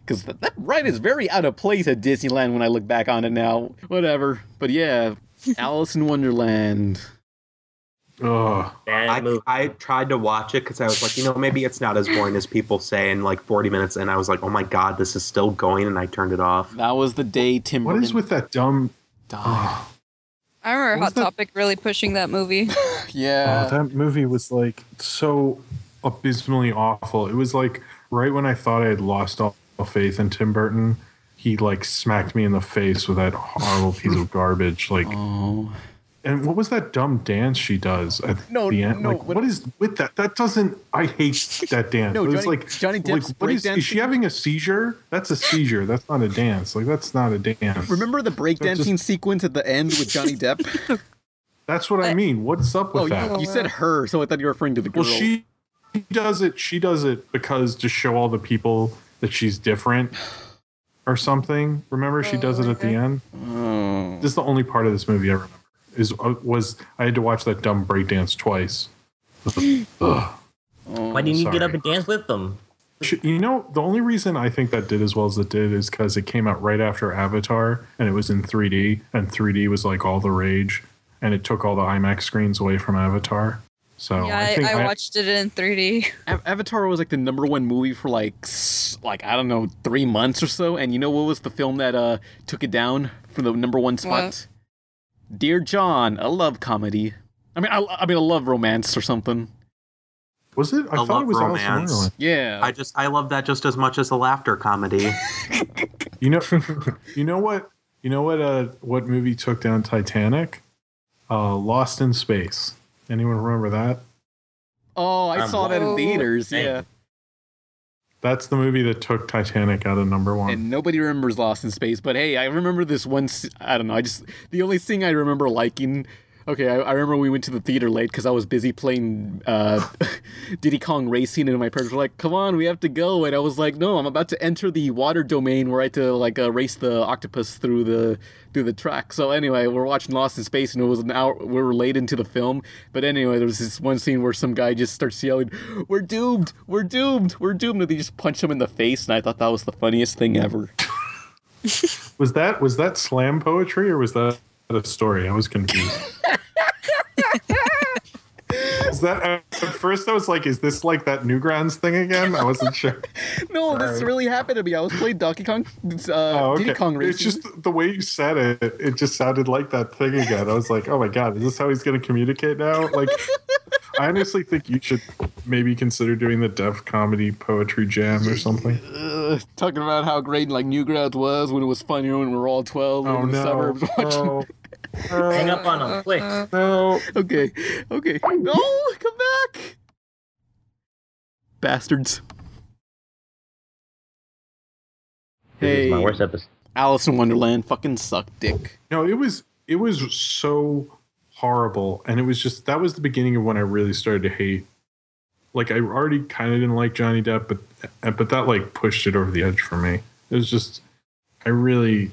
Speaker 2: Because that, that ride is very out of place at Disneyland when I look back on it now. Whatever. But yeah, Alice in Wonderland.
Speaker 5: Oh,
Speaker 4: Bad
Speaker 3: I,
Speaker 4: movie.
Speaker 3: I tried to watch it because I was like, you know, maybe it's not as boring as people say. And like 40 minutes in, I was like, oh my god, this is still going, and I turned it off.
Speaker 2: That was the day Tim
Speaker 5: what is
Speaker 2: Burton
Speaker 5: with that dumb
Speaker 2: died.
Speaker 6: I remember
Speaker 5: What
Speaker 6: Hot
Speaker 5: was that?
Speaker 6: Topic really pushing that
Speaker 5: [LAUGHS]
Speaker 6: movie.
Speaker 2: [LAUGHS] Yeah.
Speaker 5: Oh, that movie was like so abysmally awful. It was like right when I thought I had lost all faith in Tim Burton, he like smacked me in the face with that horrible piece of garbage. Like,
Speaker 2: oh.
Speaker 5: and what was that dumb dance she does at
Speaker 2: No,
Speaker 5: the end?
Speaker 2: no,
Speaker 5: like,
Speaker 2: what-
Speaker 5: what is with that? That doesn't. I hate that dance.
Speaker 2: No,
Speaker 5: it was
Speaker 2: Johnny-
Speaker 5: like
Speaker 2: Johnny Depp's
Speaker 5: Like, what is,
Speaker 2: breakdancing-
Speaker 5: is she having a seizure? That's a seizure. That's not a dance. Like, that's not a dance.
Speaker 2: Remember the breakdancing sequence at the end with Johnny
Speaker 5: [LAUGHS]
Speaker 2: Depp?
Speaker 5: That's what I mean. What's up with
Speaker 2: oh,
Speaker 5: that?
Speaker 2: you, you said her, so I thought you were referring to the girl.
Speaker 5: Well, she does it. She does it because to show all the people that she's different or something. Remember, she does it at the end.
Speaker 2: Oh.
Speaker 5: This is the only part of this movie I remember. Is uh, was I had to watch that dumb breakdance twice. Ugh.
Speaker 4: Why didn't you get
Speaker 5: Sorry.
Speaker 4: up and dance with them?
Speaker 5: Sh- You know, the only reason I think that did as well as it did is because it came out right after Avatar and it was in 3D, and 3D was like all the rage, and it took all the IMAX screens away from Avatar. So
Speaker 6: yeah,
Speaker 5: Oh, I
Speaker 6: I,
Speaker 5: think
Speaker 6: I
Speaker 5: I-
Speaker 6: watched it in 3D.
Speaker 2: Av- Avatar was like the number one movie for like s- like I don't know three months or so, and you know what was the film that uh took it down from the number one spot?
Speaker 6: What?
Speaker 2: Dear John, a love comedy. I mean, I, I mean, a love romance or something.
Speaker 5: was it.
Speaker 3: I
Speaker 5: I thought
Speaker 3: love
Speaker 5: it was Alice in
Speaker 3: romance.
Speaker 5: Wonderland.
Speaker 2: Yeah,
Speaker 3: I just, I love that just as much as a laughter comedy.
Speaker 5: You know, [LAUGHS] you know what? You know what? Uh, what movie took down Titanic? Uh, Lost in Space. Anyone remember that?
Speaker 2: oh, I
Speaker 4: Um,
Speaker 2: saw that in
Speaker 6: whoa.
Speaker 2: theaters.
Speaker 4: Dang.
Speaker 2: Yeah,
Speaker 5: That's the movie that took Titanic out of number one.
Speaker 2: and nobody remembers Lost in Space, but hey, I remember this one. s- I don't know. I just the only thing I remember liking. Okay, I, I remember we went to the theater late because I was busy playing uh, [LAUGHS] Diddy Kong Racing, and my parents were like, "Come on, we have to go," and I was like, "No, I'm about to enter the water domain where I had to like uh, race the octopus through the through the track." So anyway, we're watching Lost in Space, and it was an hour. We were late into the film, but anyway, there was this one scene where some guy just starts yelling, "We're doomed! We're doomed! We're doomed!" and they just punch him in the face, and I thought that was the funniest thing ever.
Speaker 5: was that was that slam poetry or was that a story? I was confused. Is that at first? I was like, "Is this like that Newgrounds thing again?" I wasn't sure.
Speaker 2: [LAUGHS] No, this really happened to me. I was playing Donkey Kong, uh,
Speaker 5: Oh,
Speaker 2: Diddy Kong Racing.
Speaker 5: It's just the way you said it. It just sounded like that thing again. I was like, oh my god, is this how he's going to communicate now? Like, I honestly think you should maybe consider doing the deaf comedy poetry jam or something.
Speaker 2: Ugh, talking about how great like Newgrounds was when it was funnier when we were all twelve
Speaker 5: Oh
Speaker 2: in the
Speaker 5: no!
Speaker 2: suburbs [LAUGHS] watching.
Speaker 5: Oh,
Speaker 4: Hang up on them. Quick.
Speaker 6: Uh,
Speaker 5: no!
Speaker 2: Okay, okay. No, come back, bastards.
Speaker 4: This
Speaker 2: Hey,
Speaker 4: is my worst episode.
Speaker 2: Alice in Wonderland fucking sucked dick.
Speaker 5: No, it was it was so horrible, and it was just that was the beginning of when I really started to hate. Like I already kind of didn't like Johnny Depp, but but that like pushed it over the edge for me. It was just I really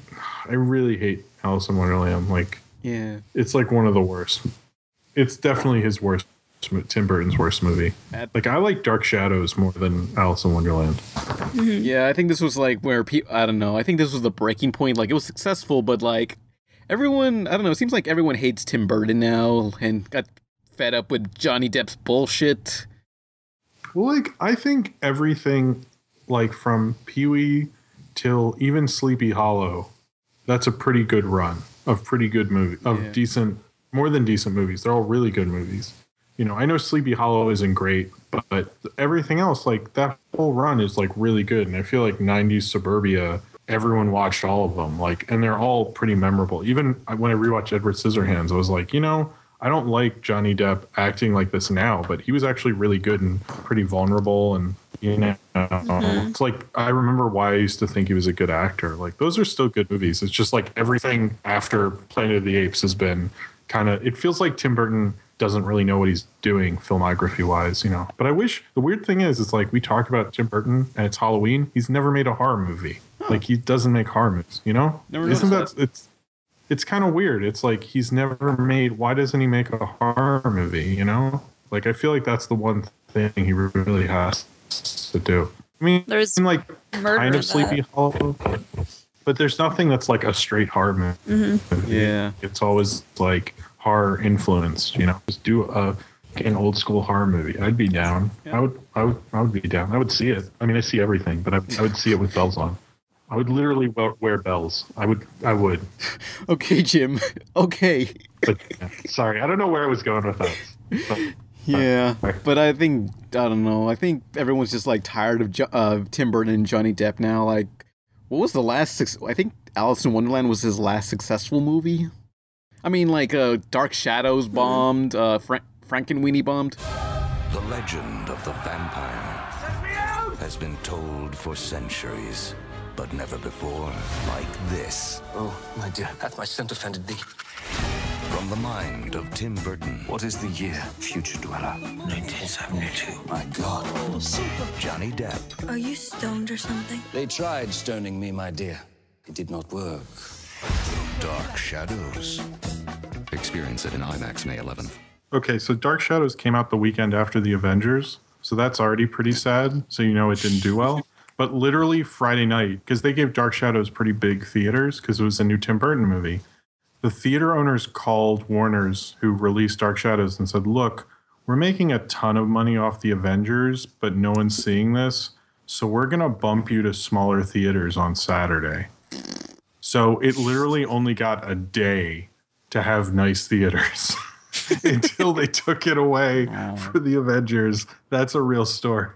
Speaker 5: I really hate Alice in Wonderland. Like
Speaker 2: Yeah,
Speaker 5: it's like one of the worst. It's definitely his worst. Tim Burton's worst movie. Like I like Dark Shadows more than Alice in Wonderland. Hmm.
Speaker 2: yeah. I think this was like where people. I don't know. I think this was the breaking point. Like it was successful, but like everyone. I don't know. It seems like everyone hates Tim Burton now and got fed up with Johnny Depp's bullshit.
Speaker 5: Well, like I think everything, like from Pee Wee till even Sleepy Hollow, that's a pretty good run of pretty good movie of
Speaker 2: Yeah.
Speaker 5: decent more than decent movies. They're all really good movies. You know, I know Sleepy Hollow isn't great, but everything else, like that whole run, is like really good. And I feel like '90s Suburbia, everyone watched all of them, like, and they're all pretty memorable. Even when I rewatched Edward Scissorhands, I was like, you know, I don't like Johnny Depp acting like this now, but he was actually really good and pretty vulnerable. And you know,
Speaker 6: Mhm.
Speaker 5: it's like I remember why I used to think he was a good actor. Like those are still good movies. It's just like everything after Planet of the Apes has been kind of. It feels like Tim Burton doesn't really know what he's doing filmography wise, you know. But I wish the weird thing is, it's like we talk about Tim Burton and it's Halloween. He's never made a horror movie. Like he doesn't make horror movies, you know.
Speaker 2: Never
Speaker 5: Isn't that
Speaker 2: noticed
Speaker 5: it's it's kind of weird. It's like he's never made. Why doesn't he make a horror movie? You know, like I feel like that's the one thing he really has to do. I mean,
Speaker 6: there's
Speaker 5: like
Speaker 6: murder
Speaker 5: kind
Speaker 6: in
Speaker 5: of Sleepy
Speaker 6: that.
Speaker 5: Hollow, but, but there's nothing that's like a straight horror movie.
Speaker 6: Mhm.
Speaker 2: Yeah,
Speaker 5: it's always like horror influenced. You know, just do a an old school horror movie. I'd be down. I would. I would. I would be down. I would see it. I mean, I see everything, but I, I would see it with bells on. I would literally wear, wear bells. I would. I would.
Speaker 2: Okay, [LAUGHS] Jim. Okay.
Speaker 5: But yeah, sorry, I don't know where I was going with that.
Speaker 2: Yeah, but I think I don't know. I think everyone's just like tired of jo- uh, Tim Burton and Johnny Depp now. Like, what was the last? Six- I think Alice in Wonderland was his last successful movie. I mean, like uh, Dark Shadows
Speaker 5: Hmm.
Speaker 2: bombed, uh, Fra- Frankenweenie bombed.
Speaker 11: The legend of the vampire has been told for centuries, but never before like this. Oh, my dear, hath my sin offended thee? From the mind of Tim Burton. What is the year, Future Dweller? 1972. My God. Johnny Depp.
Speaker 12: Are you stoned or something?
Speaker 11: They tried stoning me, my dear. It did not work. Dark Shadows. Experience it in IMAX May 11th.
Speaker 5: Okay, so Dark Shadows came out the weekend after the Avengers, so that's already pretty sad. So you know it didn't do well. But literally Friday night, because they gave Dark Shadows pretty big theaters because it was a new Tim Burton movie. The theater owners called Warner's, who released Dark Shadows, and said, Look, we're making a ton of money off the Avengers, but no one's seeing this. So we're going to bump you to smaller theaters on Saturday. So it literally only got a day to have nice theaters [LAUGHS] until they took it away for the Avengers. That's a real story.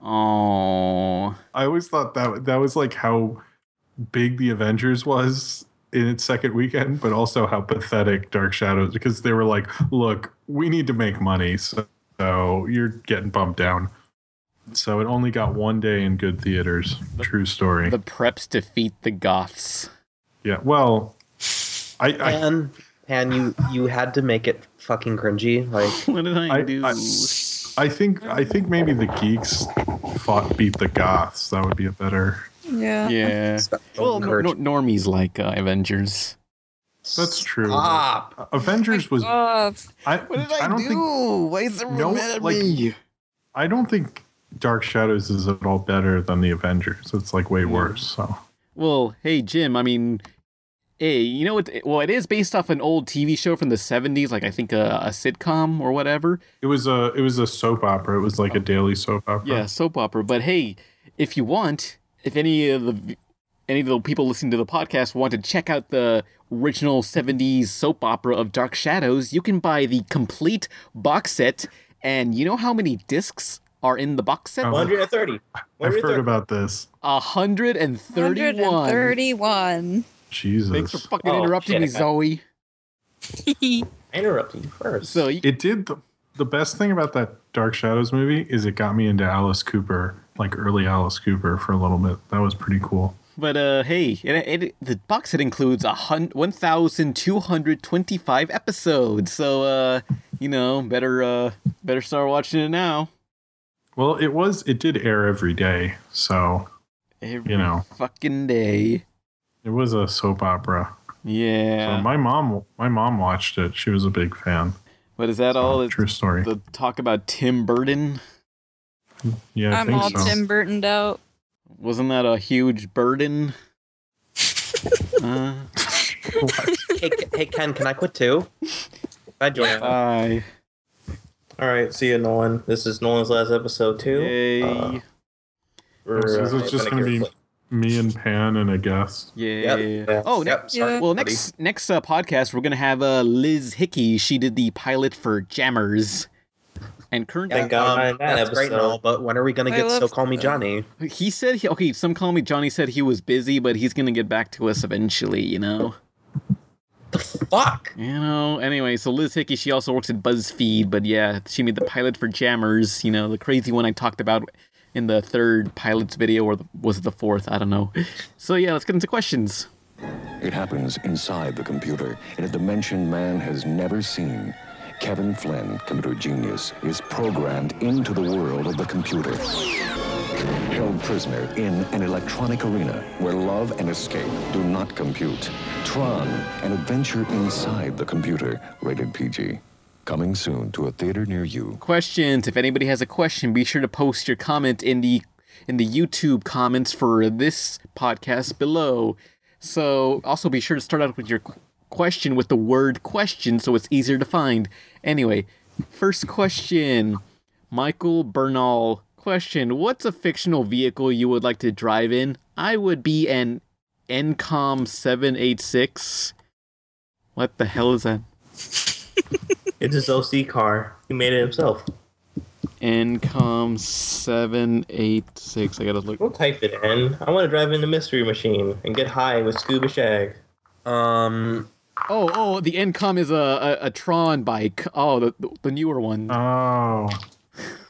Speaker 2: Oh.
Speaker 5: I always thought that that was like how big the Avengers was in its second weekend, but also how pathetic Dark Shadows because they were like, look, we need to make money, so, so you're getting bumped down. So it only got one day in good theaters. True story.
Speaker 2: The preps defeat the Goths. [LAUGHS]
Speaker 5: Yeah. Well, I, I
Speaker 3: and and you you had to make it fucking cringy. Like
Speaker 2: what did I, do?
Speaker 5: I think I think maybe the geeks fought beat the goths. That would be a better.
Speaker 6: Yeah.
Speaker 2: Yeah. Well, Oh, no,
Speaker 5: Encourage-
Speaker 2: no, normies like uh, Avengers.
Speaker 5: That's true.
Speaker 6: Oh
Speaker 5: Avengers was. I, what did I, don't think.
Speaker 2: Why is everyone
Speaker 5: No, like, I don't think Dark Shadows is at all better than the Avengers. It's like way worse. So
Speaker 2: Well, hey Jim, I mean, hey, you know what? Well, it is based off an old TV show from the '70s, like I think uh, a, a sitcom or whatever.
Speaker 5: it was a it was a soap opera. It was like a daily soap opera.
Speaker 2: Yeah, soap opera. But hey, if you want, if any of the any of the people listening to the podcast want to check out the original '70s soap opera of Dark Shadows, you can buy the complete box set. And you know how many discs are in the box set?
Speaker 4: 130.
Speaker 5: I've heard about this.
Speaker 2: A hundred and thirty-one.
Speaker 5: [LAUGHS]
Speaker 6: 131.
Speaker 5: Jesus.
Speaker 2: Thanks for fucking
Speaker 4: Oh,
Speaker 2: interrupting
Speaker 4: shit,
Speaker 2: me,
Speaker 4: I got-
Speaker 2: Zoe.
Speaker 4: I interrupted you first.
Speaker 2: So you,
Speaker 5: It did the, the best thing about that Dark Shadows movie is it got me into Alice Cooper, like early Alice Cooper for a little bit. That was pretty cool.
Speaker 2: But uh, hey, it, it, the box set includes a hun- 1,225 episodes, so uh, you know, better uh, better start watching it now.
Speaker 5: Well, it was it did air every day, so
Speaker 2: Every
Speaker 5: you know
Speaker 2: fucking day.
Speaker 5: It was a soap opera.
Speaker 2: Yeah.
Speaker 5: So my mom my mom watched it. She was a big fan.
Speaker 2: But is that all?
Speaker 5: True story.
Speaker 2: The talk about Tim Burton
Speaker 5: Yeah, I
Speaker 6: I'm
Speaker 5: think
Speaker 6: all
Speaker 5: so.
Speaker 6: Tim Burtoned out.
Speaker 2: wasn't that a huge
Speaker 5: [LAUGHS]
Speaker 2: burden? uh,
Speaker 3: hey, K- hey Ken, can I quit too?
Speaker 4: I
Speaker 2: Uh,
Speaker 4: joined.
Speaker 2: Bye.
Speaker 4: All right, see you, Nolan. This is Nolan's last episode too.
Speaker 2: Yay.
Speaker 4: Uh, we're,
Speaker 5: Oh, this
Speaker 4: uh,
Speaker 5: is just
Speaker 4: gonna
Speaker 5: gonna
Speaker 4: get
Speaker 5: be
Speaker 4: flipped.
Speaker 5: Me and Pan and a guest.
Speaker 2: Yeah. Oh, next. well, next next uh, podcast we're gonna have uh, Liz Hickey. She did the pilot for Jammers, and currently
Speaker 3: Thank God. Um, that's great and all, but when are we going to
Speaker 2: I
Speaker 3: get So
Speaker 2: love-
Speaker 3: Call Me Johnny?
Speaker 2: He said he, okay. Some call me Johnny. Said he was busy, but he's gonna get back to us eventually. You know. The
Speaker 7: fuck.
Speaker 2: You know. Anyway, so Liz Hickey, she also works at BuzzFeed, but yeah, she made the pilot for Jammers. You know, the crazy one I talked about in the third pilot's video, or the, was it the fourth? I don't know. So yeah, let's get into questions.
Speaker 13: It happens inside the computer in a dimension man has never seen. Kevin Flynn, computer genius, is programmed into the world of the computer. Held prisoner in an electronic arena where love and escape do not compute. Tron, an adventure inside the computer, rated PG. Coming soon to a theater near you.
Speaker 2: questions. If anybody has a question, be sure to post your comment in the in the YouTube comments for this podcast below. So also be sure to start out with your qu- question with the word question so it's easier to find. Anyway, first question. Michael Bernal question, what's a fictional vehicle you would like to drive in? I would be an Encom 786. What the hell is that?
Speaker 4: It's his OC car. He made it himself.
Speaker 2: Income seven eight six. I gotta look.
Speaker 4: We'll type it in. I want to drive in the mystery machine and get high with Scuba Shag.
Speaker 3: Um.
Speaker 2: Oh, oh, the Encom is a, a, a Tron bike. Oh, the the newer one.
Speaker 5: Oh.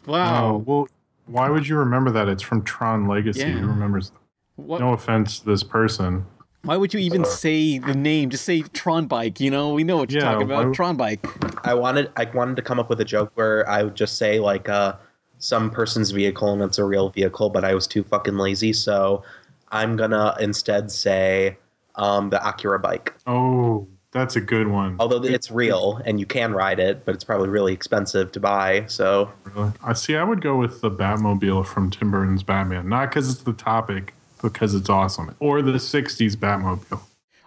Speaker 2: Wow.
Speaker 5: Oh, well, why would you remember that? It's from Tron Legacy.
Speaker 2: Yeah.
Speaker 5: Who remembers?
Speaker 2: What-
Speaker 5: No offense to this person.
Speaker 2: Why would you even say the name? Just say Tron bike. You know, we know what you're talking about. Tron bike.
Speaker 3: I wanted I wanted to come up with a joke where I would just say like uh some person's vehicle and it's a real vehicle, but I was too fucking lazy, so I'm gonna instead say um the Acura bike.
Speaker 5: Oh, that's a good one.
Speaker 3: Although it's real and you can ride it, but it's probably really expensive to buy. So
Speaker 5: I see. I would go with the Batmobile from Tim Burton's Batman, not because it's the topic, because it's awesome, or the '60s Batmobile.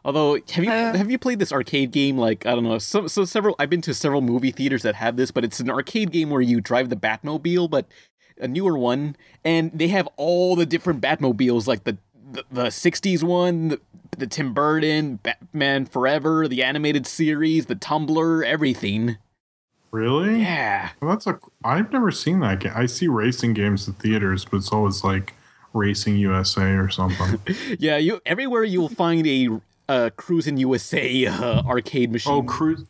Speaker 2: Although, have you have you played this arcade game? Like I don't know, so, so several. I've been to several movie theaters that have this, but it's an arcade game where you drive the Batmobile, but a newer one, and they have all the different Batmobiles, like the the, the '60s one, the, the Tim Burton, Batman Forever, the animated series, the Tumblr, everything.
Speaker 5: Really?
Speaker 2: Yeah.
Speaker 5: Well, that's a. I've never seen that game. I see racing games at theaters, but it's always like Racing USA or something.
Speaker 2: Yeah, you everywhere you will find a uh, Cruisin' USA uh, arcade machine.
Speaker 5: oh, cruise.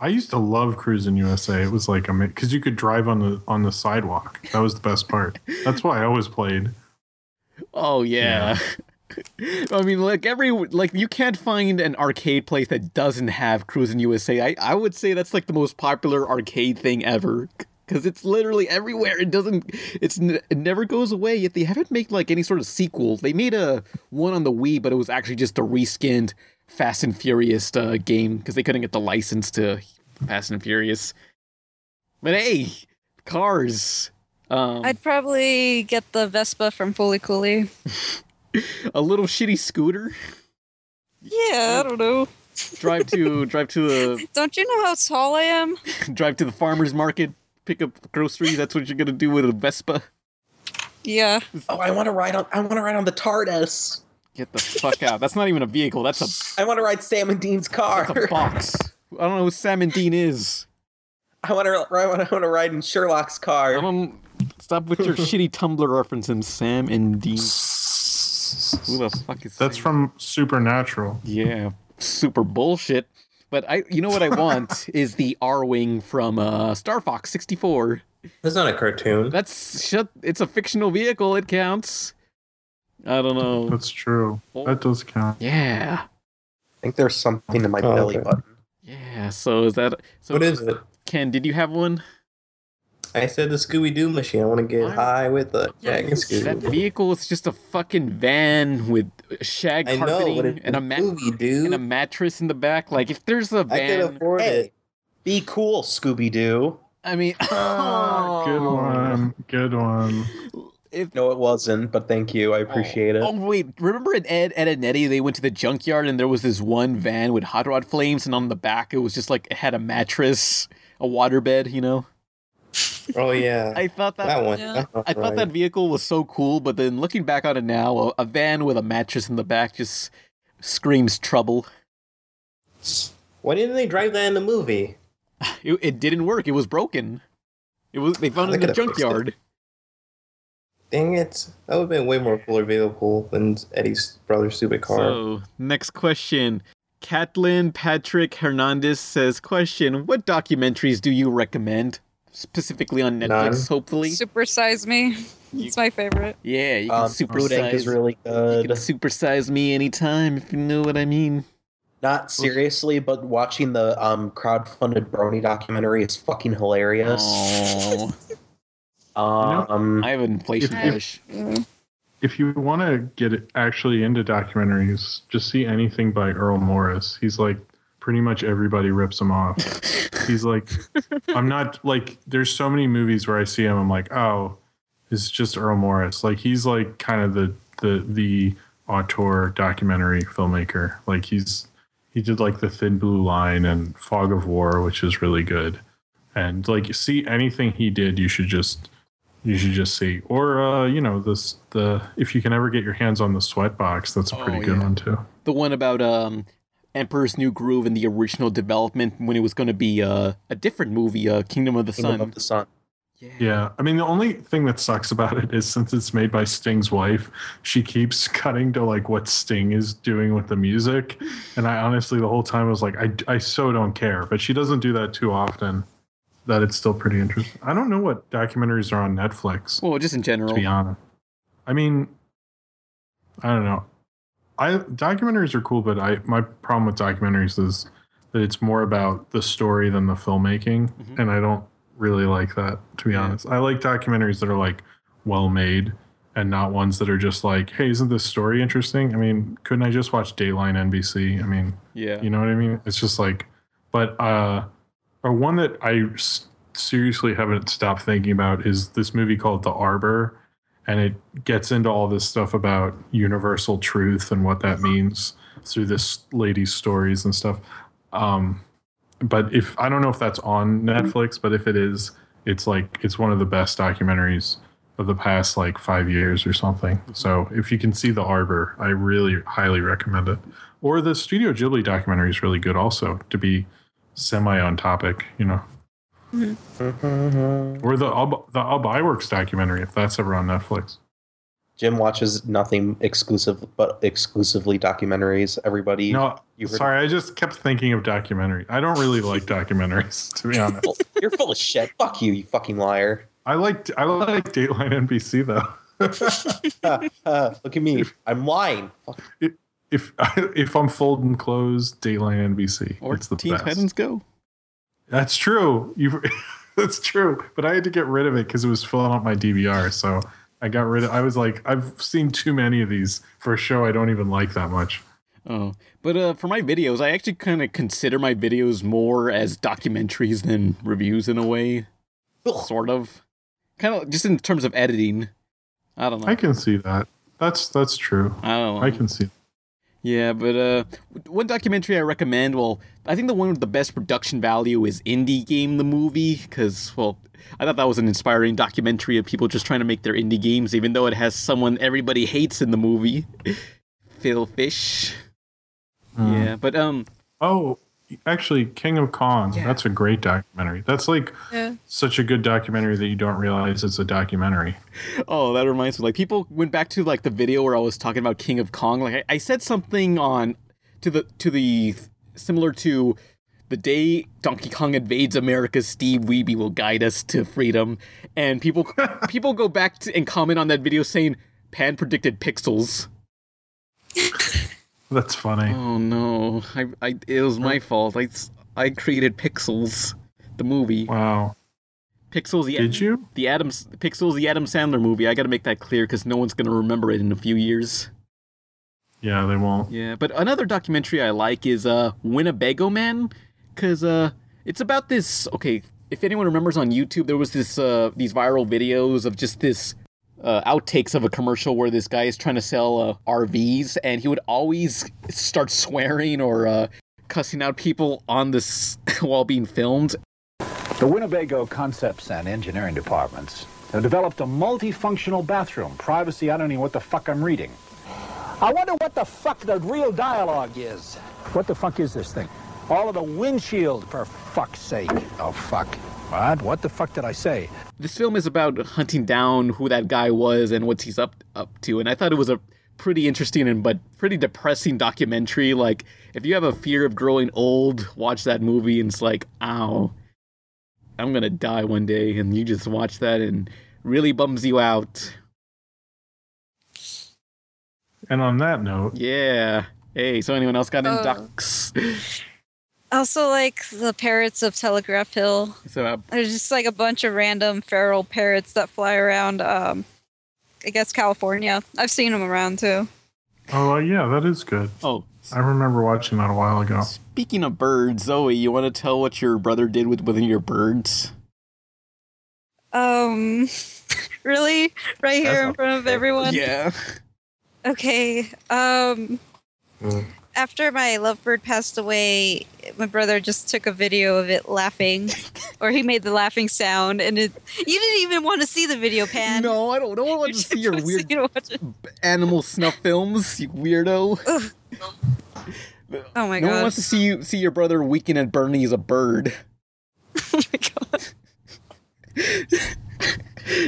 Speaker 5: I used to love cruising USA. It was like a because you could drive on the on the sidewalk. That was the best part. That's why I always played.
Speaker 2: Oh yeah. [LAUGHS] I mean, like every like you can't find an arcade place that doesn't have Cruisin' USA. I I would say that's like the most popular arcade thing ever because it's literally everywhere. It doesn't. It's n- it never goes away. Yet they haven't made like any sort of sequel. They made a one on the Wii, but it was actually just a reskinned Fast and Furious uh, game because they couldn't get the license to Fast and Furious. But hey, cars. Um,
Speaker 6: I'd probably get the Vespa from Fully Cooley.
Speaker 2: a little shitty scooter.
Speaker 6: Yeah, I don't know.
Speaker 2: drive to drive to the
Speaker 6: Don't you know how tall I am?
Speaker 2: drive to the farmers market, pick up groceries. That's what you're gonna do with a Vespa.
Speaker 6: Yeah.
Speaker 3: Oh, I want to ride on. I want to ride on the TARDIS.
Speaker 2: Get the fuck out. That's not even a vehicle. That's a
Speaker 3: I want to ride Sam and Dean's car.
Speaker 2: that's a box. I don't know who Sam and Dean is.
Speaker 3: [LAUGHS] I want to. I want to ride in Sherlock's car.
Speaker 2: Um, stop with [LAUGHS] your shitty Tumblr references. Sam and Dean. Who the fuck is?
Speaker 5: That's from Supernatural.
Speaker 2: Yeah, super bullshit. But I, you know what I want is the R wing from uh, Star Fox sixty four.
Speaker 4: That's not a cartoon.
Speaker 2: That's shut. It's a fictional vehicle. It counts. I don't know.
Speaker 5: That's true. That does count.
Speaker 2: Yeah.
Speaker 3: I think there's something in my
Speaker 2: Oh,
Speaker 3: belly
Speaker 2: okay.
Speaker 3: button.
Speaker 2: Yeah. So is that? So
Speaker 4: What is it?
Speaker 2: Ken, did you have one?
Speaker 4: I said the Scooby Doo machine. I want to get high with the Shag and
Speaker 2: That
Speaker 4: Scooby.
Speaker 2: vehicle is just a fucking van with shag
Speaker 4: I know,
Speaker 2: carpeting
Speaker 4: but it's
Speaker 2: and a ma- and a mattress in the back. Like if there's a
Speaker 3: I
Speaker 2: van,
Speaker 3: can afford it. Be cool, Scooby Doo.
Speaker 2: I
Speaker 4: [LAUGHS]
Speaker 2: mean,
Speaker 5: Good
Speaker 2: Oh.
Speaker 5: one. Good one.
Speaker 3: no, it wasn't. But thank you. I appreciate
Speaker 2: [LAUGHS] Oh wait, remember at Ed, Ed and Eddie they went to the junkyard and there was this one van with hot rod flames and on the back it was just like it had a mattress, a waterbed, you know.
Speaker 7: Oh yeah.
Speaker 2: [LAUGHS] I thought that,
Speaker 7: That one.
Speaker 2: I
Speaker 7: Yeah.
Speaker 2: thought
Speaker 7: Right.
Speaker 2: that vehicle was so cool, but then looking back on it now, a, a van with a mattress in the back just screams trouble.
Speaker 4: Why didn't they drive that in the movie?
Speaker 2: It, it didn't work. It was broken. It was they found
Speaker 4: They
Speaker 2: it in the
Speaker 4: could've fixed it.
Speaker 2: junkyard.
Speaker 4: Dang it. That would have been way more cooler vehicle than Eddie's brother's stupid car.
Speaker 2: So, next question. Catlin Patrick Hernandez says, question, what documentaries do you recommend? Specifically on Netflix,
Speaker 4: None.
Speaker 2: hopefully.
Speaker 6: Supersize me. It's my favorite.
Speaker 2: yeah, you can
Speaker 3: Um, Brewdank
Speaker 2: supersize.
Speaker 3: is really good.
Speaker 2: You can supersize me anytime if you know what I mean.
Speaker 3: Not seriously, but watching the um, crowdfunded Brony documentary is fucking hilarious.
Speaker 2: Oh. [LAUGHS]
Speaker 3: um,
Speaker 2: I have an inflation
Speaker 5: If- if-
Speaker 2: push.
Speaker 5: If you want to get actually into documentaries, just see anything by Earl Morris. He's like pretty much everybody rips him off. He's like, I'm not like, there's so many movies where I see him, I'm like, oh, it's just Earl Morris. Like he's like kind of the the the auteur documentary filmmaker. Like he's he did like the Thin Blue Line and Fog of War, which is really good. And like see anything he did, you should just you should just see. Or uh, you know, this the if you can ever get your hands on the sweat box, that's a pretty good
Speaker 2: yeah.
Speaker 5: one too.
Speaker 2: The one about um, Emperor's New Groove and the original development when it was going to be uh, a different movie, uh, Kingdom of the
Speaker 3: Kingdom
Speaker 2: Sun.
Speaker 3: of
Speaker 2: [LAUGHS]
Speaker 3: the Sun.
Speaker 5: Yeah. I mean, the only thing that sucks about it is since it's made by Sting's wife, she keeps [LAUGHS] cutting to like what Sting is doing with the music. And I honestly, the whole time was like, I, I so don't care. But she doesn't do that too often, that it's still pretty interesting. I don't know what documentaries are on Netflix,
Speaker 2: Well, just in general.
Speaker 5: to be honest. I mean, I don't know. I documentaries are cool, but I my problem with documentaries is that it's more about the story than the filmmaking, and I don't really like that to be honest. I like documentaries that are like well made and not ones that are just like, hey, isn't this story interesting? I mean, couldn't I just watch Dateline NBC? I mean,
Speaker 2: Yeah.
Speaker 5: you know what I mean? It's just like, but uh, or one that I s- seriously haven't stopped thinking about is this movie called The Arbor, and it gets into all this stuff about universal truth and what that means through this lady's stories and stuff. Um, but if I don't know if that's on Netflix, but if it is, it's like it's one of the best documentaries of the past like five years or something. So if you can see The Arbor, I really highly recommend it. Or the Studio Ghibli documentary is really good also to be semi on topic, you know.
Speaker 3: Mm-hmm.
Speaker 5: Or the Ub, the Ub Iwerks documentary if that's ever on Netflix.
Speaker 3: Jim watches nothing exclusive, but exclusively documentaries. Everybody,
Speaker 5: No,
Speaker 3: you heard-
Speaker 5: sorry, I just kept thinking of documentary. I don't really like documentaries [LAUGHS] to be honest.
Speaker 3: you're full of shit. Fuck you, you fucking liar. [LAUGHS]
Speaker 5: I like I like Dateline NBC though.
Speaker 3: Uh, look at me, I'm lying.
Speaker 5: If [LAUGHS] if I'm folding clothes, Dateline NBC.
Speaker 2: Or
Speaker 5: it's the
Speaker 2: Teen
Speaker 5: best.
Speaker 2: Titans Go.
Speaker 5: That's true. You [LAUGHS] that's true. But I had to get rid of it because it was filling up my DVR. So I got rid of. I was like, I've seen too many of these for a show I don't even like that much.
Speaker 2: Oh, but uh, for my videos, I actually kind of consider my videos more as documentaries than reviews in a way, sort of. Kind of just in terms of editing. I don't know.
Speaker 5: I can see that. That's that's true.
Speaker 2: I don't know.
Speaker 5: I can see.
Speaker 2: Yeah, but uh, w- one documentary I recommend. Well, I think the one with the best production value is Indie Game the movie, because well, I thought that was an inspiring documentary of people just trying to make their indie games, even though it has someone everybody hates in the movie, [LAUGHS] Phil Fish. Yeah, but um.
Speaker 5: Oh, actually, King of Kong. That's a great documentary. That's like
Speaker 6: Yeah.
Speaker 5: such a good documentary that you don't realize it's a documentary.
Speaker 2: Oh, that reminds me. Like people went back to like the video where I was talking about King of Kong. Like I, I said something on to the to the similar to the day Donkey Kong invades America, Steve Weeby will guide us to freedom. And
Speaker 5: [LAUGHS]
Speaker 2: people people go back to, and comment on that video saying Pan predicted pixels.
Speaker 5: That's funny.
Speaker 2: Oh no, I, I it was my fault. I s- I created pixels, the movie.
Speaker 5: Wow.
Speaker 2: Pixels. The,
Speaker 5: Did you?
Speaker 2: The Adams Pixels, the Adam Sandler movie. I got to make that clear because no one's gonna remember it in a few years.
Speaker 5: Yeah, they won't.
Speaker 2: Yeah, but another documentary I like is uh Winnebago Man, cause uh it's about this. Okay, if anyone remembers on YouTube, there was this uh these viral videos of just this uh, outtakes of a commercial where this guy is trying to sell uh, RVs, and he would always start [LAUGHS] swearing or uh, cussing out people on this while being filmed.
Speaker 7: The
Speaker 14: The Winnebago Concepts and Engineering Departments have developed a multifunctional bathroom. Privacy, I don't even know what the fuck I'm reading. I wonder what the fuck the real dialogue is. What the fuck is this thing? All of the windshield, for fuck's sake. Oh, fuck. What? What the fuck did I say?
Speaker 2: This film is about hunting down who that guy was and what he's up up to, and I thought it was a pretty interesting and but pretty depressing documentary. Like, if you have a fear of growing old, watch that movie, and it's like, ow, I'm gonna die one day, and you just watch that and really bums you out.
Speaker 5: And on that note,
Speaker 2: yeah. Hey, so anyone else got any ducks?
Speaker 6: Also, like the parrots of Telegraph Hill.
Speaker 2: [LAUGHS] so uh,
Speaker 6: There's just like a bunch of random feral parrots that fly around. Um, I guess California. I've seen them around too.
Speaker 5: oh uh, yeah, that is good.
Speaker 2: Oh,
Speaker 5: I remember watching that a while ago.
Speaker 2: speaking of birds, Zoe, you want to tell what your brother did with within your birds?
Speaker 6: Um, [LAUGHS] really, right here in front of everyone.
Speaker 2: Yeah.
Speaker 6: Okay. Um,
Speaker 2: Mm.
Speaker 6: after my lovebird passed away, my brother just took a video of
Speaker 2: [LAUGHS]
Speaker 6: it laughing, or he made the laughing sound, and it. You didn't even want to see the video,
Speaker 2: [LAUGHS]
Speaker 6: Pan.
Speaker 2: No, I don't. want to
Speaker 6: [LAUGHS]
Speaker 2: see your weird animal snuff films, you weirdo.
Speaker 6: Oh my
Speaker 2: no one
Speaker 6: god. [LAUGHS]
Speaker 2: wants to see you see your brother weaken at Bernie as a bird. oh my god.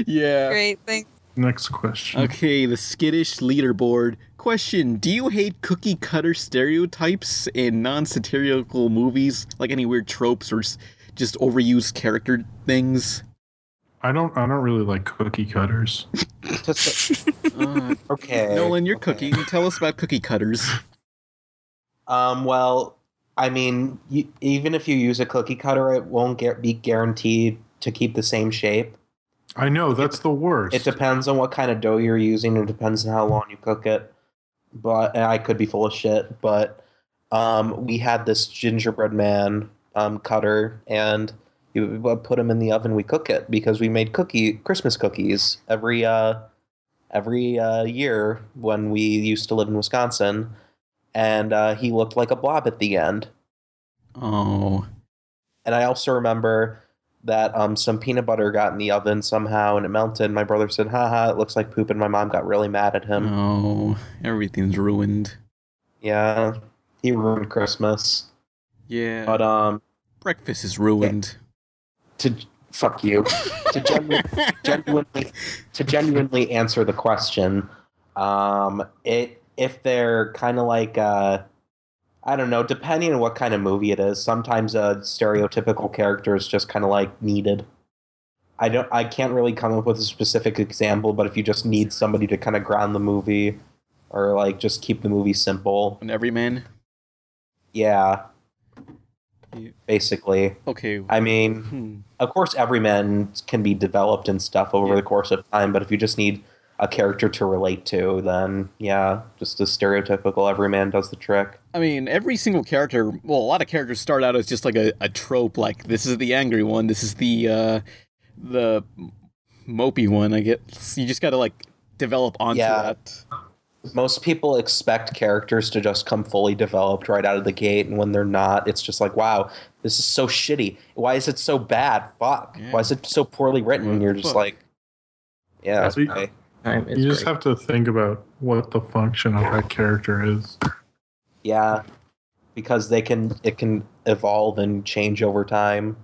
Speaker 2: yeah.
Speaker 6: Great. Thanks.
Speaker 5: Next question.
Speaker 2: Okay, the skittish leaderboard. Question Do you hate cookie cutter stereotypes in non satirical movies? Like any weird tropes or s- just overused character things?
Speaker 5: I don't. I don't really like cookie cutters.
Speaker 3: okay.
Speaker 2: Uh, Nolan, you're cooking. Tell us about cookie cutters.
Speaker 3: Um, well, I mean, you, even if you use a cookie cutter, it won't get, be guaranteed to keep the same shape.
Speaker 5: I know that's the worst.
Speaker 3: It depends on what kind of dough you're using. It depends on how long you cook it. But and I could be full of shit. But um, we had this gingerbread man um, cutter, and you would put him in the oven. We cook it because we made cookie Christmas cookies every uh, every uh, year when we used to live in Wisconsin, and uh, he looked like a blob at the end.
Speaker 2: Oh.
Speaker 3: And I also remember that um, some peanut butter got in the oven somehow and it melted. My brother said, haha, it looks like poop. And my mom got really mad at him.
Speaker 2: Oh. No, everything's ruined.
Speaker 3: Yeah. He ruined Christmas.
Speaker 2: Yeah.
Speaker 3: But, um,
Speaker 2: breakfast is ruined.
Speaker 3: To fuck you. to, genu-
Speaker 2: [LAUGHS]
Speaker 3: genuinely, to genuinely answer the question, um, it if they're kind of like, uh, I don't know, depending on what kind of movie it is, sometimes a stereotypical character is just kind of like needed. I don't I can't really come up with a specific example, but if you just need somebody to kind of ground the movie or like just keep the movie simple.
Speaker 2: An everyman?
Speaker 3: Yeah.
Speaker 2: Yeah.
Speaker 3: Basically.
Speaker 2: Okay. Hmm.
Speaker 3: I mean, of course everyman can be developed and stuff over the course of time, but if you just need a character to relate to, then yeah, just a stereotypical everyman does the trick.
Speaker 2: I mean, every single character, well, a lot of characters start out as just like a, a trope, like this is the angry one, this is the uh the mopey one. I guess you just got to like develop onto
Speaker 3: Yeah.
Speaker 2: that.
Speaker 3: most people expect characters to just come fully developed right out of the gate and when they're not it's just like wow this is so shitty why is it so bad fuck why is it so poorly written and you're just
Speaker 5: fuck?
Speaker 3: like yeah
Speaker 5: That's-
Speaker 3: okay.
Speaker 5: you just have to think about what the function of that character is.
Speaker 3: yeah because they can it can evolve and change over time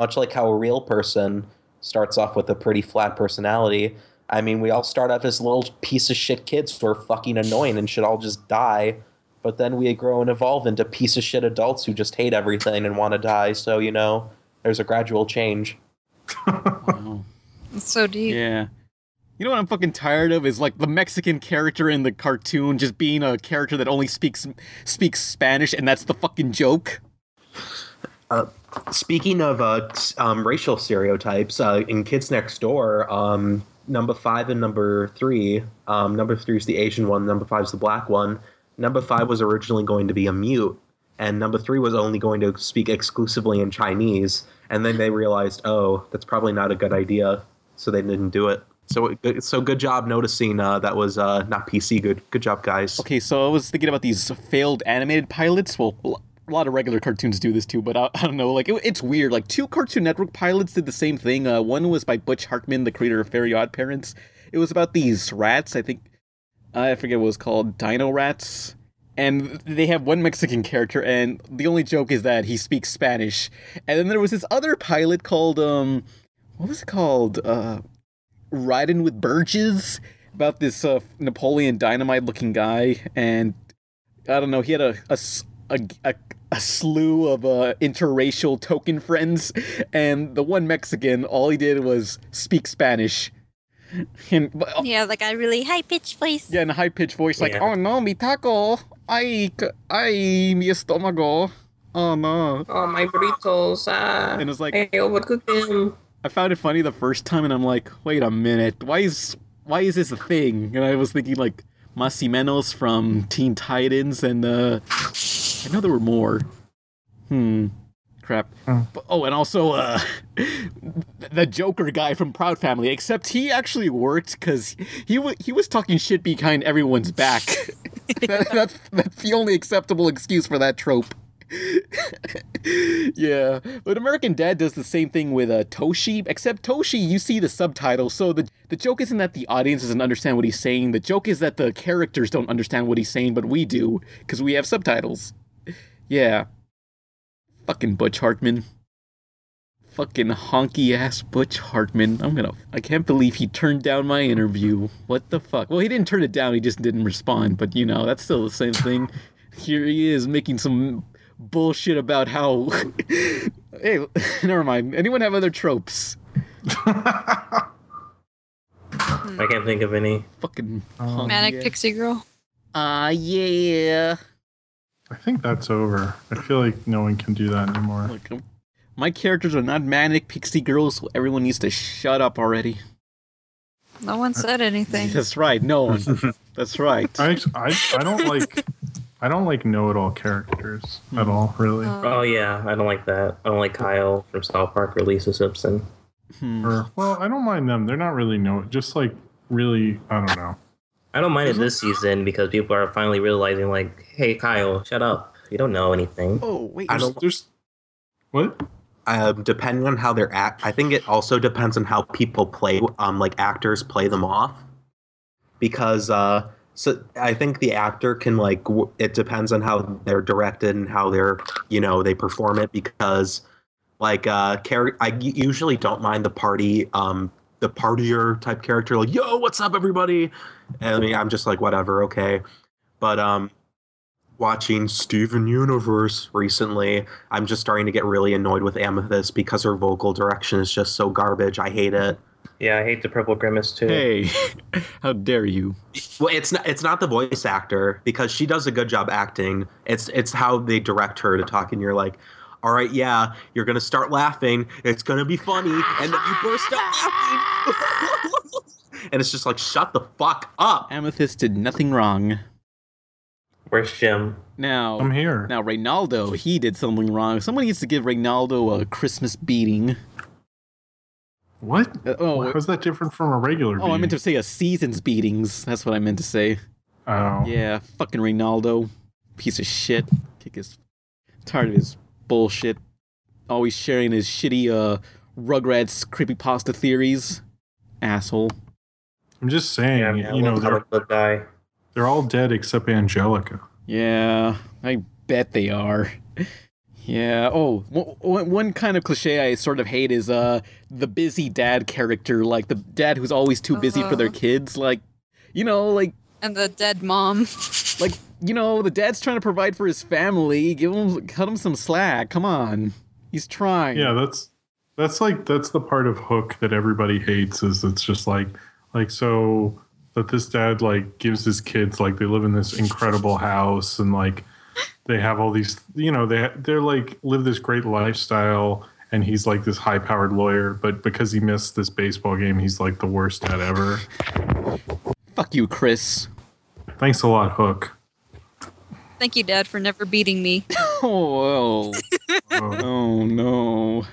Speaker 3: much like how a real person starts off with a pretty flat personality i mean we all start out as little piece of shit kids who are fucking annoying and should all just die but then we grow and evolve into piece of shit adults who just hate everything and want to die so you know there's a gradual change
Speaker 6: It's so deep.
Speaker 2: Yeah. You know what I'm fucking tired of is like the Mexican character in the cartoon just being a character that only speaks speaks Spanish and that's the fucking joke.
Speaker 3: Uh, speaking of uh, s- um, racial stereotypes, uh, in Kids Next Door, um, number five and number three, um, number three is the Asian one, number five is the black one. Number five was originally going to be a mute, and number three was only going to speak exclusively in Chinese. And then they realized, oh, that's probably not a good idea, so they didn't do it. So, it- so good job noticing uh, that was uh, not PC. Good, good job, guys.
Speaker 2: Okay, so I was thinking about these failed animated pilots. Well, l- a lot of regular cartoons do this too, but I, [LAUGHS] I don't know. Like, it, it's weird. Like, two Cartoon Network pilots did the same thing. Uh, one was by Butch Hartman, the creator of Fairy Odd Parents. It was about these rats. I think I forget what it was called, Dino Rats. And they have one Mexican character, and the only joke is that he speaks Spanish. And then there was this other pilot called um, what was it called? Uh, Riding with Birches about this uh, Napoleon Dynamite looking guy, and I don't know, he had a a, a, a, a slew of uh, interracial token friends, and the one Mexican, all he did was speak Spanish. And, but, uh,
Speaker 6: Yeah, like a really high pitched voice.
Speaker 2: yeah, in a high pitched voice, like,
Speaker 6: Yeah.
Speaker 2: oh no, mi taco, ay, c- ay, mi estomago, oh no.
Speaker 8: Oh, my burritos. Ah.
Speaker 2: And it's like-
Speaker 8: I overcooked them.
Speaker 2: I found it funny the first time, and I'm like, wait a minute, why is why is this a thing? And I was thinking like Masimenos from Teen Titans, and uh, I know there were more. Hmm, crap. But- oh, and also uh, [LAUGHS] the Joker guy from Proud Family, except he actually worked because he wa he was talking shit behind everyone's back. [LAUGHS] That- that's that's the only acceptable excuse for that trope yeah, but American Dad does the same thing with uh, Toshi, except Toshi, you see the subtitle, so the the joke isn't that the audience doesn't understand what he's saying. The joke is that the characters don't understand what he's saying, but we do because we have subtitles. Yeah, fucking Butch Hartman, fucking honky ass Butch Hartman. I'm gonna. I can't believe he turned down my interview. What the fuck? Well, he didn't turn it down. He just didn't respond. But you know, that's still the same thing. [LAUGHS] Here he is making some bullshit about how. [LAUGHS] hey, [LAUGHS] never mind. Anyone have other tropes?
Speaker 4: I can't think of any.
Speaker 2: Fucking
Speaker 3: Um,
Speaker 6: Manic Pixie Girl.
Speaker 2: Ah, yeah.
Speaker 5: I think that's over. I feel like no one can do that anymore.
Speaker 2: Like, um, my characters are not manic pixie girls, so everyone needs to shut up already.
Speaker 6: No one
Speaker 5: Uh,
Speaker 6: said anything.
Speaker 2: That's right. No
Speaker 3: [LAUGHS]
Speaker 2: one. That's right.
Speaker 5: I, I, I don't like I don't like know it all characters at all. Really,
Speaker 6: Um,
Speaker 4: Oh yeah, I don't like that. I don't like Kyle from South Park or Lisa Simpson.
Speaker 2: Hmm.
Speaker 5: or well, I don't mind them. They're not really know just like really. I don't know.
Speaker 4: I don't mind it this season because people are finally realizing, like, hey, Kyle, shut up. You don't know anything.
Speaker 2: Oh wait,
Speaker 3: I don't,
Speaker 5: there's what?
Speaker 3: Um, depending on how they're act, I think it also depends on how people play, um, like actors play them off, because uh, so I think the actor can like w- it depends on how they're directed and how they're you know they perform it because like uh, char- I u- usually don't mind the party um the partier type character like yo what's up everybody, and I mean I'm just like whatever okay, but um watching Steven Universe recently, I'm just starting to get really annoyed with Amethyst because her vocal direction is just so garbage. I hate it.
Speaker 4: Yeah, I hate the Purple Grimace too.
Speaker 2: Hey, [LAUGHS] how dare you?
Speaker 3: Well, it's not it's not the voice actor because she does a good job acting. It's it's how they direct her to talk and you're like, "All right, yeah, you're going to start laughing. It's going to be funny." And then you burst out laughing. [LAUGHS] and it's just like, "Shut the fuck up."
Speaker 2: Amethyst did nothing wrong.
Speaker 4: Where's Jim?
Speaker 2: Now
Speaker 5: I'm here.
Speaker 2: Now Reynaldo, he did something wrong. Someone needs to give Reynaldo a Christmas beating.
Speaker 5: What?
Speaker 2: oh,
Speaker 5: How's that different from a regular?
Speaker 2: oh, I meant to say a season's beatings. That's what I meant to say.
Speaker 5: Oh.
Speaker 2: Yeah, fucking Reynaldo, piece of shit. Kick his. Tired of his bullshit. Always sharing his shitty uh Rugrats creepypasta theories. Asshole.
Speaker 5: I'm just saying.
Speaker 2: yeah,
Speaker 5: you know
Speaker 2: well,
Speaker 5: they're they're all dead except Angelica.
Speaker 2: Yeah, I bet they are. Yeah. Oh, one- one one kind of cliche I sort of hate is uh the busy dad character, like the dad who's always too busy for their
Speaker 6: Uh-huh.
Speaker 2: kids. Like, you know, like
Speaker 6: And the dead mom.
Speaker 2: like you know, the dad's trying to provide for his family. Give him cut him some slack. Come on, he's trying.
Speaker 5: Yeah, that's that's like that's the part of Hook that everybody hates is it's just like like so that this dad like gives his kids like they live in this incredible house and like they have all these you know they they're like live this great lifestyle and he's like this high powered lawyer but because he missed this baseball game he's like the worst dad ever.
Speaker 2: Fuck you, Chris.
Speaker 5: Thanks a lot, Hook.
Speaker 6: Thank you, Dad, for never beating me.
Speaker 2: Oh, oh. oh no.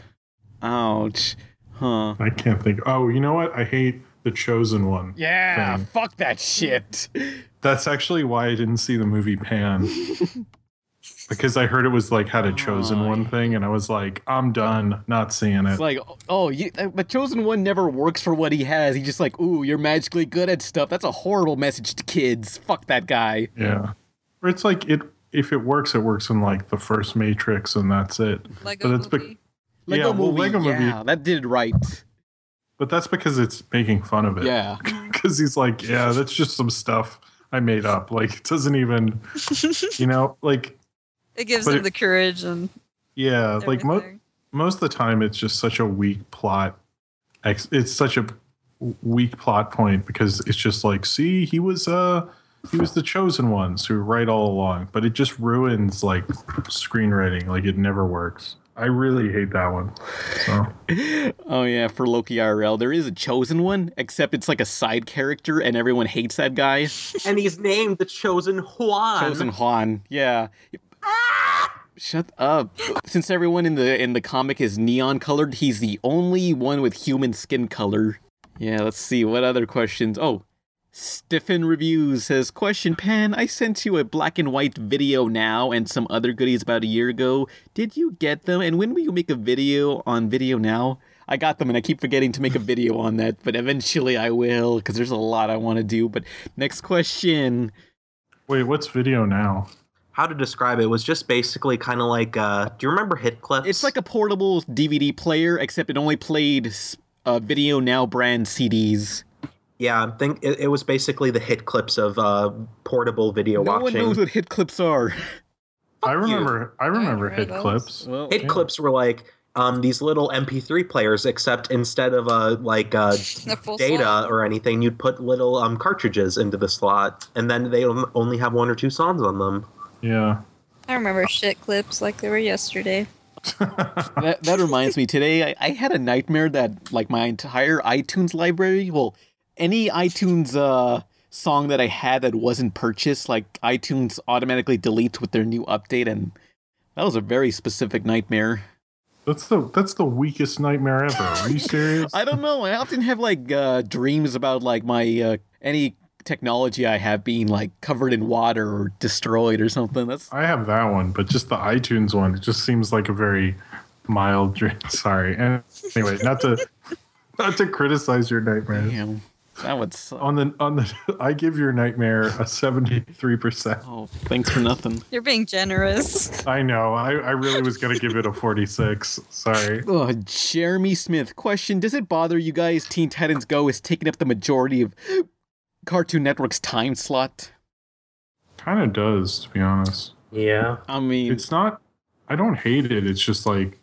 Speaker 2: Ouch. Huh.
Speaker 5: I can't think. Oh, you know what? I hate the chosen one.
Speaker 2: Yeah,
Speaker 5: thing.
Speaker 2: fuck that shit. [LAUGHS]
Speaker 5: That's actually why I didn't see the movie Pan. because I heard it was like had a chosen one thing, and I was like, I'm done, not seeing it.
Speaker 2: It's Oh. like, oh, you, but chosen one never works for what he has. He's just like, ooh, you're magically good at stuff. That's a horrible message to kids. Fuck that guy.
Speaker 5: yeah, or it's like it if it works, it works in like the first Matrix, and that's it.
Speaker 6: Lego
Speaker 5: but it's movie.
Speaker 2: Lego movie, yeah, that did right.
Speaker 5: But that's because it's making fun of it. [LAUGHS]
Speaker 2: Yeah.
Speaker 5: Because he's like, yeah, that's just some stuff I made up. Like, it
Speaker 2: [LAUGHS]
Speaker 5: doesn't even, you know, like,
Speaker 6: It gives
Speaker 5: But
Speaker 6: him
Speaker 5: it-
Speaker 6: the courage and
Speaker 5: yeah, like mo-
Speaker 6: Everything.
Speaker 5: most of the time, it's just such a weak plot. Ex- It's such a weak plot point because it's just like, see, he was, uh, he was the chosen ones who were right all along, but it just ruins like screenwriting. Like, it never works. I really hate that one. So.
Speaker 2: Oh yeah, for Loki IRL, there is a chosen one, except it's like a side character, and everyone hates that guy.
Speaker 3: and he's named the Chosen Juan.
Speaker 2: Chosen Juan. Yeah. Shut up. Since everyone in the in the comic is neon colored, he's the only one with human skin color. Yeah, let's see what other questions. Oh, Stiffen Reviews says, "Question Pan, I sent you a black and white video now and some other goodies about a year ago. Did you get them? And when will you make a video on video now?" I got them and I keep forgetting to make a video on that, but eventually I will because there's a lot I want to do. But next question.
Speaker 5: Wait, what's video now?
Speaker 3: How to describe it was just basically kind of like, uh, do you remember Hit Clips?
Speaker 2: It's like a portable DVD player, except it only played uh, Video Now brand CDs.
Speaker 3: Yeah, I think it, it was basically the Hit Clips of uh, portable video
Speaker 2: No one
Speaker 3: watching.
Speaker 2: knows what hit clips are.
Speaker 5: I remember. I remember
Speaker 2: remember
Speaker 5: hit
Speaker 2: those.
Speaker 5: clips.
Speaker 2: Well,
Speaker 3: Hit Clips were like um, these little MP3 players, except instead of uh, like uh,
Speaker 6: full
Speaker 3: data
Speaker 6: slot.
Speaker 3: or anything, you'd put little um, cartridges into the slot, and then they on- only have one or two songs on them.
Speaker 5: Yeah.
Speaker 6: I remember shit clips like they were yesterday.
Speaker 2: that, that reminds me today I, I had a nightmare that like my entire itunes library well any itunes uh song that i had that wasn't purchased like itunes automatically deletes with their new update and that was a very specific nightmare
Speaker 5: That's the that's the weakest nightmare ever. Are you
Speaker 2: [LAUGHS]
Speaker 5: serious?
Speaker 2: I don't know. I often have like uh, dreams about like my uh, any technology I have being like covered in water or destroyed or something. That's
Speaker 5: I have that one, but just the iTunes one. It just seems like a very mild dream. [LAUGHS] Sorry. And anyway, not to [LAUGHS] not to criticize your nightmare.
Speaker 2: That would suck.
Speaker 5: On the on the [LAUGHS] I give your nightmare a seventy three percent.
Speaker 2: Oh, thanks for nothing.
Speaker 6: You're being generous.
Speaker 5: I know. I, I really was gonna give it a forty six. Sorry.
Speaker 2: Oh, Jeremy Smith question: Does it bother you guys? Teen Titans Go is taking up the majority of Cartoon Network's time slot.
Speaker 5: Kind of does, to be honest.
Speaker 4: Yeah.
Speaker 2: I mean,
Speaker 5: it's not. I don't hate it. It's just like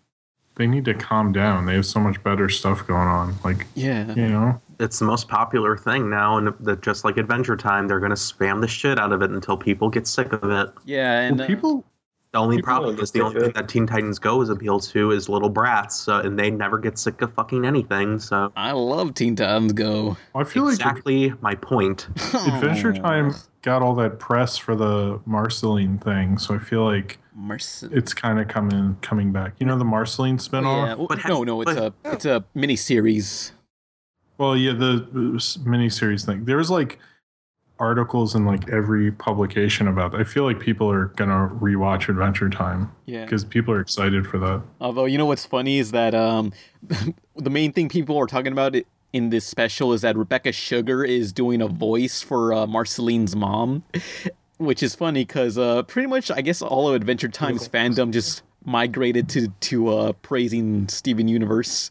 Speaker 5: they need to calm down. They have so much better stuff going on. Like,
Speaker 2: Yeah.
Speaker 5: you know,
Speaker 3: It's the most popular thing now, and that just like Adventure Time, they're going to spam the shit out of it until people get sick of it.
Speaker 2: Yeah, and
Speaker 5: Well, people.
Speaker 3: The only
Speaker 5: people
Speaker 3: problem is the only thing that Teen Titans Go is appealed to is little brats, so, and they never get sick of fucking anything. So
Speaker 2: I love Teen Titans Go.
Speaker 5: I feel
Speaker 3: exactly my point.
Speaker 5: [LAUGHS] Adventure Time got all that press for the Marceline thing, so I feel like it's kind of coming coming back. You know, the Marceline spinoff.
Speaker 2: Yeah, well, no, no, it's a it's a mini series.
Speaker 5: Well, yeah, the uh, s- miniseries thing. There's like articles in like every publication about. That. I feel like people are gonna rewatch Adventure Time.
Speaker 2: Yeah.
Speaker 5: because people are excited for that.
Speaker 2: Although you know what's funny is that um, [LAUGHS] the main thing people are talking about i- in this special is that Rebecca Sugar is doing a voice for uh, Marceline's mom, [LAUGHS] which is funny because uh, pretty much I guess all of Adventure Time's fandom just migrated to to uh, praising Steven Universe.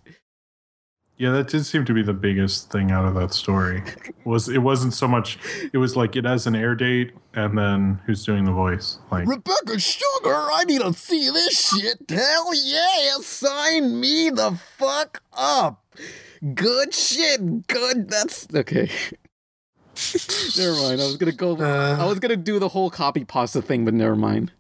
Speaker 5: Yeah, that did seem to be the biggest thing out of that story. Was it wasn't so much. It was like it has an air date, and then who's doing the voice? Like
Speaker 1: Rebecca Sugar, I need to see this shit. Hell yeah, sign me the fuck up. Good shit, good. That's
Speaker 2: Okay. [LAUGHS] never mind. I was gonna go. I was gonna do the whole copy pasta thing, but never mind.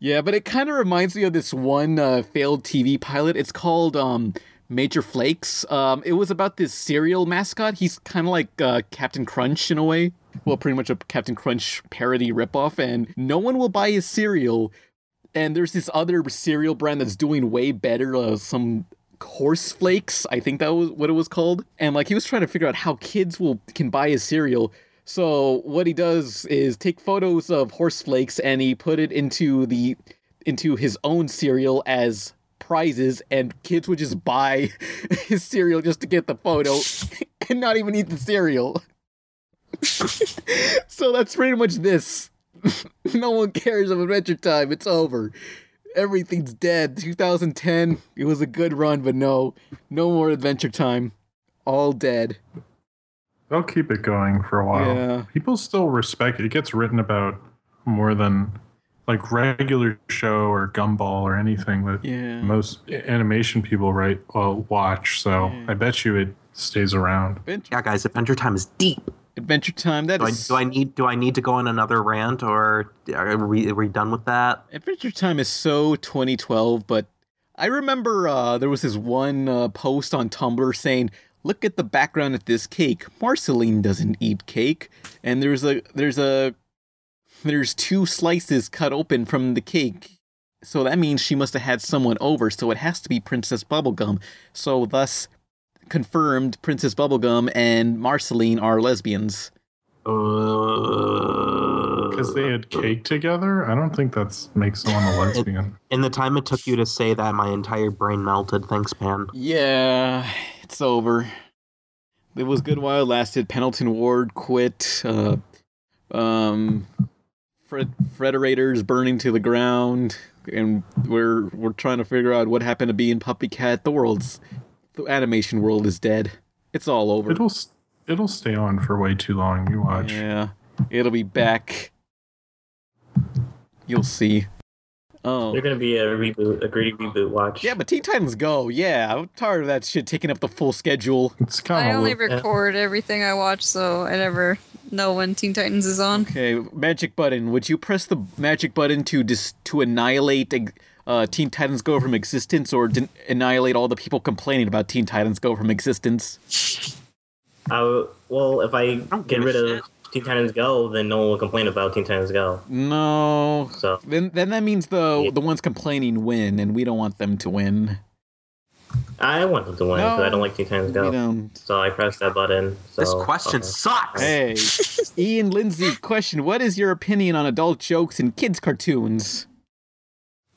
Speaker 2: Yeah, but it kind of reminds me of this one uh, failed TV pilot. It's called um, Major Flakes. Um, it was about this cereal mascot. He's kind of like uh, Captain Crunch in a way. Well, pretty much a Captain Crunch parody ripoff, and no one will buy his cereal. And there's this other cereal brand that's doing way better. Uh, some horse flakes, I think that was what it was called. And like he was trying to figure out how kids will can buy his cereal. So what he does is take photos of horse flakes and he put it into the into his own cereal as prizes and kids would just buy [LAUGHS] his cereal just to get the photo [LAUGHS] and not even eat the cereal. [LAUGHS] so that's pretty much this. [LAUGHS] no one cares of Adventure Time. It's over. Everything's dead. 2010, it was a good run, but no, no more Adventure Time. All dead.
Speaker 5: They'll keep it going for a while.
Speaker 2: Yeah.
Speaker 5: People still respect it. It gets written about more than like regular show or gumball or anything that
Speaker 2: Yeah.
Speaker 5: most animation people write uh, watch. So I bet you it stays around.
Speaker 3: Yeah, guys, Adventure Time is deep.
Speaker 2: Adventure Time. That
Speaker 3: do, I,
Speaker 2: is-
Speaker 3: do I need do I need to go on another rant or are we, are we done with that?
Speaker 2: Adventure Time is so 2012, but I remember uh, there was this one uh, post on Tumblr saying, "Look at the background of this cake. Marceline doesn't eat cake." And there's a there's a there's two slices cut open from the cake. So that means she must have had someone over, so it has to be Princess Bubblegum. So thus confirmed Princess Bubblegum and Marceline are lesbians.
Speaker 5: Because they had cake together? I don't think that's makes someone a lesbian.
Speaker 3: In the time it took you to say that, my entire brain melted. Thanks, Pan.
Speaker 2: Yeah, it's over. It was good while it lasted. Pendleton Ward quit. Uh, um, Fred Frederator's burning to the ground, and we're we're trying to figure out what happened to Being Puppy Cat. The world's the animation world is dead. It's all [LAUGHS] over.
Speaker 5: It'll s- it'll stay on for way too long. You watch.
Speaker 2: Yeah, it'll be back. You'll see. Oh,
Speaker 4: They're gonna be a reboot, a gritty reboot. Watch.
Speaker 2: Yeah, but Teen Titans Go. Yeah, I'm tired of that shit taking up the full schedule.
Speaker 5: It's
Speaker 6: I only record everything I watch, so I never know when Teen Titans is on.
Speaker 2: Okay, magic button. Would you press the magic button to dis- to annihilate uh, Teen Titans Go from existence, or den- annihilate all the people complaining about Teen Titans Go from existence?
Speaker 4: I w- well, if I get rid of Teen Titans Go, then no one will complain about Teen Titans Go.
Speaker 2: No.
Speaker 4: So
Speaker 2: then then that means the the ones complaining win, and we don't want them to win.
Speaker 4: I want them to win because
Speaker 2: No,
Speaker 4: I don't like Teen Titans
Speaker 2: we
Speaker 4: Go.
Speaker 2: don't.
Speaker 4: So I pressed that button. So, uh-huh.
Speaker 2: This question [LAUGHS]
Speaker 3: sucks.
Speaker 2: Hey, Ian Lindsay, question: What is your opinion on adult jokes in kids cartoons?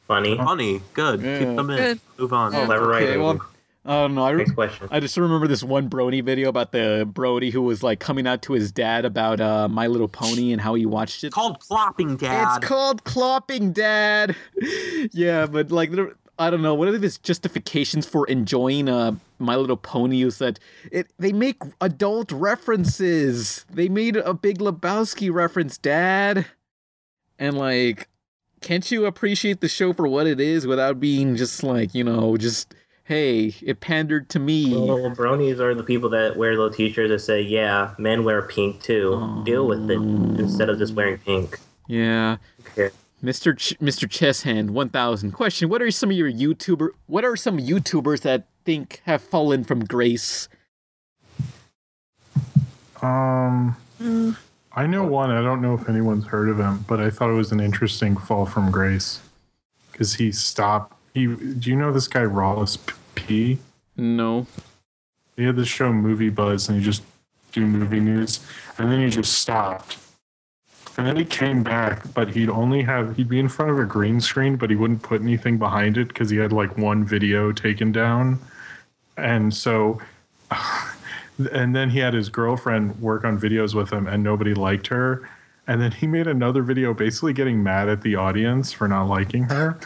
Speaker 4: Funny.
Speaker 3: Funny. Good.
Speaker 2: Yeah.
Speaker 3: Keep them in.
Speaker 2: Good.
Speaker 3: Move on.
Speaker 2: Oh, okay, well, I don't know. I, re- I just remember this one Brony video about the Brody who was like coming out to his dad about uh, My Little Pony and how he watched it.
Speaker 3: Called clopping dad.
Speaker 2: It's called clopping dad. [LAUGHS] yeah, but like there- I don't know. One of his justifications for enjoying uh, My Little Pony is that it they make adult references. They made a Big Lebowski reference, Dad, and like can't you appreciate the show for what it is without being just like you know just hey it pandered to me
Speaker 4: Well, bronies are the people that wear little t-shirts that say, "Yeah, men wear pink too. Deal with it instead of just wearing pink."
Speaker 2: yeah
Speaker 4: Okay.
Speaker 2: mr Ch- mr chesshand 1000 question what are some of your youtuber what are some youtubers that think have fallen from grace
Speaker 5: Um, I know one. I don't know if anyone's heard of him, but I thought it was an interesting fall from grace because he stopped. He. Do you know this guy Rollis P?
Speaker 2: No.
Speaker 5: He had the show Movie Buzz, and he just do movie news, and then he just stopped. And then he came back, but he'd only have he'd be in front of a green screen, but he wouldn't put anything behind it because he had like one video taken down, and so [SIGHS] and then he had his girlfriend work on videos with him and nobody liked her and then he made another video basically getting mad at the audience for not liking her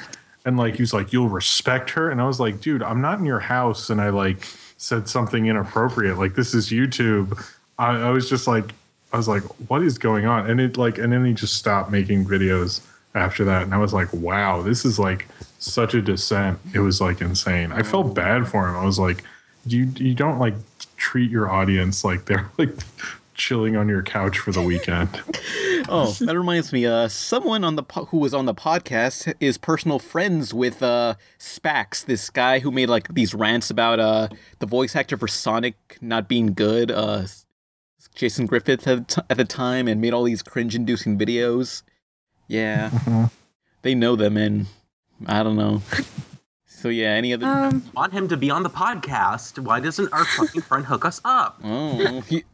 Speaker 5: and like he was like you'll respect her and i was like dude i'm not in your house and i like said something inappropriate like this is youtube i, I was just like i was like what is going on and it like and then he just stopped making videos after that and i was like wow this is like such a descent it was like insane i felt bad for him i was like you you don't like treat your audience like they're [LAUGHS] like chilling on your couch for the weekend.
Speaker 2: oh that reminds me uh someone on the po- who was on the podcast is personal friends with uh spax this guy who made like these rants about uh the voice actor for sonic not being good uh Jason Griffith at the, t- at the time and made all these cringe-inducing videos. Yeah, they know them, and I don't know. So yeah, any other?
Speaker 6: Um,
Speaker 3: want him to be on the podcast. Why doesn't our fucking friend hook us up?
Speaker 2: Oh, he,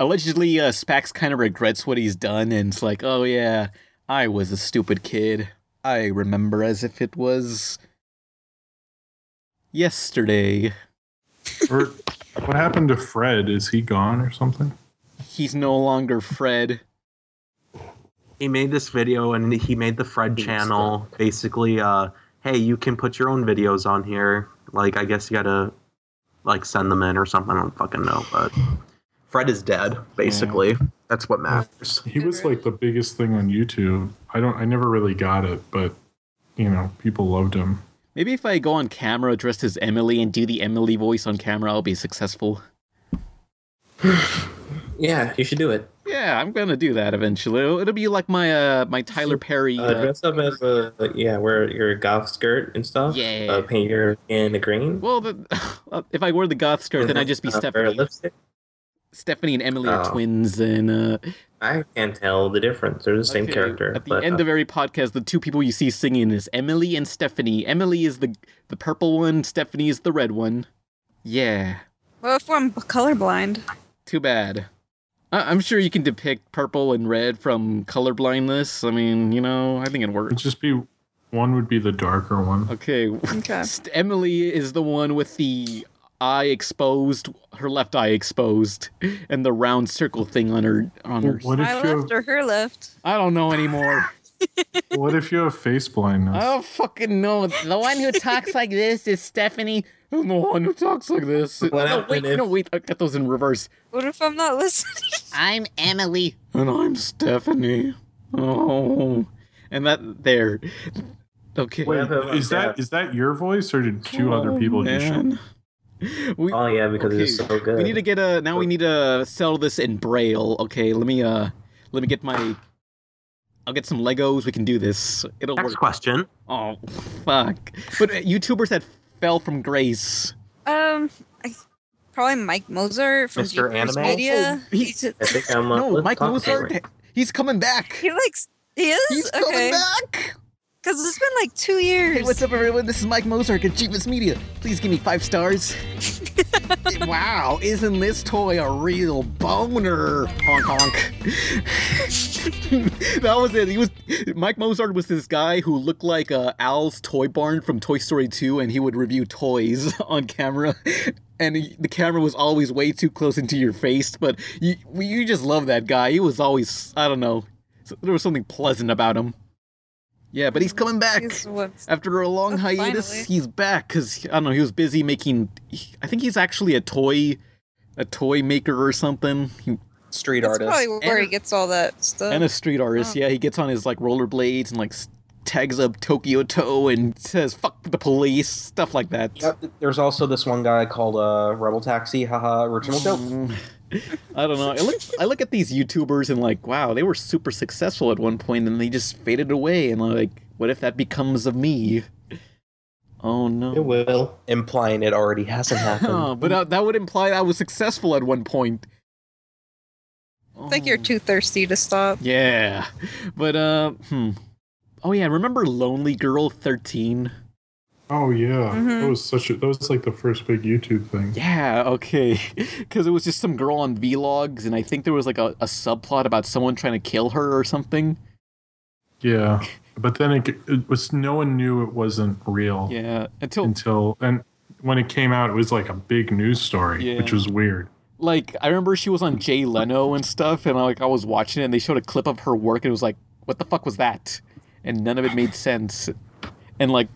Speaker 2: allegedly, uh, Spax kind of regrets what he's done, and it's like, oh yeah, I was a stupid kid. I remember as if it was yesterday.
Speaker 5: or what happened to Fred? Is he gone or something?
Speaker 2: He's no longer Fred.
Speaker 3: He made this video and he made the Fred channel. Basically, uh, hey, you can put your own videos on here. Like, I guess you gotta like send them in or something. I don't fucking know, but Fred is dead. Basically, that's what matters.
Speaker 5: He was like the biggest thing on YouTube. I don't. I never really got it, but you know, people loved him.
Speaker 2: Maybe if I go on camera dressed as Emily and do the Emily voice on camera, I'll be successful.
Speaker 7: Yeah, you should do it.
Speaker 2: Yeah, I'm gonna do that eventually. It'll, it'll be like my uh my Tyler Perry.
Speaker 7: Uh,
Speaker 2: Uh,
Speaker 7: dress up as a like, yeah, wear your goth skirt and stuff.
Speaker 2: Yeah.
Speaker 7: Uh, paint your in the green.
Speaker 2: well, the, [LAUGHS] if I wore the goth skirt, then I'd just be
Speaker 7: Uh,
Speaker 2: Stephanie.
Speaker 7: wear lipstick.
Speaker 2: Stephanie and Emily are
Speaker 7: Oh.
Speaker 2: twins, and uh,
Speaker 7: I can't tell the difference. They're the same
Speaker 2: Okay,
Speaker 7: character.
Speaker 2: At the
Speaker 7: but,
Speaker 2: end
Speaker 7: uh,
Speaker 2: of every podcast, the two people you see singing is Emily and Stephanie. Emily is the the purple one. Stephanie is the red one. Yeah,
Speaker 6: Well, if I'm colorblind,
Speaker 2: too bad. I- I'm sure you can depict purple and red from colorblindness. I mean, you know, I think it works.
Speaker 5: It'd just be one would be the darker one.
Speaker 2: Okay.
Speaker 5: [LAUGHS]
Speaker 2: St- Emily is the one with the eye exposed, her left eye exposed, and the round circle thing on her on her.
Speaker 5: What if
Speaker 6: my
Speaker 5: you
Speaker 6: left or her left.
Speaker 2: I don't know anymore.
Speaker 5: What if you have face blindness?
Speaker 2: I don't fucking know. The one who talks like this is Stephanie. And [LAUGHS] the one who talks like this.
Speaker 7: What
Speaker 2: no, wait,
Speaker 7: happened if-
Speaker 2: no, wait. I got those in reverse.
Speaker 6: What if I'm not listening? [LAUGHS]
Speaker 2: I'm Emily. And I'm Stephanie. Oh. And that there. Okay.
Speaker 5: Wait,
Speaker 2: [LAUGHS]
Speaker 5: is that is that your voice or did two other people
Speaker 2: Oh, man. We,
Speaker 7: oh yeah, because it's
Speaker 2: Okay,
Speaker 7: so good.
Speaker 2: We need to get a now we need to sell this in braille. Okay, let me uh let me get my I'll get some Legos, we can do this. It'll
Speaker 3: Next
Speaker 2: work.
Speaker 3: question.
Speaker 2: Oh fuck. But uh, YouTubers that fell from grace.
Speaker 6: Um, I, probably Mike Moser from
Speaker 2: Mr.
Speaker 6: Geekers
Speaker 2: Anime?
Speaker 6: Media.
Speaker 2: Oh, he-
Speaker 6: He's-
Speaker 7: I think I'm. Uh,
Speaker 2: no,
Speaker 7: let's
Speaker 2: Mike
Speaker 7: talk
Speaker 2: Mozart
Speaker 7: about it.
Speaker 2: he's coming back.
Speaker 6: he likes he is
Speaker 2: He's
Speaker 6: okay.
Speaker 2: coming back.
Speaker 6: Cause it's been like two years.
Speaker 2: Hey, what's up everyone? This is Mike Mozart at Cheapest Media. Please give me five stars. wow, isn't this toy a real boner? Honk [LAUGHS] honk. that was it. He was Mike Mozart was this guy who looked like uh, Al's toy barn from Toy Story 2, and he would review toys [LAUGHS] on camera. And he- the camera was always way too close into your face, but you you just love that guy. He was always I don't know. There was something pleasant about him. Yeah, but he's coming back.
Speaker 6: He's what's-
Speaker 2: After a long hiatus,
Speaker 6: finally.
Speaker 2: he's back because I don't know. He was busy making. he- I think he's actually a toy, a toy maker or something. He,
Speaker 3: Street
Speaker 6: That's probably
Speaker 3: artist.
Speaker 6: where he gets all that stuff.
Speaker 2: and a street artist. Yeah, he gets on his like rollerblades and like s- tags up Tokyo Toe and says "fuck the police" stuff like that.
Speaker 3: Yep, There's also this one guy called uh, Rebel Taxi. Haha, original joke.
Speaker 2: [LAUGHS] I don't know. I look, I look at these YouTubers and like, wow, they were super successful at one point, and they just faded away. And like, what if that becomes of me? Oh no.
Speaker 7: It will.
Speaker 3: Implying it already [LAUGHS] hasn't happened.
Speaker 2: Oh, but uh, that would imply I was successful at one point. Oh.
Speaker 6: It's like you're too thirsty to stop.
Speaker 2: Yeah. But uh hmm. Oh yeah, remember Lonely Girl 13?
Speaker 5: Oh yeah, that
Speaker 6: Mhm.
Speaker 5: was such a that was like the first big YouTube thing.
Speaker 2: Yeah, okay. [LAUGHS] Cuz it was just some girl on Vlogs and I think there was like a, a subplot about someone trying to kill her or something.
Speaker 5: Yeah, but then it, it was no one knew it wasn't real
Speaker 2: Yeah, until
Speaker 5: until and when it came out, it was like a big news story,
Speaker 2: Yeah.
Speaker 5: which was weird.
Speaker 2: like I remember she was on Jay Leno and stuff and like I was watching it and they showed a clip of her work and it was like what the fuck was that? And none of it made sense. And like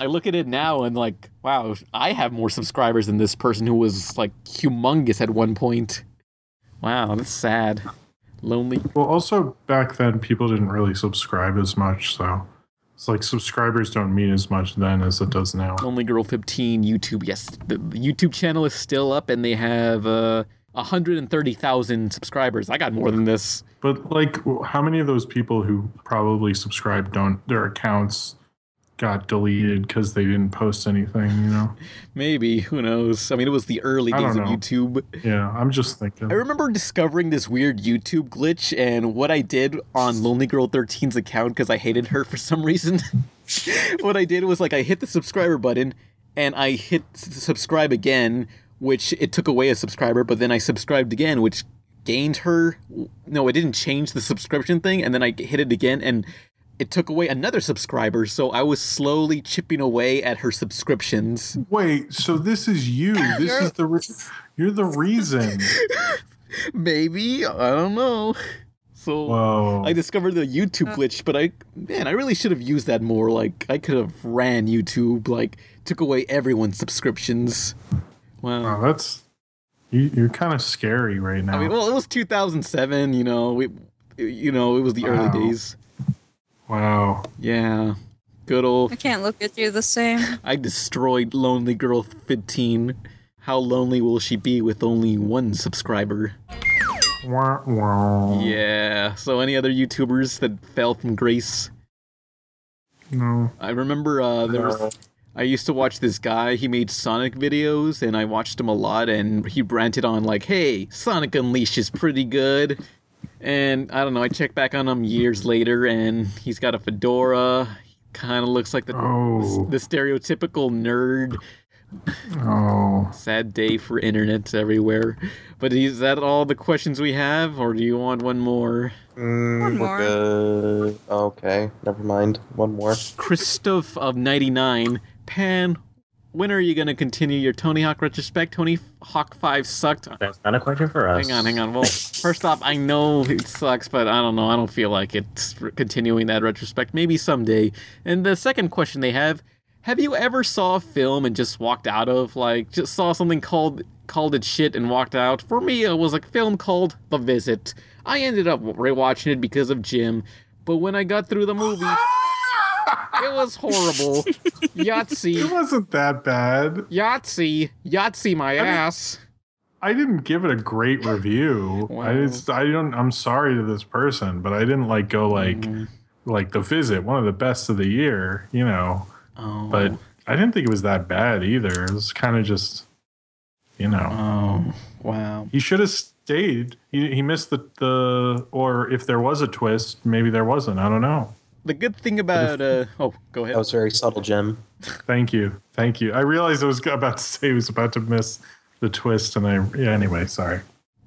Speaker 2: I look at it now and like wow, I have more subscribers than this person who was like humongous at one point. Wow, that's sad. Lonely.
Speaker 5: Well, also back then, people didn't really subscribe as much, so it's like subscribers don't mean as much then as it does now.
Speaker 2: Lonely Girl 15 YouTube. Yes, the the YouTube channel is still up and they have uh 130,000 subscribers. I got more than this.
Speaker 5: But like, w- how many of those people who probably subscribe don't their accounts got deleted because they didn't post anything,
Speaker 2: [LAUGHS]
Speaker 5: you know?
Speaker 2: Maybe. Who knows? I mean, it was the early
Speaker 5: I
Speaker 2: days
Speaker 5: don't
Speaker 2: of
Speaker 5: know.
Speaker 2: YouTube.
Speaker 5: Yeah, I'm just thinking.
Speaker 2: I remember discovering this weird YouTube glitch and what I did on Lonely Girl 13's account because I hated her for some reason. [LAUGHS] what I did was like I hit the subscriber button and I hit s- subscribe again, which it took away a subscriber, but then I subscribed again, which gained her. No, it didn't change the subscription thing, and then I hit it again and it took away another subscriber, so I was slowly chipping away at her subscriptions. [LAUGHS]
Speaker 5: Wait, so this is you. This is the re- you're
Speaker 2: [LAUGHS]
Speaker 5: the reason.
Speaker 2: Maybe I don't know. So I discovered the YouTube glitch, but I man, I really should have used that more. Like I could have ran YouTube, like took away everyone's subscriptions. Wow,
Speaker 5: that's you, you're kind of scary right Oh, now.
Speaker 2: I mean, well, it was 2007. You know, we, you know, it was the early
Speaker 5: Wow.
Speaker 2: days.
Speaker 5: Wow.
Speaker 2: Yeah, good old.
Speaker 6: I can't look at you
Speaker 2: [LAUGHS]
Speaker 6: the same.
Speaker 2: I destroyed Lonely Girl 15. How lonely will she be with only one subscriber?
Speaker 5: Wah, wah.
Speaker 2: Yeah. So, any other YouTubers that fell from grace?
Speaker 5: No.
Speaker 2: I remember uh, there
Speaker 5: No.
Speaker 2: was. I used to watch this guy. He made Sonic videos, and I watched him a lot. And he ranted on like, "Hey, Sonic Unleash is pretty good." And I don't know. I checked back on him years later, and he's got a fedora. He kind of looks like the,
Speaker 5: Oh.
Speaker 2: the stereotypical nerd.
Speaker 5: Oh.
Speaker 2: Sad day for internet everywhere. But is that all the questions we have, or do you want one more?
Speaker 3: One
Speaker 2: more.
Speaker 3: Mm, Good. Okay, never mind. One more.
Speaker 2: Christoph of 99. Pan, when are you going to continue your Tony Hawk retrospect? Tony Hawk 5 sucked.
Speaker 4: That's not a question for us.
Speaker 2: Hang on, hang on. Well, first off, I know it sucks, but I don't know. I don't feel like it's r- continuing that retrospect. Maybe someday. And the second question they have have you ever saw a film and just walked out of like just saw something called called it shit and walked out for me it was a film called the visit i ended up rewatching it because of jim but when i got through the movie it was horrible
Speaker 5: [LAUGHS]
Speaker 2: yahtzee it
Speaker 5: wasn't that bad
Speaker 2: yahtzee yahtzee my ass
Speaker 5: I didn't give it a great review. I just, I don't. I'm sorry to this person, but I didn't like go like like the visit, one of the best of the year, you know.
Speaker 2: Oh.
Speaker 5: But I didn't think it was that bad either. It was kind of just, you know.
Speaker 2: Oh wow!
Speaker 5: He should have stayed. He, he missed the the or if there was a twist, maybe there wasn't. I don't know.
Speaker 2: the good thing about uh oh go ahead
Speaker 3: That was very subtle, Jim.
Speaker 5: Thank you, thank you. I realized I was about to say he was about to miss the twist, and I yeah. Anyway, sorry.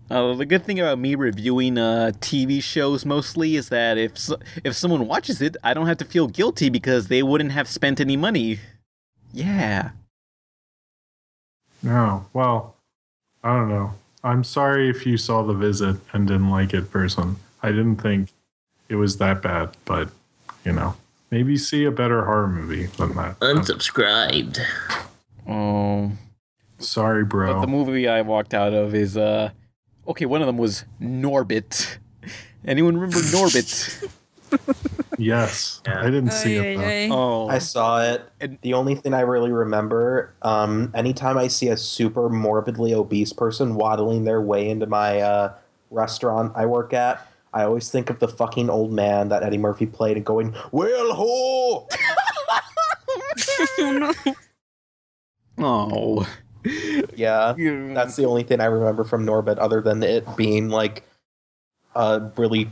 Speaker 2: Uh, the good thing about me reviewing uh, TV shows mostly is that if so- if someone watches it, I don't have to feel guilty because they wouldn't have spent any money. Yeah.
Speaker 5: No. Well, I don't know. I'm sorry if you saw the visit and didn't like it, person. I didn't think it was that bad, but you know, maybe see a better horror movie than that.
Speaker 4: Unsubscribed.
Speaker 2: Oh.
Speaker 5: Sorry, bro.
Speaker 2: But the movie I walked out of is uh okay, one of them was Norbit. Anyone remember Norbit?
Speaker 5: yes, I didn't see it. Though.
Speaker 6: [LAUGHS]
Speaker 2: Oh.
Speaker 3: I saw it. The only thing I really remember, um, anytime I see a super morbidly obese person waddling their way into my uh, restaurant I work at, I always think of the fucking old man that Eddie Murphy played and going, "Well, ho!"
Speaker 2: Oh.
Speaker 3: Yeah, that's the only thing I remember from Norbit, other than it being like a really.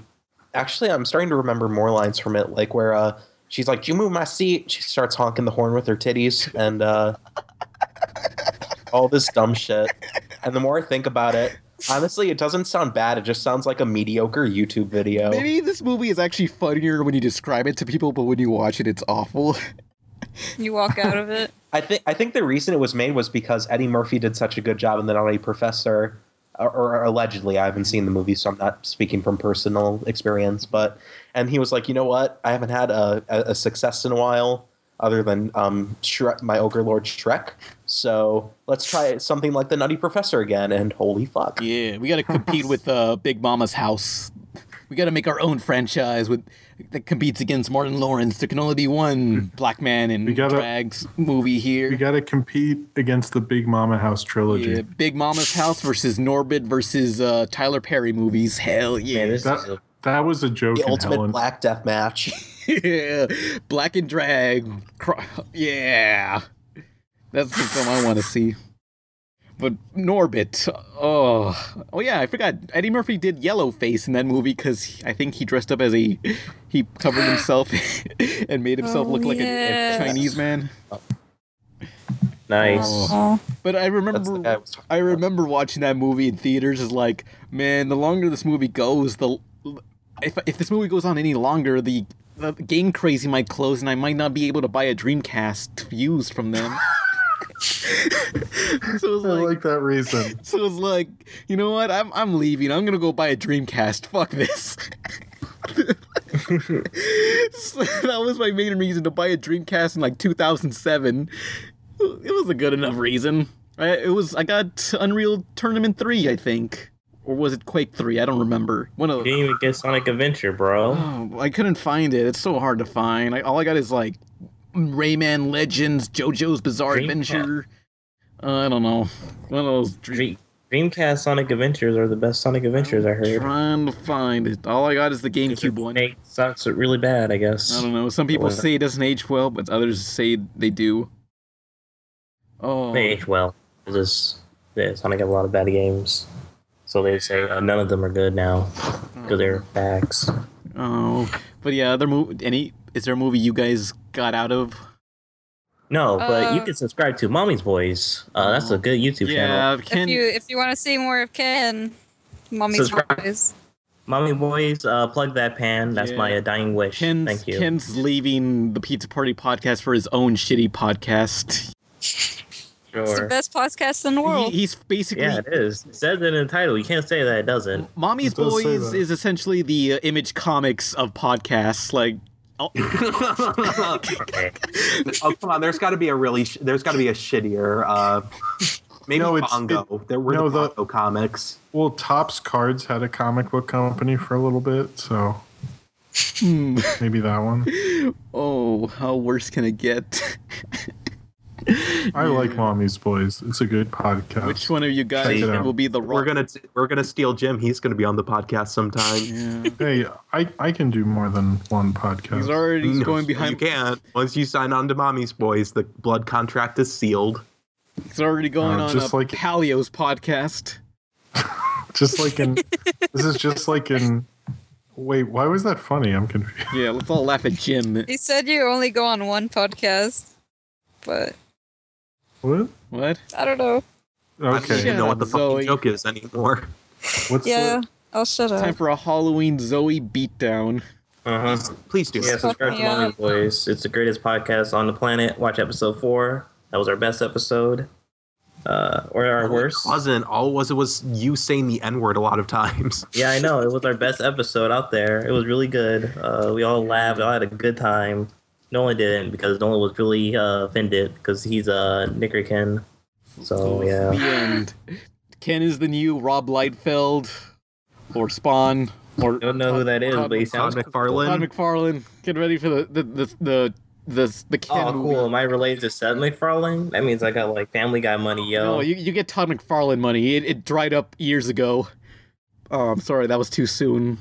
Speaker 3: Actually, I'm starting to remember more lines from it, like where uh, she's like, "Do you move my seat?" She starts honking the horn with her titties, and uh, all this dumb shit. And the more I think about it, honestly, it doesn't sound bad. It just sounds like a mediocre YouTube video.
Speaker 2: Maybe this movie is actually funnier when you describe it to people, but when you watch it, it's awful.
Speaker 6: You walk out of it.
Speaker 3: I think I think the reason it was made was because Eddie Murphy did such a good job, and then on a professor, or, or allegedly, I haven't seen the movie, so I'm not speaking from personal experience. But and he was like, you know what? I haven't had a, a, a success in a while, other than um, Shrek, my ogre lord Shrek. So let's try something like the Nutty Professor again. And holy fuck,
Speaker 2: Yeah, we got to compete with uh, Big Mama's House. We got to make our own franchise with that competes against Martin Lawrence. There can only be one black man in drags movie here.
Speaker 5: You got to compete against the Big Mama House trilogy.
Speaker 2: Yeah, Big Mama's House versus Norbit versus uh, Tyler Perry movies. Hell yeah!
Speaker 5: that, that was a joke.
Speaker 3: the
Speaker 5: in
Speaker 3: ultimate
Speaker 5: Helen.
Speaker 3: Black Death match.
Speaker 2: yeah, [LAUGHS] black and drag. Cro- Yeah, that's the film I want to see. But Norbit, oh, oh yeah, I forgot. Eddie Murphy did yellow face in that movie because I think he dressed up as a, he covered himself [LAUGHS] and made himself
Speaker 6: Oh,
Speaker 2: look like
Speaker 6: yes.
Speaker 2: a, a Chinese man.
Speaker 4: Nice.
Speaker 2: [LAUGHS] Oh. But I remember, I remember watching that movie in theaters. Is like, man, the longer this movie goes, the if if this movie goes on any longer, the, the game crazy might close, and I might not be able to buy a Dreamcast used from them. [LAUGHS] so it was like,
Speaker 5: that reason.
Speaker 2: So it was like, you know what? I'm I'm leaving. I'm gonna go buy a Dreamcast. Fuck this. [LAUGHS] So that was my main reason to buy a Dreamcast in like 2007. It was a good enough reason. I, it was I got Unreal Tournament 3, I think, or was it Quake 3? I don't remember. One of
Speaker 4: didn't even get Sonic Adventure, bro.
Speaker 2: Oh, I couldn't find it. It's so hard to find. I, all I got is like Rayman Legends, JoJo's Bizarre Adventure. Uh, I don't know. One of those
Speaker 4: dream- Dreamcast Sonic Adventures are the best Sonic Adventures I heard.
Speaker 2: Trying to find it. All I got is the GameCube one.
Speaker 4: Sucks it really bad, I guess.
Speaker 2: I don't know. Some people
Speaker 4: Whatever.
Speaker 2: say it doesn't age well, but others say they do. Oh,
Speaker 4: They age well. It's just yeah, Sonic have a lot of bad games, so they say uh, none of them are good now because they're facts.
Speaker 2: oh. But yeah, other movie. Any is there a movie you guys got out of?
Speaker 4: No, but you
Speaker 6: Uh,
Speaker 4: can subscribe to Mommy's Boys. Uh, that's
Speaker 2: Oh.
Speaker 4: a good YouTube channel.
Speaker 6: if you if you want to see more of Ken, mommy's
Speaker 4: Subscribe.
Speaker 6: boys.
Speaker 4: Mommy Boys, uh, plug that pan. That's
Speaker 2: Yeah.
Speaker 4: my uh, dying wish.
Speaker 2: Ken's,
Speaker 4: Thank you.
Speaker 2: Ken's leaving the Pizza Party podcast for his own shitty podcast. [LAUGHS]
Speaker 6: It's the best podcast in the world.
Speaker 2: He- he's basically
Speaker 4: yeah, it is. It says it in the title. You can't say that it doesn't.
Speaker 2: Mommy's Boys is essentially the uh, image comics of podcasts. Like, oh.
Speaker 3: [LAUGHS] oh come on! There's got to be a really sh- there's got to be a shittier. Uh, maybe
Speaker 5: No, it's-
Speaker 3: Bongo. there were
Speaker 5: no,
Speaker 3: the Bongo comics.
Speaker 5: Well, Topps Cards had a comic book company for a little bit, so maybe that one.
Speaker 2: oh, how worse can it get? [LAUGHS]
Speaker 5: I like Mommy's Boys. It's a good podcast.
Speaker 2: Which one of you guys
Speaker 5: it out.
Speaker 2: will be the
Speaker 3: We're gonna t- we're gonna steal Jim. He's gonna be on the podcast sometime.
Speaker 5: hey, I, I can do more than one podcast.
Speaker 2: He's already
Speaker 3: No,
Speaker 2: going behind.
Speaker 3: You can't. Once you sign on to Mommy's Boys, the blood contract is sealed.
Speaker 2: He's already going
Speaker 5: Uh,
Speaker 2: on
Speaker 5: just
Speaker 2: a
Speaker 5: like-
Speaker 2: Palio's podcast.
Speaker 5: Just like in this is just like in wait, why was that funny? I'm confused. [LAUGHS]
Speaker 2: Yeah, let's all laugh at Jim.
Speaker 6: He said you only go on one podcast, but
Speaker 5: What?
Speaker 2: What?
Speaker 6: I don't know.
Speaker 5: Okay.
Speaker 3: I don't even know what the fucking joke is anymore.
Speaker 5: What's
Speaker 6: yeah, I'll shut
Speaker 2: Time
Speaker 6: up.
Speaker 2: for a Halloween Zoe beatdown.
Speaker 4: Uh huh.
Speaker 3: Please do.
Speaker 4: Yeah, subscribe to
Speaker 6: Yeah.
Speaker 4: Mommy's Boys. It's the greatest podcast on the planet. Watch episode four. That was our best episode. Uh, or our worst.
Speaker 3: It wasn't. All it was it was you saying the N word a lot of times.
Speaker 4: Yeah, I know. It was our best episode out there. It was really good. Uh, we all laughed. We all had a good time. Nolan didn't because Nolan was really uh, offended because he's a uh, Nickerkin. So, Oh, yeah.
Speaker 2: The end. Ken is the new Rob Lightfeld, or Spawn, or
Speaker 4: don't know who that is, but he sounds cool.
Speaker 2: Todd McFarlane. Get ready for the the the the the, the Ken
Speaker 4: Oh,
Speaker 2: movie.
Speaker 4: cool. Am I related to Seth MacFarlane? That means I got like Family Guy money, yo.
Speaker 2: No, you, you get Todd McFarlane money. It, it dried up years ago. Oh, I'm sorry, that was too soon.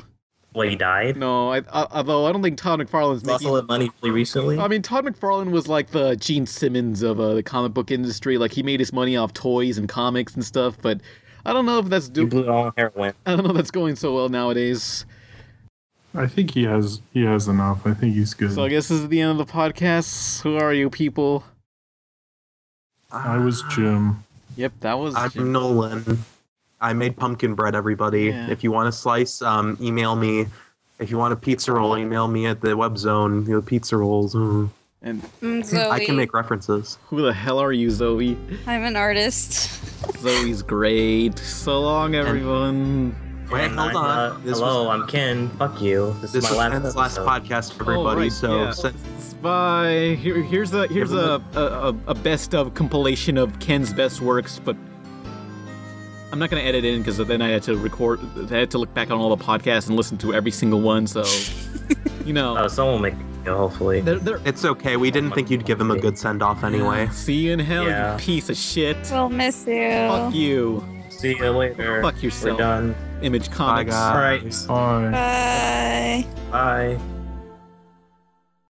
Speaker 4: Well, he died.
Speaker 2: No, I, I, although I don't think Todd McFarlane's making.
Speaker 4: Russell at money really recently.
Speaker 2: I mean, Todd McFarlane was like the Gene Simmons of uh, the comic book industry. Like he made his money off toys and comics and stuff, but I don't know if that's
Speaker 4: He
Speaker 2: do-
Speaker 4: blew it all on heroin.
Speaker 2: [LAUGHS] I don't know if that's going so well nowadays.
Speaker 5: I think he has he has enough. I think he's good.
Speaker 2: So I guess this is the end of the podcast. Who are you people?
Speaker 5: I was Jim.
Speaker 2: Yep, that was
Speaker 3: Ah, I'm Nolan. I made pumpkin bread, everybody.
Speaker 2: Yeah.
Speaker 3: If you want a slice, um, email me. If you want a pizza roll, email me at the web zone. The pizza rolls. mm.
Speaker 2: and
Speaker 6: Mm,
Speaker 3: I can
Speaker 6: Zoe.
Speaker 3: make references.
Speaker 2: who the hell are you, Zoe?
Speaker 6: I'm an artist.
Speaker 2: Zoe's great. So long, everyone.
Speaker 3: Wait,
Speaker 4: And
Speaker 3: hold
Speaker 4: I'm,
Speaker 3: on.
Speaker 4: uh,
Speaker 3: This
Speaker 4: hello, I'm Ken. Fuck you. This,
Speaker 3: This
Speaker 4: is
Speaker 3: was
Speaker 4: my last,
Speaker 3: Ken's last
Speaker 4: episode.
Speaker 3: podcast, everybody.
Speaker 2: Oh, right,
Speaker 3: so
Speaker 2: yeah.
Speaker 3: send-
Speaker 2: Bye. Here, here's a here's
Speaker 3: Give
Speaker 2: a, a, a a best of compilation of Ken's best works, but I'm not gonna edit in because then I had to record. I had to look back on all the podcasts and listen to every single one. So, you know,
Speaker 4: Uh, someone will make it, hopefully.
Speaker 2: they're, they're,
Speaker 3: it's okay. We didn't think you'd give him a good send off anyway.
Speaker 2: see you in hell,
Speaker 4: Yeah.
Speaker 2: you piece of shit.
Speaker 6: We'll miss you.
Speaker 2: Fuck you,
Speaker 4: See you later.
Speaker 2: Fuck yourself.
Speaker 4: We're done.
Speaker 2: Image
Speaker 3: Bye,
Speaker 2: Comics.
Speaker 3: guys.
Speaker 4: All right.
Speaker 5: Bye.
Speaker 6: Bye.
Speaker 4: Bye.